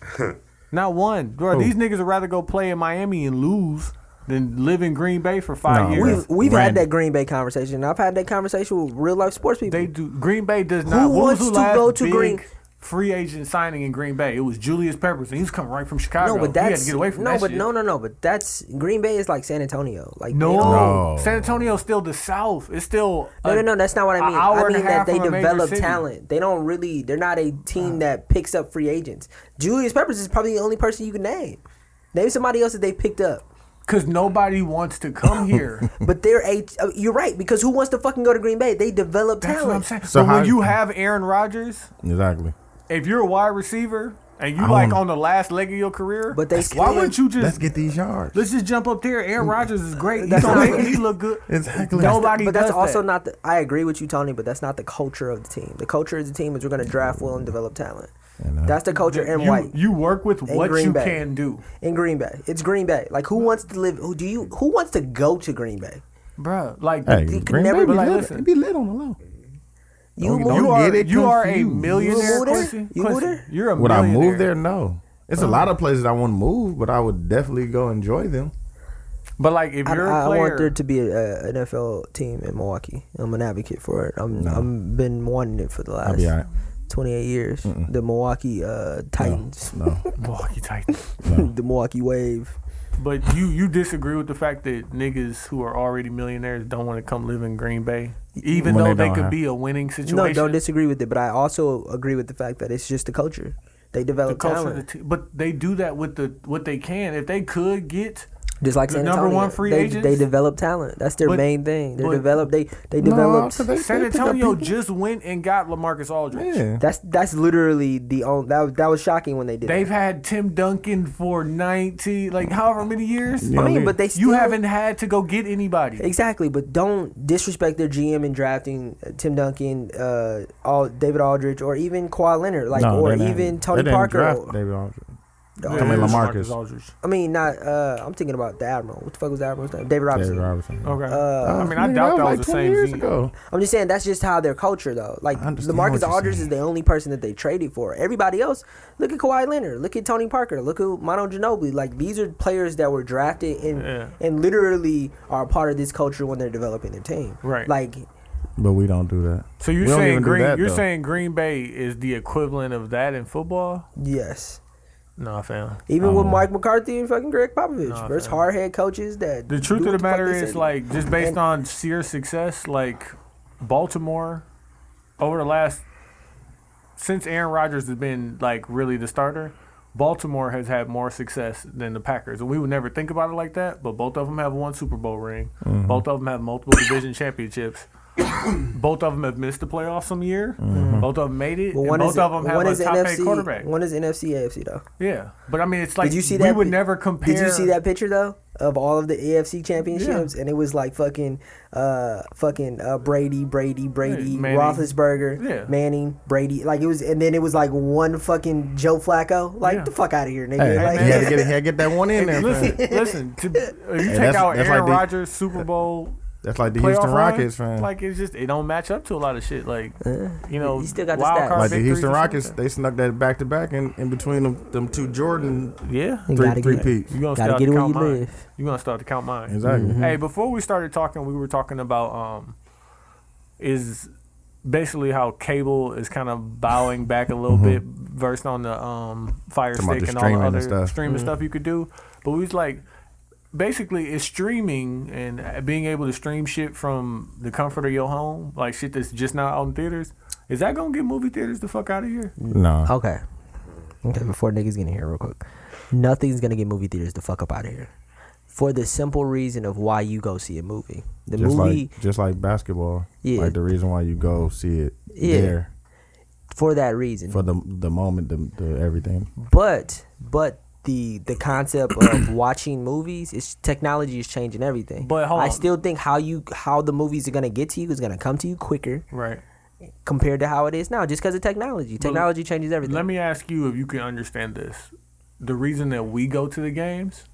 C: Not one, bro. These niggas would rather go play in Miami and lose than live in Green Bay for five
B: No,
C: years.
B: we-
A: We've, we've had
B: Randy.
A: that Green Bay conversation. I've had that conversation with real life sports people.
C: They do. Green Bay does not. what
A: wants
C: was the
A: to
C: last
A: go to
C: big
A: Green-
C: Free agent signing in Green Bay. It was Julius Peppers, and he was coming right from Chicago.
A: no, but that's
C: he had to get away from
A: no,
C: that
A: but
C: shit.
A: no, no, no. But that's Green Bay is like San Antonio. Like
C: no,
A: they don't-
B: No.
C: San Antonio's still the South. It's still
A: No,
C: a-
A: no, no. That's not what
C: a
A: I mean. I
C: hour and a
A: mean that
C: half
A: they
C: from a major
A: develop
C: city. Ah.
A: talent. They don't really. They're not a team that picks up free agents. Julius Peppers is probably the only person you can name. Name somebody else that they picked up.
C: because nobody wants to come here.
A: But they're a. uh, You're right because who wants to fucking go to Green Bay? They develop
C: That's what I'm
A: talent.
C: saying.
B: So
C: So
B: how-
C: when you have Aaron Rodgers,
B: Exactly.
C: if you're a wide receiver and you
B: I
C: like
B: wanna-
C: on the last leg of your career,
A: But they
C: why
A: still-
C: wouldn't you just
B: Let's get these yards.
C: Let's just jump up there. Aaron Rodgers is great. He's
A: That's
C: gonna
A: not-
C: make me look good.
B: Exactly.
C: Nobody
A: But that's
C: does
A: also
C: that.
A: not the. I agree with you, Tony. But that's not the culture of the team. The culture of the team is we're going to draft well and develop talent.
B: know.
A: That's the culture in
C: you,
A: White
C: You work with
A: And
C: what
A: Green
C: you
A: Bay.
C: can do,
A: in Green Bay. It's Green Bay. Like who wants to live? Who do you? Who wants to go to Green Bay?
C: bro. Like
B: Hey,
A: You can
B: Green
A: never
B: Bay
A: be
B: be
C: like,
B: lit.
C: listen.
B: It be lit on the low.
A: You
B: you
A: move-
B: don't
C: Oh, you are
B: get it
C: you are a
B: confused.
C: millionaire.
A: You there?
C: Quincy.
A: You
C: Quincy,
A: there?
C: You're a
B: Would I
C: millionaire. Uh-huh.
B: move there? No. It's a lot of places I wouldn't move, but I would definitely go enjoy them.
C: But like, if
A: I,
C: you're
A: I
C: a player,
A: want there to be a, a NFL team in Milwaukee. I'm an advocate for it. I'm I'm been wanting it for the last
B: be all right.
A: 28 years. The Milwaukee uh, Titans,
B: No.
C: Milwaukee Titans.
A: the Milwaukee Wave.
C: But you you disagree with the fact that niggas who are already millionaires don't want to come live in Green Bay, even
B: When
C: though
B: they
C: they,
B: don't
C: could
B: have-
C: be a winning situation.
A: No, don't disagree with it, but I also agree with the fact that it's just the culture. They
C: the
A: develop
C: culture of
A: talent.
C: the team. But they do that with the what they can. If they could get
A: Just like
C: The
A: San
C: number
A: Antonio,
C: one free
A: they,
C: agents?
A: they develop talent. That's their
C: But-
A: main thing. They
C: but-
A: develop. They they
B: No,
A: develop.
B: 'cause they- they
C: San
B: pick up
C: Antonio
B: people.
C: just went and got Lamarcus Aldridge.
B: Yeah.
A: that's that's literally the only that was- that was shocking when they did.
C: They've
A: That.
C: had Tim Duncan for 90, like however many years.
B: Yeah.
A: I mean,
B: Really?
A: but they still,
C: You haven't had to go get anybody.
A: exactly. But don't disrespect their GM in drafting uh, Tim Duncan, uh, all David Aldridge, or even Kawhi Leonard, like
B: No,
A: or
B: they didn't-
A: even
B: they
A: Tony
B: didn't
A: Parker.
B: draft
A: or-
B: David Aldridge.
A: or-
B: I mean,
C: Yeah,
B: LaMarcus.
C: Aldridge.
A: I mean, not. Uh, I'm thinking about the Admiral. What the fuck was the Admiral's name? David Robinson.
B: David Robertson.
C: Okay.
A: Uh,
C: Oh, I mean, I doubt that was the same
B: years
C: team.
B: ago.
A: I'm just saying that's just how their culture though. Like
B: I understand what
A: LaMarcus
B: you're
A: Aldridge
B: saying.
A: is the only person that they traded for. Everybody else, look at Kawhi Leonard, look at Tony Parker, look at Mono Ginobili. Like these are players that were drafted and
C: Yeah.
A: and literally are a part of this culture when they're developing their team.
C: Right.
A: Like
B: But we don't do that.
C: So you're
B: We don't
C: saying
B: even do
C: Green?
B: that,
C: you're
B: though.
C: saying Green Bay is the equivalent of that in football?
A: yes.
C: No, I found.
A: Even with
B: Oh.
A: Mike McCarthy and fucking Greg Popovich,
C: Nah,
A: there's
C: fam.
A: hard head coaches that.
C: The
A: do
C: truth
A: what
C: of the
A: fuck
C: matter
A: they
C: is,
A: say.
C: like, just based
A: And-
C: on sheer success, like Baltimore over the last since Aaron Rodgers has been like really the starter, Baltimore has had more success than the Packers, and we would never think about it like that. But both of them have one Super Bowl ring. Both of them have multiple division championships. both of them have missed the playoffs some year. Both of them made it.
A: Well,
C: and
A: one
C: both
A: is
C: of them have
A: one
C: a
A: is
C: top eight
A: NFC.
C: quarterback.
A: One is NFC AFC though.
C: Yeah, but I mean, it's like
A: did you see
C: we
A: that?
C: would
A: pi-
C: never compare.
A: Did you see that picture though of all of the AFC championships, and it was like fucking, uh, fucking uh, Brady, Brady, Brady,
C: Manning.
A: Roethlisberger,
C: Yeah.
A: Manning, Brady. Like it was, and then it was like one fucking Joe Flacco. Like
C: Yeah.
A: the fuck out of here, nigga.
B: Hey,
A: like,
B: he, had to get, he had to get that one in there.
C: Listen,
B: fam.
C: listen. To, if you take
B: that's-
C: out
B: that's
C: Aaron
B: like the-
C: Rodgers Super Bowl
B: That's like the
C: playoff
B: Houston
C: run,
B: Rockets, fam. Like,
C: Like it's just it don't match up to a lot of shit. Like you know,
A: Uh, you still got the
C: wild
A: stats.
C: card
A: Like
B: the
C: victories
B: Houston
C: and shit
B: Rockets, they snuck that back to back in in between them, them two Jordan
C: like that. Yeah,
A: You
B: three
A: gotta
B: three
A: get-
B: peats.
C: you gonna
A: Gotta
C: start
A: get
C: to
A: where you
C: count mine.
A: live.
C: You gonna start to count mine.
B: Exactly.
A: Mm-hmm.
C: Hey, before we started talking, we were talking about um, is basically how cable is kind of bowing back a little bit, versed on the um, Fire
B: Mm-hmm. Talking about
C: Stick
B: the
C: and all
B: streaming and
C: the other
B: stuff.
C: streaming stuff you could do. But we was like, basically, it's streaming and uh, being able to stream shit from the comfort of your home, like shit that's just not out in theaters. Is that gonna get movie theaters the fuck out of here?
B: No.
A: Okay. Okay, before niggas get in here real quick. Nothing's gonna get movie theaters the fuck up out of here. For the simple reason of why you go see a movie. The
B: Just
A: movie
B: like just like basketball.
A: Yeah.
B: Like the reason why you go see it
A: Yeah.
B: there
A: for that reason.
B: for the the moment, the, the everything.
A: but but the the concept of watching movies is technology is changing everything.
C: But hold
A: I
C: on.
A: still think how you how the movies are gonna get to you is gonna come to you quicker
C: Right.
A: compared to how it is now, just because of technology. Technology changes everything.
C: Let me ask you if you can understand this. The reason that we go to the games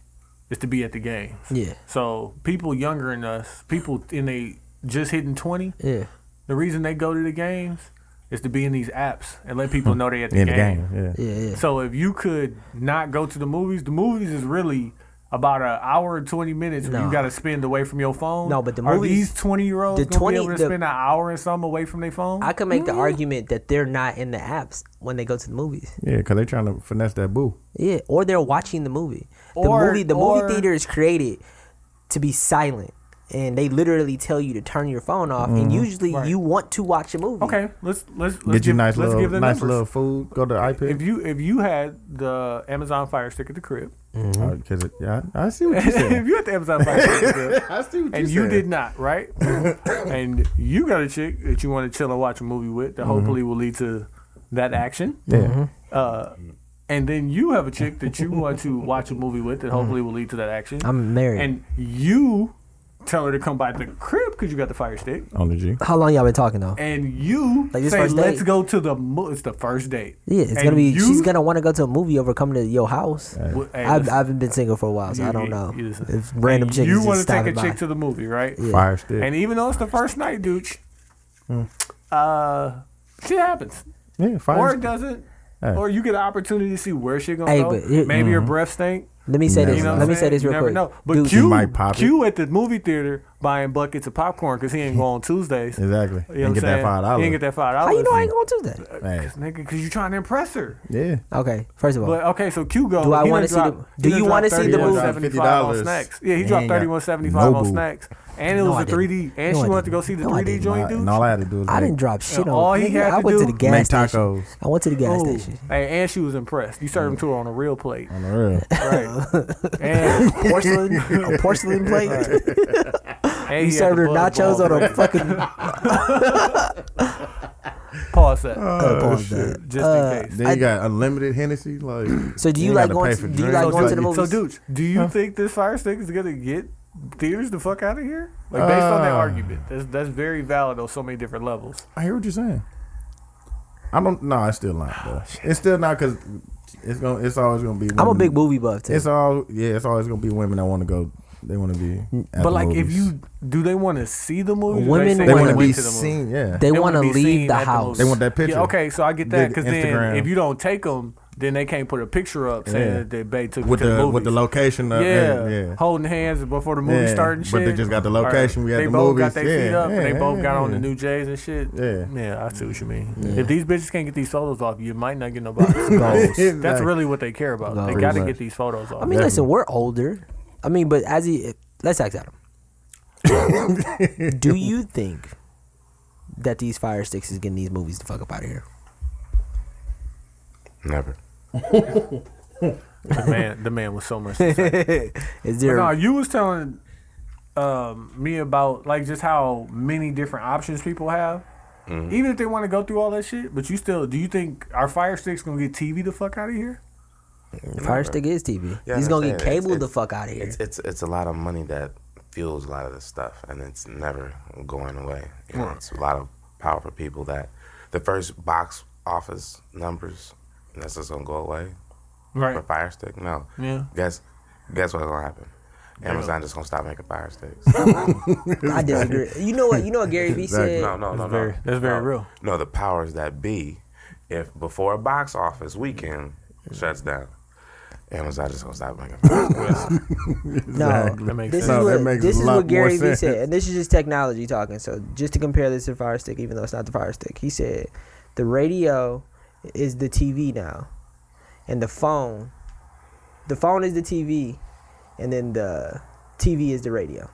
C: is to be at the games.
A: yeah,
C: So people younger than us, people in they just hitting twenty,
A: yeah.
C: the reason they go to the games is to be in these apps and let people know they at the,
B: Hmm. in the
C: game.
B: game. Yeah.
A: Yeah, yeah.
C: So if you could not go to the movies, the movies is really about an hour and twenty minutes where
A: No.
C: you got to spend away from your phone.
A: No, but the
C: Are
A: movies-
C: these twenty year olds
A: the
C: gonna
A: 20
C: be able to
A: the-
C: spend an hour and some away from their phone?
A: I could make the argument that they're not in the apps when they go to the movies.
B: Yeah, because they're trying to finesse that boo.
A: Yeah, or they're watching the movie. The
C: Or-
A: movie, the
C: or-
A: movie theater is created to be silent, and they literally tell you to turn your phone off. And usually,
C: Mm-hmm. Right.
A: you want to watch a movie.
C: okay, let's let's, let's
B: Get you
C: give,
B: nice
C: let's
B: little,
C: give the
B: nice
C: numbers.
B: little food. Go to iPad.
C: If you if you had the Amazon Fire Stick at the crib,
B: Uh, 'cause it- yeah, I I see what you
C: if
B: said.
C: you had the Amazon Fire Stick at the crib,
B: I see what
C: and you did not, right? and you got a chick that you want to chill and watch a movie with that
A: Mm-hmm.
C: hopefully will lead to that action.
B: Yeah.
C: Uh, and then you have a chick that you want to watch a movie with that hopefully will lead to that action.
A: Mm-hmm. I'm married.
C: and you tell her to come by the crib because you got the fire stick.
B: On the G.
A: How long y'all been talking though?
C: And you
A: Like this
C: say,
A: first
C: let's
A: date.
C: go to the mo-. It's the first date.
A: Yeah, it's
C: And
A: gonna be.
C: you-
A: she's gonna want to go to a movie over coming to your house.
C: Well, hey,
A: I've,
C: listen.
A: I haven't been single for a while, so
C: You-
A: I don't
C: you-
A: know
C: you listen.
A: if random
C: And
A: chicks
C: You
A: is
C: want
A: just
C: to take a
A: stopping
C: chick
A: by.
C: to the movie, right?
B: Fire stick.
C: And even though it's the first night, dude,
B: Hmm.
C: uh, shit happens.
B: yeah, fire
C: Or it
B: stick.
C: doesn't.
B: Hey.
C: Or you get an opportunity to see where she gonna
A: Hey,
C: go.
A: but it-
C: Maybe your breath stink.
A: Let me say
B: Mm-hmm. You
A: this.
C: You know what
A: Let
C: I'm
A: me say
C: saying?
A: this
C: You
A: real
C: never
A: quick.
C: know. But
A: Dude,
C: Q,
B: might pop it.
C: Q at the movie theater buying buckets of popcorn because he ain't going on Tuesdays.
B: Exactly.
C: You know
B: and
C: what
B: get
C: I'm
B: that five
C: saying?
B: dollars.
C: He ain't get that five
A: how
C: dollars.
A: you know I ain't going to
C: Uh,
A: that?
B: Hey,
C: Nigga, because you trying to impress her.
B: yeah.
A: Okay, first of all,
C: But uh, okay, so Q goes.
A: Do I
C: he
A: wanna
C: done
A: see the-
C: dropped- he
A: do
C: done
A: you
C: dropped
A: wanna see the movie?
C: $31.75 on
B: $50.
C: snacks? Yeah, he
B: He
C: dropped
B: ain't got
C: thirty one seventy five on
B: Nobu.
C: snacks, and it
A: No,
C: was
A: I
C: a three D,
A: didn't.
C: and
A: No,
C: she
A: I
C: wanted to go
A: didn't.
C: see the
A: No, I
C: three D
A: didn't.
C: joint, dude.
B: And all I had to do was
A: I
B: like,
A: didn't drop shit
C: and
A: on.
C: all he
A: nigga,
C: had
A: I went
C: to do- Oh,
A: to the gas
B: Make
A: station.
B: tacos.
A: I went to the gas
C: Ooh.
A: station.
C: Hey, and she was impressed. You
B: Mm.
C: served him to her on a real plate,
B: on the real.
C: right? and
A: Porcelain, a porcelain plate.
C: and
A: You
C: he had
A: served
C: the
A: her
C: buzz
A: nachos
C: ball
A: on a
C: ready.
A: fucking.
C: pause that
B: Oh,
A: pause that.
C: just in case.
B: Then you got unlimited Hennessy. Like,
A: So do you
B: ain't
A: like
B: gotta
A: going
B: pay
A: to-
B: for
A: do you
B: drinks.
A: like going to the
B: Like,
A: movies?
C: So, dudes, do you think this fire stick is gonna get theaters the fuck out of here? Like based on that
B: Uh.
C: argument, that's that's very valid on so many different levels.
B: I hear what you're saying. I don't. No, it's still not.
C: Oh,
B: Though. It's still not because it's gonna. It's always gonna be. Women.
A: I'm a big movie buff too.
B: It's all. Yeah, it's always gonna be women that want to go. They want to be.
A: Mm.
B: at the
C: but like, if
B: movies.
C: you do, they want to see the movie.
A: Women
B: they
A: wanna
B: want to
A: went
B: be seen. Yeah.
A: they want to leave the house.
B: They want that picture.
C: Yeah, okay, so I get that
B: Did
C: because then
B: Instagram.
C: if you don't take them, then they can't put a picture up saying
B: Yeah.
C: that they bae took
B: with
C: you to
B: the
C: the,
B: with the
C: movies.
B: location. Of,
C: yeah,
B: yeah. Yeah.
C: holding hands before the movie
B: Yeah,
C: started. And
B: but they
C: shit.
B: just got the location, we had
C: they
B: the
C: both got
B: movies,
C: their
B: yeah,
C: feet up, and they
B: yeah,
C: both got
B: yeah,
C: on the
B: yeah.
C: new J's and shit.
B: Yeah.
C: yeah, I see what you mean. If these bitches can't get these photos off, you might not get no box. That's
B: Exactly.
C: really what they care about. They
A: Pretty
C: got to
B: much.
C: get these photos off.
A: I mean, listen, we're older. I mean, but as he, let's ask Adam. do you think that these fire sticks is getting these movies the fuck up out of here?
H: Never.
C: the man, the man was so much. to say.
A: Is
C: But
A: there?
C: no, you was telling um, me about like just how many different options people have.
B: Mm-hmm.
C: Even if they want to go through all that shit, but you still do you think our fire sticks gonna get TV the fuck out of here?
A: fire stick is TV.
G: Yeah,
A: He's
G: I'm
A: gonna
G: saying,
A: get
G: it's-
A: cable the
G: it's-
A: fuck out of here.
G: It's it's it's a lot of money that fuels a lot of this stuff, and it's never going away. You know, it's a lot of powerful people that the first box office numbers. and That's just gonna go away
C: Right.
G: for Fire Stick. No.
C: Yeah.
G: Guess guess what's gonna happen? Amazon just gonna stop making Fire Sticks.
A: I disagree. You know what? You know what Gary Vee said.
G: No, no, no, no.
C: very- that's very
G: No.
C: real.
G: No, the powers that be, if before a box office weekend shuts down, Amazon just gonna stop making. Fire
A: No,
C: That makes
A: this
C: sense.
A: is
B: No,
A: what,
B: that makes
A: this
B: a
A: is
B: lot
A: what
B: more
A: Gary Vee
B: sense.
A: said, and this is just technology talking. So just to compare this to Fire Stick, even though it's not the Fire Stick, he said the radio is the TV now, and the phone, the phone is the TV, and then the TV is the radio,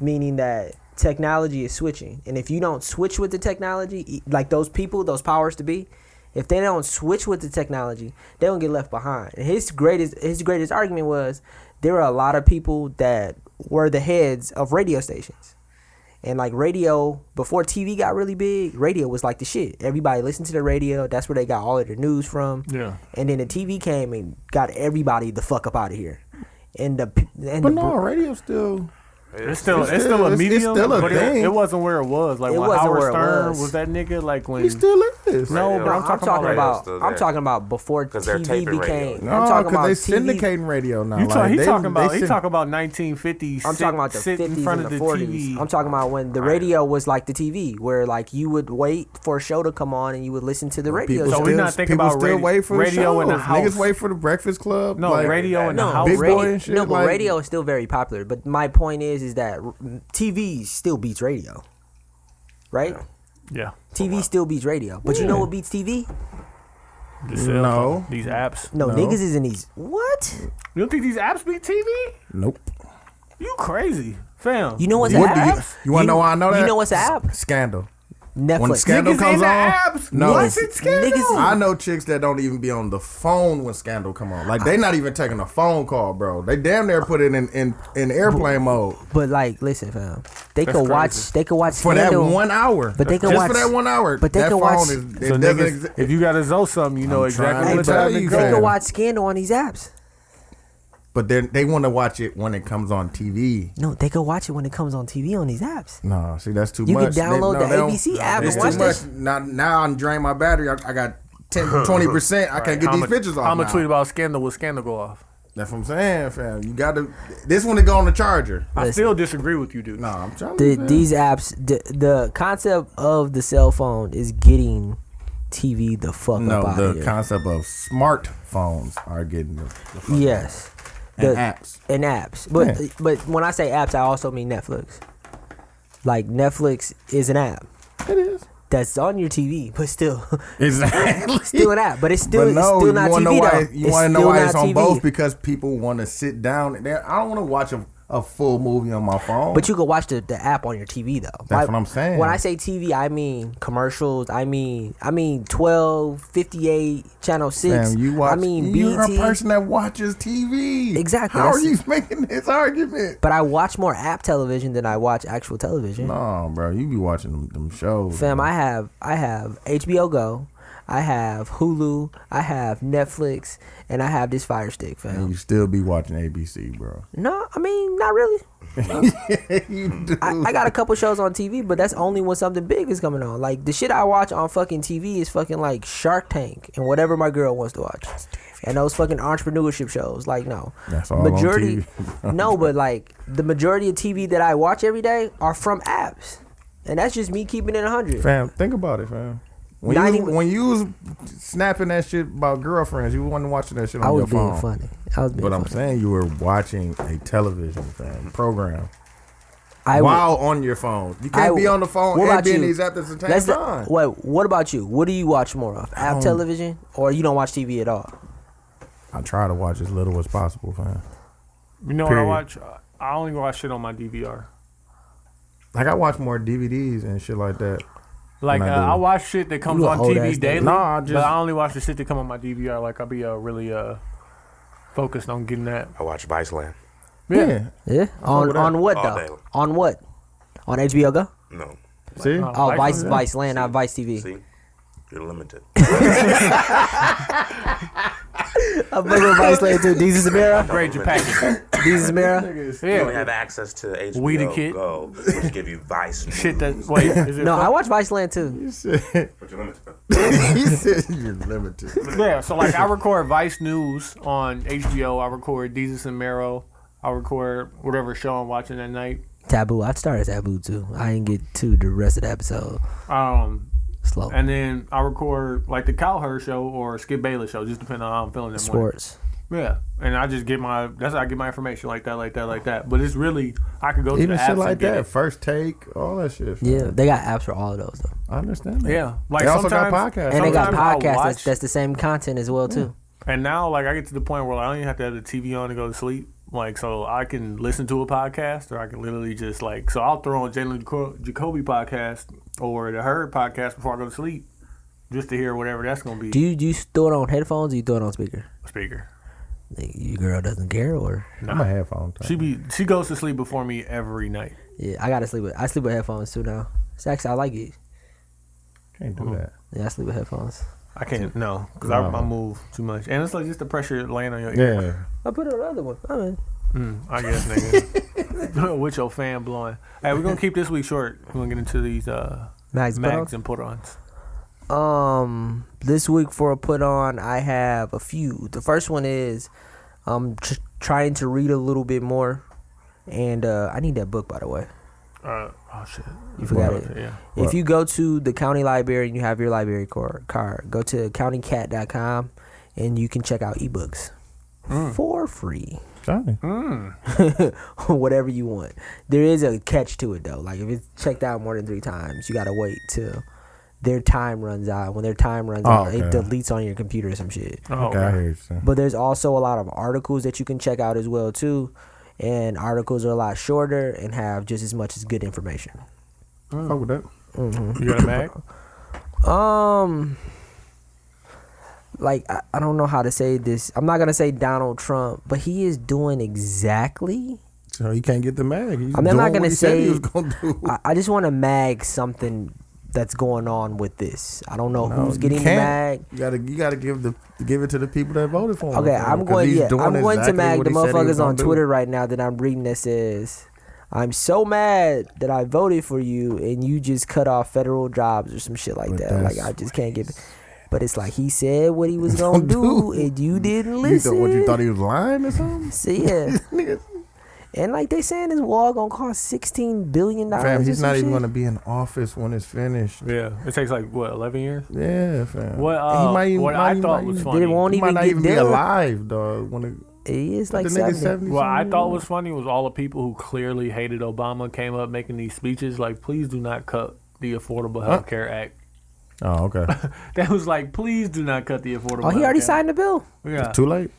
A: meaning that technology is switching, and if you don't switch with the technology, e- like those people, those powers to be. If they don't switch with the technology, they don't get left behind. And his greatest his greatest argument was there were a lot of people that were the heads of radio stations. And like radio, before TV got really big, radio was like the shit. Everybody listened to the radio. That's where they got all of their news from.
C: Yeah.
A: And then the TV came and got everybody the fuck up out of here. And the p- and the
B: But
A: br-
B: no, radio still.
C: It's still it's, still a
B: it's- it's
C: medium,
B: still a
C: but it-
B: thing.
C: It, wasn't where it was. Like
A: It
C: when
A: wasn't
C: Howard
A: where it
C: Stern
A: was.
C: was. that nigga. Like when
B: He still is.
C: no,
A: I'm
C: but I'm
G: Radio.
C: talking,
A: talking
G: radio's
A: about.
G: still
A: I'm
G: there.
A: talking about before
G: 'Cause they're
A: TV
G: taping radio.
A: became.
B: No,
A: I'm talking about
B: because they
A: TV.
B: syndicating radio now.
C: You talk,
B: like,
C: he
B: they-
C: talking about
B: they
C: he
B: syn-
C: talking about 1950s.
A: I'm
C: sit-
A: talking about the
C: sit
A: 50s
C: in front
A: and
C: of
A: the
C: the
A: 40s.
C: TV.
A: I'm talking about when the radio was like the TV, where like you would wait for a show to come on and you would listen to the radio.
B: People
C: So
A: show.
C: we
B: still-
C: not thinking
B: people
C: about
B: still
C: radio-
B: wait for
C: radio in the
B: shows.
C: house.
B: Niggas wait for the Breakfast Club.
C: no
B: like,
C: radio in the
G: No,
C: house.
B: Big
A: radio,
B: Boy and shit,
A: no, but
B: like-
A: radio is still very popular. But my point is, is that r- TV still beats radio, right?
C: Yeah,
A: TV still beats radio, but you know what beats TV?
C: The cell
B: No.
C: phone, these apps.
A: No,
B: No.
A: niggas is in these. What?
C: You don't think these apps beat TV?
B: Nope.
C: You crazy, fam?
A: You know what's
B: What
A: an
B: do you,
A: app?
B: you want to know why I know that?
A: You know what's an app?
B: Scandal. When
A: Netflix.
B: Scandal
C: Niggas
B: comes
C: in the
B: on,
C: apps.
B: no,
C: What's it Scandal?
A: Niggas is-
B: I know chicks that don't even be on the phone when Scandal come on. Like they not even taking a phone call, bro. They damn near put it in in, in airplane mode
A: But like, listen, fam, they
C: That's
A: could watch.
C: crazy.
A: They could watch
B: for
A: Scandal,
B: that one hour.
A: But they can
B: just
A: watch-
B: for that one hour.
A: but they
B: that
A: can
B: phone
A: watch-
B: is it
C: So
B: doesn't
C: niggas,
B: exist.
C: if you gotta know something, you know
B: I'm
C: exactly
B: trying
C: what
B: to
C: time
B: tell
C: to
B: you,
A: They
C: go.
B: fam.
A: could watch Scandal on these apps.
B: But then they want to watch it when it comes on TV.
A: No, they could watch it when it comes on TV on these apps.
B: No, see that's too
A: You can
B: much. They-
A: download
B: no,
A: the
B: they don't-
A: ABC app
B: It's
A: and
B: too
A: watch
B: much.
A: this.
B: Now, now I'm draining my battery. I, I got 10, 20 percent. I can't get these pictures off.
C: I'm
B: now.
C: gonna tweet about Scandal. Will Scandal go off?
B: That's what I'm saying, fam. You got to. This one to go on the charger.
C: I still disagree with you, dude.
B: No, I'm trying
A: The,
B: to. fam.
A: These apps, the, the concept of the cell phone is getting TV the fuck up
B: no,
A: out
B: the
A: of here.
B: concept of smartphones are getting the, the fuck
A: yes,
B: and
A: the-
B: apps.
A: and apps. But
B: Yeah.
A: but when I say apps, I also mean Netflix. Like Netflix is an app
B: It is
A: that's on your TV, but still,
B: exactly
A: still an app. But it's still,
B: but no,
A: it's still not
B: you wanna
A: TV
B: Know
A: though.
B: why, you
A: It's
B: want to know
A: still
B: why
A: not
B: it's on
A: TV.
B: both because people want to sit down. And they- I don't want to watch a, a full movie on my phone.
A: But you can watch the, the app on your TV though.
B: That's what I'm saying.
A: When I say TV, I mean commercials. I mean I mean 12, 58, channel six.
B: Fam, you watch.
A: I mean
B: you're
A: BT.
B: a person that watches TV.
A: Exactly.
B: How
A: I
B: are you
A: see.
B: making this argument?
A: But I watch more app television than I watch actual television.
B: No, bro, you be watching them, them shows.
A: Fam,
B: bro.
A: I have I have HBO Go, I have Hulu, I have Netflix, and I have this Fire Stick,
B: And
A: fam.
B: you still be watching ABC, bro.
A: No, I mean not really.
B: you do.
A: I, I got a couple shows on TV, but that's only when something big is coming on. Like the shit I watch on fucking TV is fucking like Shark Tank and whatever my girl wants to watch, and those fucking entrepreneurship shows. Like no,
B: That's all on TV.
A: no, but like the majority of TV that I watch every day are from apps, and that's just me keeping it hundred.
B: Fam, think about it, fam. When
A: Not
B: you,
A: even-
B: when you was snapping that shit about girlfriends, you wasn't watching that shit on
A: I
B: your
A: was being
B: phone.
A: funny. I was being
B: But I'm
A: funny.
B: saying you were watching a television fam, program
A: I would-
B: while on your phone. You
A: I
B: can't be
A: would-
B: on the phone
A: What
B: and
A: about
B: be in
A: you?
B: these apps at the same
A: Let's-
B: time. Um,
A: Wait, what about you? What do you watch more of? App television, or you don't watch TV at all?
B: I try to watch as little as possible, fam.
C: You know
B: Period.
C: what I watch? Uh, I only watch shit on my DVR.
B: Like I watch more DVDs and shit like that.
C: Like uh,
B: I do.
C: I watch shit that comes
A: You a
C: on
A: old
C: TV
A: ass nigga.
C: daily.
B: No, I
C: but
B: just-
C: I only watch the shit that come on my DVR. Like I be uh, really uh, focused on getting that.
G: I watch Viceland.
B: Yeah.
A: Yeah. On
B: with that.
A: on what
G: All day.
A: though? On what? On HBO Go?
G: No.
B: See?
C: Uh,
A: Oh,
C: Vice-
A: Vice Vice Land, not Vice TV.
G: See? You're limited.
A: I'm fucking with Vice Land too. Deezus Amira.
C: Upgrade your package.
A: Deezus Amira.
G: You
C: Yeah.
G: only have access to HBO
C: We the kid.
G: Go, which give you Vice.
C: Shit that wait. Is it
A: No, I watch Vice Land too.
G: But you're limited.
B: he said you're limited.
C: Yeah, so like I record Vice News on HBO. I record Jesus and Mero. I record whatever show I'm watching that night.
A: Taboo. I started Taboo too. I didn't get to the rest of the episode.
C: Um,
A: Slow.
C: and then I record like the Cowher show or Skip Bayless show, just depending on how I'm feeling that morning.
A: Sports.
C: Yeah, and I just get my that's how I get my information like that, like that, like that. But it's really I could go to
B: Even
C: the apps
B: shit like
C: and get
B: that.
C: it.
B: First take, all that shit. fam.
A: Yeah, they got apps for all of those though,
B: I understand that.
C: Yeah, like
B: They also got
C: sometimes-
B: podcasts.
A: and they got
C: Sometimes I'll
A: podcasts. That's,
C: watch-
A: that's the same content as well too.
C: And now, like, I get to the point where like, I don't even have to have the TV on to go to sleep. Like, so I can listen to a podcast, or I can literally just like, so I'll throw on Jalen Jaco- Jacoby podcast or the Herd podcast before I go to sleep, just to hear whatever that's gonna be.
A: Do you do you throw it on headphones? or You throw it on speaker?
C: speaker.
A: Like, your girl doesn't care, or
B: I'm a headphone type.
C: She be she goes to sleep before me every night.
A: yeah, I gotta sleep with I sleep with headphones too now. Sex, I like it.
B: Can't do
C: Uh-huh.
B: that.
A: Yeah, I sleep with headphones.
C: I can't no, because
B: No.
C: I, I move too much, and it's like just the pressure laying on your ear.
B: Yeah.
A: I put on the other one. I mean,
C: I guess, nigga. With your fan blowing. Hey, we're gonna keep this week short. We're gonna get into these uh,
A: Max,
C: mags and put ons.
A: Um, this week for a put on, I have a few. The first one is I'm tr- trying to read a little bit more, and uh, I need that book by the way.
C: Uh, oh shit,
A: You forgot it.
C: Yeah.
A: If you go to the county library and you have your library cor- card, go to countycat.com and you can check out ebooks for free.
C: Oh,
A: Whatever you want. There is a catch to it though. Like if it's checked out more than three times, you gotta wait till their time runs out. When their time runs out, it
B: okay.
A: deletes on your computer or some shit.
C: Oh,
B: Okay, I hear you. Son.
A: But there's also a lot of articles that you can check out as well too. And articles are a lot shorter and have just as much as good information.
B: Fuck with that.
C: you got a mag?
A: Um, like I, I don't know how to say this. I'm not gonna say Donald Trump, but he is doing exactly.
B: So you can't get the mag. He's
A: I mean, I'm not
B: doing what
A: gonna
B: he said
A: say.
B: he was gonna do.
A: I, I just want to mag something that's going on with this. I don't know
B: No,
A: who's
B: you
A: getting
B: can't.
A: mag.
B: You gotta you gotta give the give it to the people that voted for him.
A: Okay,
B: bro,
A: I'm
B: 'cause
A: going.
B: he's
A: Yeah,
B: doing
A: I'm going to
B: exactly
A: mag
B: what
A: the
B: he said he was
A: motherfuckers
B: gonna
A: on
B: do.
A: Twitter right now that I'm reading that says, "I'm so mad that I voted for you and you just cut off federal jobs or some shit like
B: But
A: that. Like
B: that's
A: I just can't get." But it's like he said what he was gonna do,
B: do.
A: and you didn't
B: You thought,
A: listen.
B: what you thought he was lying or something?
A: See, yeah. and like they saying this wall gonna cost sixteen billion dollars.
B: Fam,
A: or
B: he's
A: some
B: not even
A: shit.
B: gonna be in office when it's finished.
C: Yeah. It takes like what, eleven years?
B: Yeah, fam.
C: What,
B: And
C: uh, what I
B: he
C: thought
B: might
C: was
B: even-
C: funny.
A: They won't
B: he might
A: even
B: not
A: get
B: even be
A: done.
B: alive, dog. When it,
A: He is like
B: the nigga's
A: 70.
B: seventy.
C: Well, I
B: something.
C: thought was funny was all the people who clearly hated Obama came up making these speeches like, please do not cut the Affordable Health Care Act.
B: Oh, okay.
C: That was like, please do not cut the Affordable
A: Oh, he already
C: Health Care
A: signed the bill.
C: Act." Yeah.
B: Too late.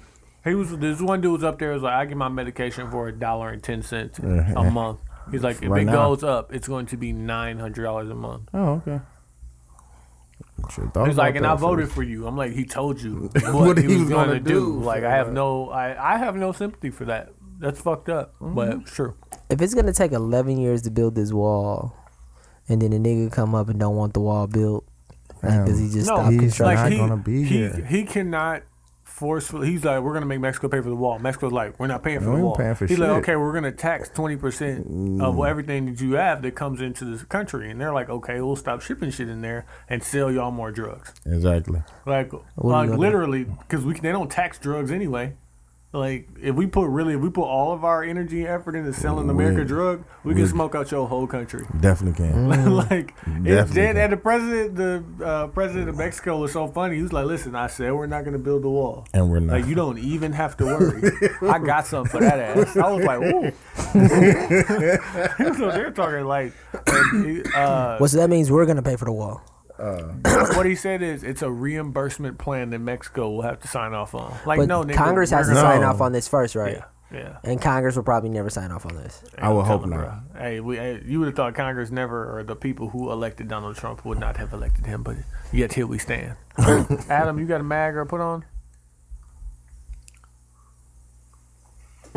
C: He was this one dude was up there was like, I get my medication for a dollar and ten cents a
B: Yeah.
C: month. He's like, if
B: Right
C: it
B: now.
C: goes up, it's going to be nine hundred dollars a month.
B: Oh, okay. Should've thought
C: He's
B: about
C: like, and
B: that
C: I voted
B: first.
C: for you. I'm like, he told you what,
B: What
C: he
B: he
C: was,
B: was
C: going to
B: gonna do.
C: do. Like, I have no, I, I have no sympathy for that. That's fucked up.
B: Mm-hmm.
C: But sure,
A: If it's gonna take eleven years to build this wall, and then the nigga come up and don't want the wall built, like,
B: Fam,
A: does he just
C: no,
A: stop
B: he's
A: construction?
B: not
C: like he,
B: gonna be
C: he,
B: here.
C: he cannot forcefully. He's like, we're gonna make Mexico pay for the wall. Mexico's like, we're not paying for
B: We
C: the
B: ain't
C: wall.
B: paying for
C: he's like,
B: shit. Mm.
C: okay, we're gonna tax twenty percent of everything that you have that comes into this country, and they're like, okay, we'll stop shipping shit in there and sell y'all more drugs.
B: Exactly.
C: Like,
A: you
C: like
A: gonna do?
C: literally, because we can- they don't tax drugs anyway. Like, if we put really, if we put all of our energy and effort into selling America drug, we can
B: we-
C: smoke out your whole country.
B: Definitely can.
C: Mm. like, it's
B: Mm-hmm. Definitely
C: dead.
B: can.
C: And the president, the uh, president of Mexico was so funny. He was like, "Listen, I said we're not going to build the wall,
B: And we're
C: like
B: not.
C: you don't even have to worry. I got something for that ass." I was like, "Ooh." so they're talking like, uh,
A: well, so that means we're gonna pay for the wall.
C: what he said is it's a reimbursement plan that Mexico will have to sign off on. Like,
A: But
C: no, nigga,
A: Congress has to
C: we're
B: No.
A: sign off on this first, right?
C: gonna- Yeah.
A: And Congress will probably never sign off on this.
B: I would
C: I'm
B: hope
C: telling you,
B: not.
C: bro. Hey, we, hey, you would have thought Congress never, or the people who elected Donald Trump would not have elected him, but yet here we stand. Adam, you got a mag or a put on?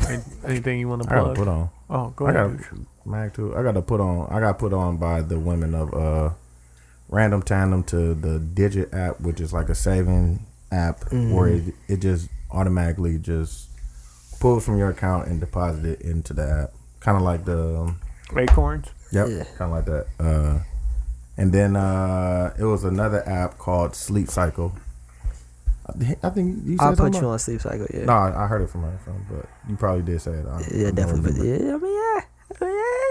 C: An- Anything you want to
B: I gotta
C: plug?
B: put on.
C: Oh, go
B: I
C: ahead.
B: got Mag too. I got to put on. I got put on by the women of uh, Random Tandem to the Digit app, which is like a saving app
A: Mm-hmm.
B: where it, it just automatically just pulls from your account and deposit it into the app, kind of like the. um,
C: Acorns.
B: Yep, kind of like that. Uh, and then uh, it was another app called Sleep Cycle. I thi- I think you said
A: I'll put
B: something
A: you
B: about-
A: on sleep cycle. Yeah,
B: No, I I heard it from her, from, but you probably did say it. I, I
A: yeah,
B: don't
A: definitely. But
B: remember.
A: yeah, I mean, yeah, I mean, yeah.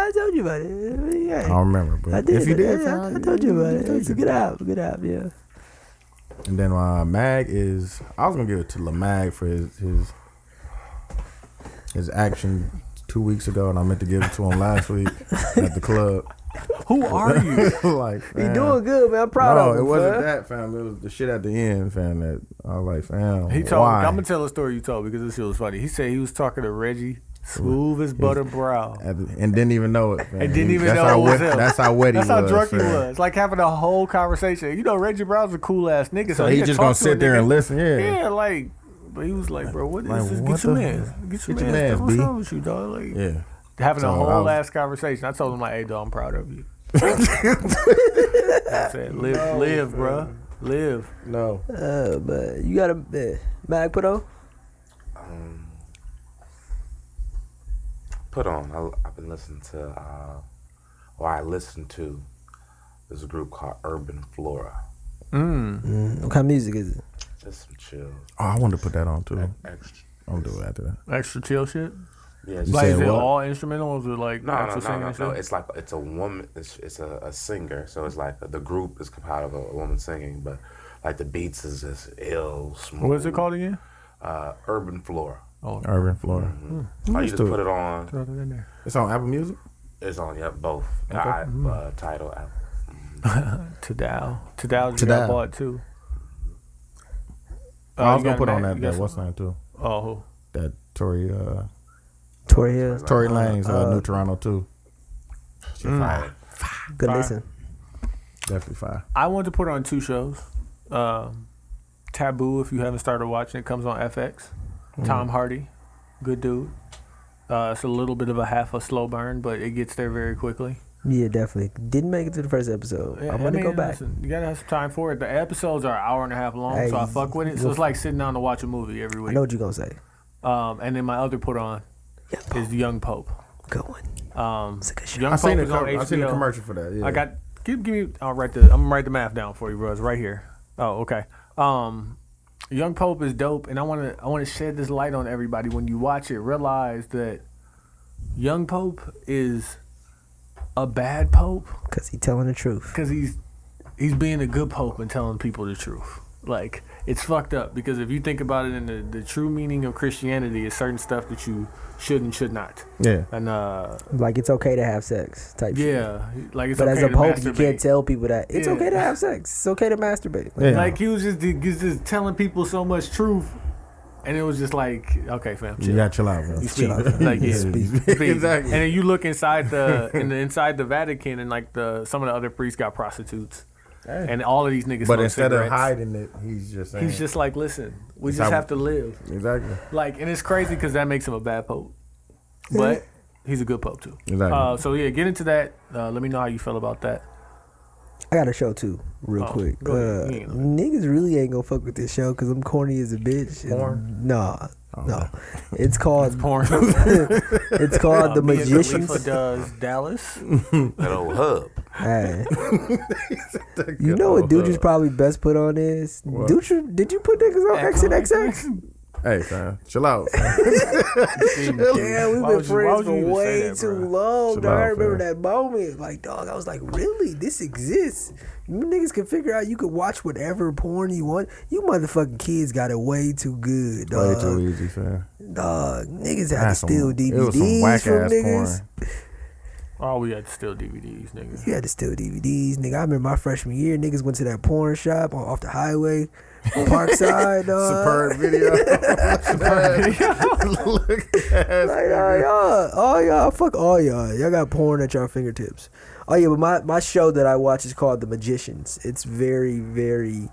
A: I, I told you about it. I mean, yeah.
B: I don't remember, but
A: I did.
B: if you did,
A: I, I,
B: fine.
A: told you about
B: You
A: it.
B: told
A: It's a
B: you.
A: good app. Good app. Yeah.
B: And then my mag is I was gonna give it to Lamag for his his his action two weeks ago, and I meant to give it to him last week at the club.
C: Who are you?
B: like
A: You
B: fam.
A: doing good, man. I'm proud
B: no,
A: of
B: it
A: him.
B: wasn't
A: fam.
B: that fam. It was the shit at the end, fam. That I was like, fam.
C: He told.
B: why?
C: I'm gonna tell a story you told because this shit was funny. He said he was talking to Reggie, smooth as butter brow.
B: At the- and didn't even know it. Fam.
C: And didn't even
B: that's
C: know
B: how
C: it was
B: wet-
C: him.
B: That's how wet he
C: That's
B: was.
C: how drunk he
B: fam.
C: was. Like having a whole conversation. You know, Reggie Brown's a cool ass nigga, so,
B: So he
C: could
B: just
C: talk
B: gonna
C: to a
B: sit there
C: nigga.
B: and listen. Yeah.
C: Yeah, like, but he was like, bro, what is
B: Like,
C: this?
B: what
C: get your
B: the-
C: man. Get your
B: get your
C: man.
B: mans,
C: What's
B: B.
C: wrong with you, dog? Like,
B: Yeah.
C: having a
B: So I
C: whole
B: was-
C: ass conversation. I told him, like, hey, dog, I'm proud of you. I said, live, live, bro. Live.
B: No.
A: eh, Uh, but you got a uh, mag put on?
D: put on. I, I've been listening to, uh, or I listened to, this group called Urban Flora.
A: What kind of music is it?
D: Just some chill,
B: Oh, I wanted to put that on too.
D: extra.
B: I'll do it after that.
C: Extra chill shit.
D: Yeah,
C: Like,
B: said
C: is it
B: what?
C: all instrumental? Is it like
D: No, no,
C: actual
D: no,
C: singing
D: no,
C: and
D: no.
C: shit?
D: It's like it's a woman. It's it's a, a singer. So it's like the group is compiled of a woman singing, but like the beats is just ill smooth.
C: What is it called again?
D: Uh, Urban Flora.
B: Urban Flora.
C: Mm-hmm.
D: I used to put it on.
C: Throw it in there.
B: Hmm. It's on Apple Music.
D: It's on yeah, both. I,
C: Mm-hmm.
D: uh, title. I,
C: Tadal. Tadal just
B: Tadal.
C: got bought too. Oh,
B: I was
C: you
B: gonna
C: got
B: put
C: a
B: on
C: ma-
B: that.
C: you got
B: that what's name too?
C: some- Oh, who?
B: That Tory. Uh,
A: Tory Hills.
B: Tory Lanez. Uh, New Toronto too. Hmm.
D: she fired.
A: Good
C: Fire.
A: listen.
B: Definitely fire.
C: I wanted to put on two shows. Um, Taboo, if you haven't started watching, it comes on FX.
A: Mm-hmm.
C: Tom Hardy, good dude. Uh, it's a little bit of a half a slow burn, but it gets there very quickly.
A: Yeah, definitely. Didn't make it to the first episode.
C: Yeah,
A: I'm
C: I
A: gonna go
C: mean,
A: back.
C: listen, you gotta have some time for it. The episodes are an hour and a half long, so I
A: Hey,
C: fuck with it. So it's like sitting down to watch a movie every
A: I
C: week.
A: know what you're gonna say.
C: Um, and then my other put on is The Young Pope.
A: Good one.
C: Um,
A: It's a good show.
C: Young
B: I seen
C: Pope
B: the
C: is on
B: com- I seen the
C: HBO.
B: commercial for that. Yeah.
C: I got. Give, give me. I'll write the. I'm gonna write the math down for you, bros. Right here. Oh, okay. Um, Young Pope is dope, and I want to. I want to shed this light on everybody. When you watch it, realize that Young Pope is a bad pope
A: Cause he telling the truth.
C: because he's he's being a good pope and telling people the truth. Like it's fucked up because if you think about it, in the, the true meaning of Christianity is certain stuff that you should and should not.
B: Yeah.
C: And uh,
A: Like it's okay to have sex type shit.
C: yeah, like it's
A: But
C: okay
A: as a
C: to
A: pope, you
C: masturbate.
A: can't tell people that it's
C: Yeah.
A: okay to have sex. It's okay to masturbate. Like,
B: Yeah.
C: Like he was just he was just telling people so much truth, and it was just like, okay, fam,
B: you
C: chill.
B: got chill out, bro.
C: You speak. Like yeah,
B: Speak.
C: speak.
B: Exactly.
C: And then you look inside the in the inside the Vatican, and like the some of the other priests got prostitutes, and all of these niggas.
B: But
C: smoke
B: instead of
C: cigarettes.
B: hiding it, he's just saying.
C: he's just like, listen, we
B: It's
C: just
B: how-
C: have to live.
B: exactly.
C: Like, and it's crazy because that makes him a bad pope, but he's a good pope too.
B: Exactly.
C: Uh, so yeah, get into that. Uh, let me know how you feel about that.
A: I got a show too, real
C: Oh,
A: quick.
C: go ahead.
A: Uh,
C: You ain't gonna-
A: niggas really ain't gonna fuck with this show because I'm corny as a bitch. and- Nah, no. It's called
C: Porn.
A: it's called the
C: Mia Uh, Khalifa
A: magicians.
C: does Dallas.
D: That old hub.
A: Hey. you know what Dude is probably best put on is? Dude, you, did you put niggas on X and XX?
B: hey, fam, chill out.
A: Yeah, we've been
C: Why would you- why
A: friends
C: would you
A: for
C: even say
A: way
C: that,
A: too
C: bro?
A: long.
B: Chill
A: dog. I
B: out,
A: remember
B: fam.
A: that moment. Like, dog, I was like, really? This exists? You niggas can figure out you could watch whatever porn you want. You motherfucking kids got it way too good,
B: Way
A: dog.
B: too easy, fam.
A: Dog, niggas had to
B: That's some-
A: steal
B: it was some
A: DVDs from
B: whack-ass
A: niggas.
B: porn.
C: Oh, we had to steal DVDs, nigga.
A: You had to steal DVDs, nigga. I remember my freshman year, niggas went to that porn shop on, off the highway, on Parkside, dog.
B: Superb video. Look at
A: Like, oh, y'all, oh, y'all, fuck all y'all. Y'all got porn at your fingertips. Oh, yeah, but my, my show that I watch is called The Magicians. It's very, very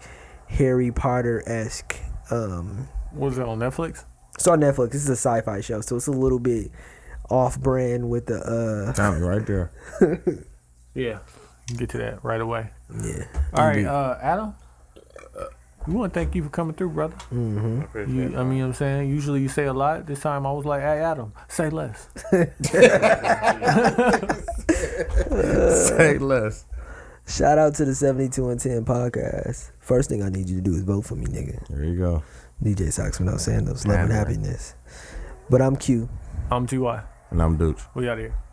A: Harry Potter esque. Um,
C: Was it on Netflix?
A: it's on Netflix. This is a sci fi show, so it's a little bit off brand with the. uh
B: Tommy right there.
C: Yeah. Get to that right away.
A: Yeah.
C: All right, uh, Adam. We want to thank you for coming through, brother.
A: Mm-hmm.
C: You, I mean, what I'm saying usually you say a lot. This time I was like, "Hey, Adam, say less."
B: Say less.
A: Shout out to the 72 and 10 podcast. First thing I need you to do is vote for me, nigga.
B: There you go.
A: DJ Socks without sandals, love and
B: Never.
A: happiness. But I'm Q.
C: I'm Ty.
B: And I'm Dooch.
C: We out here.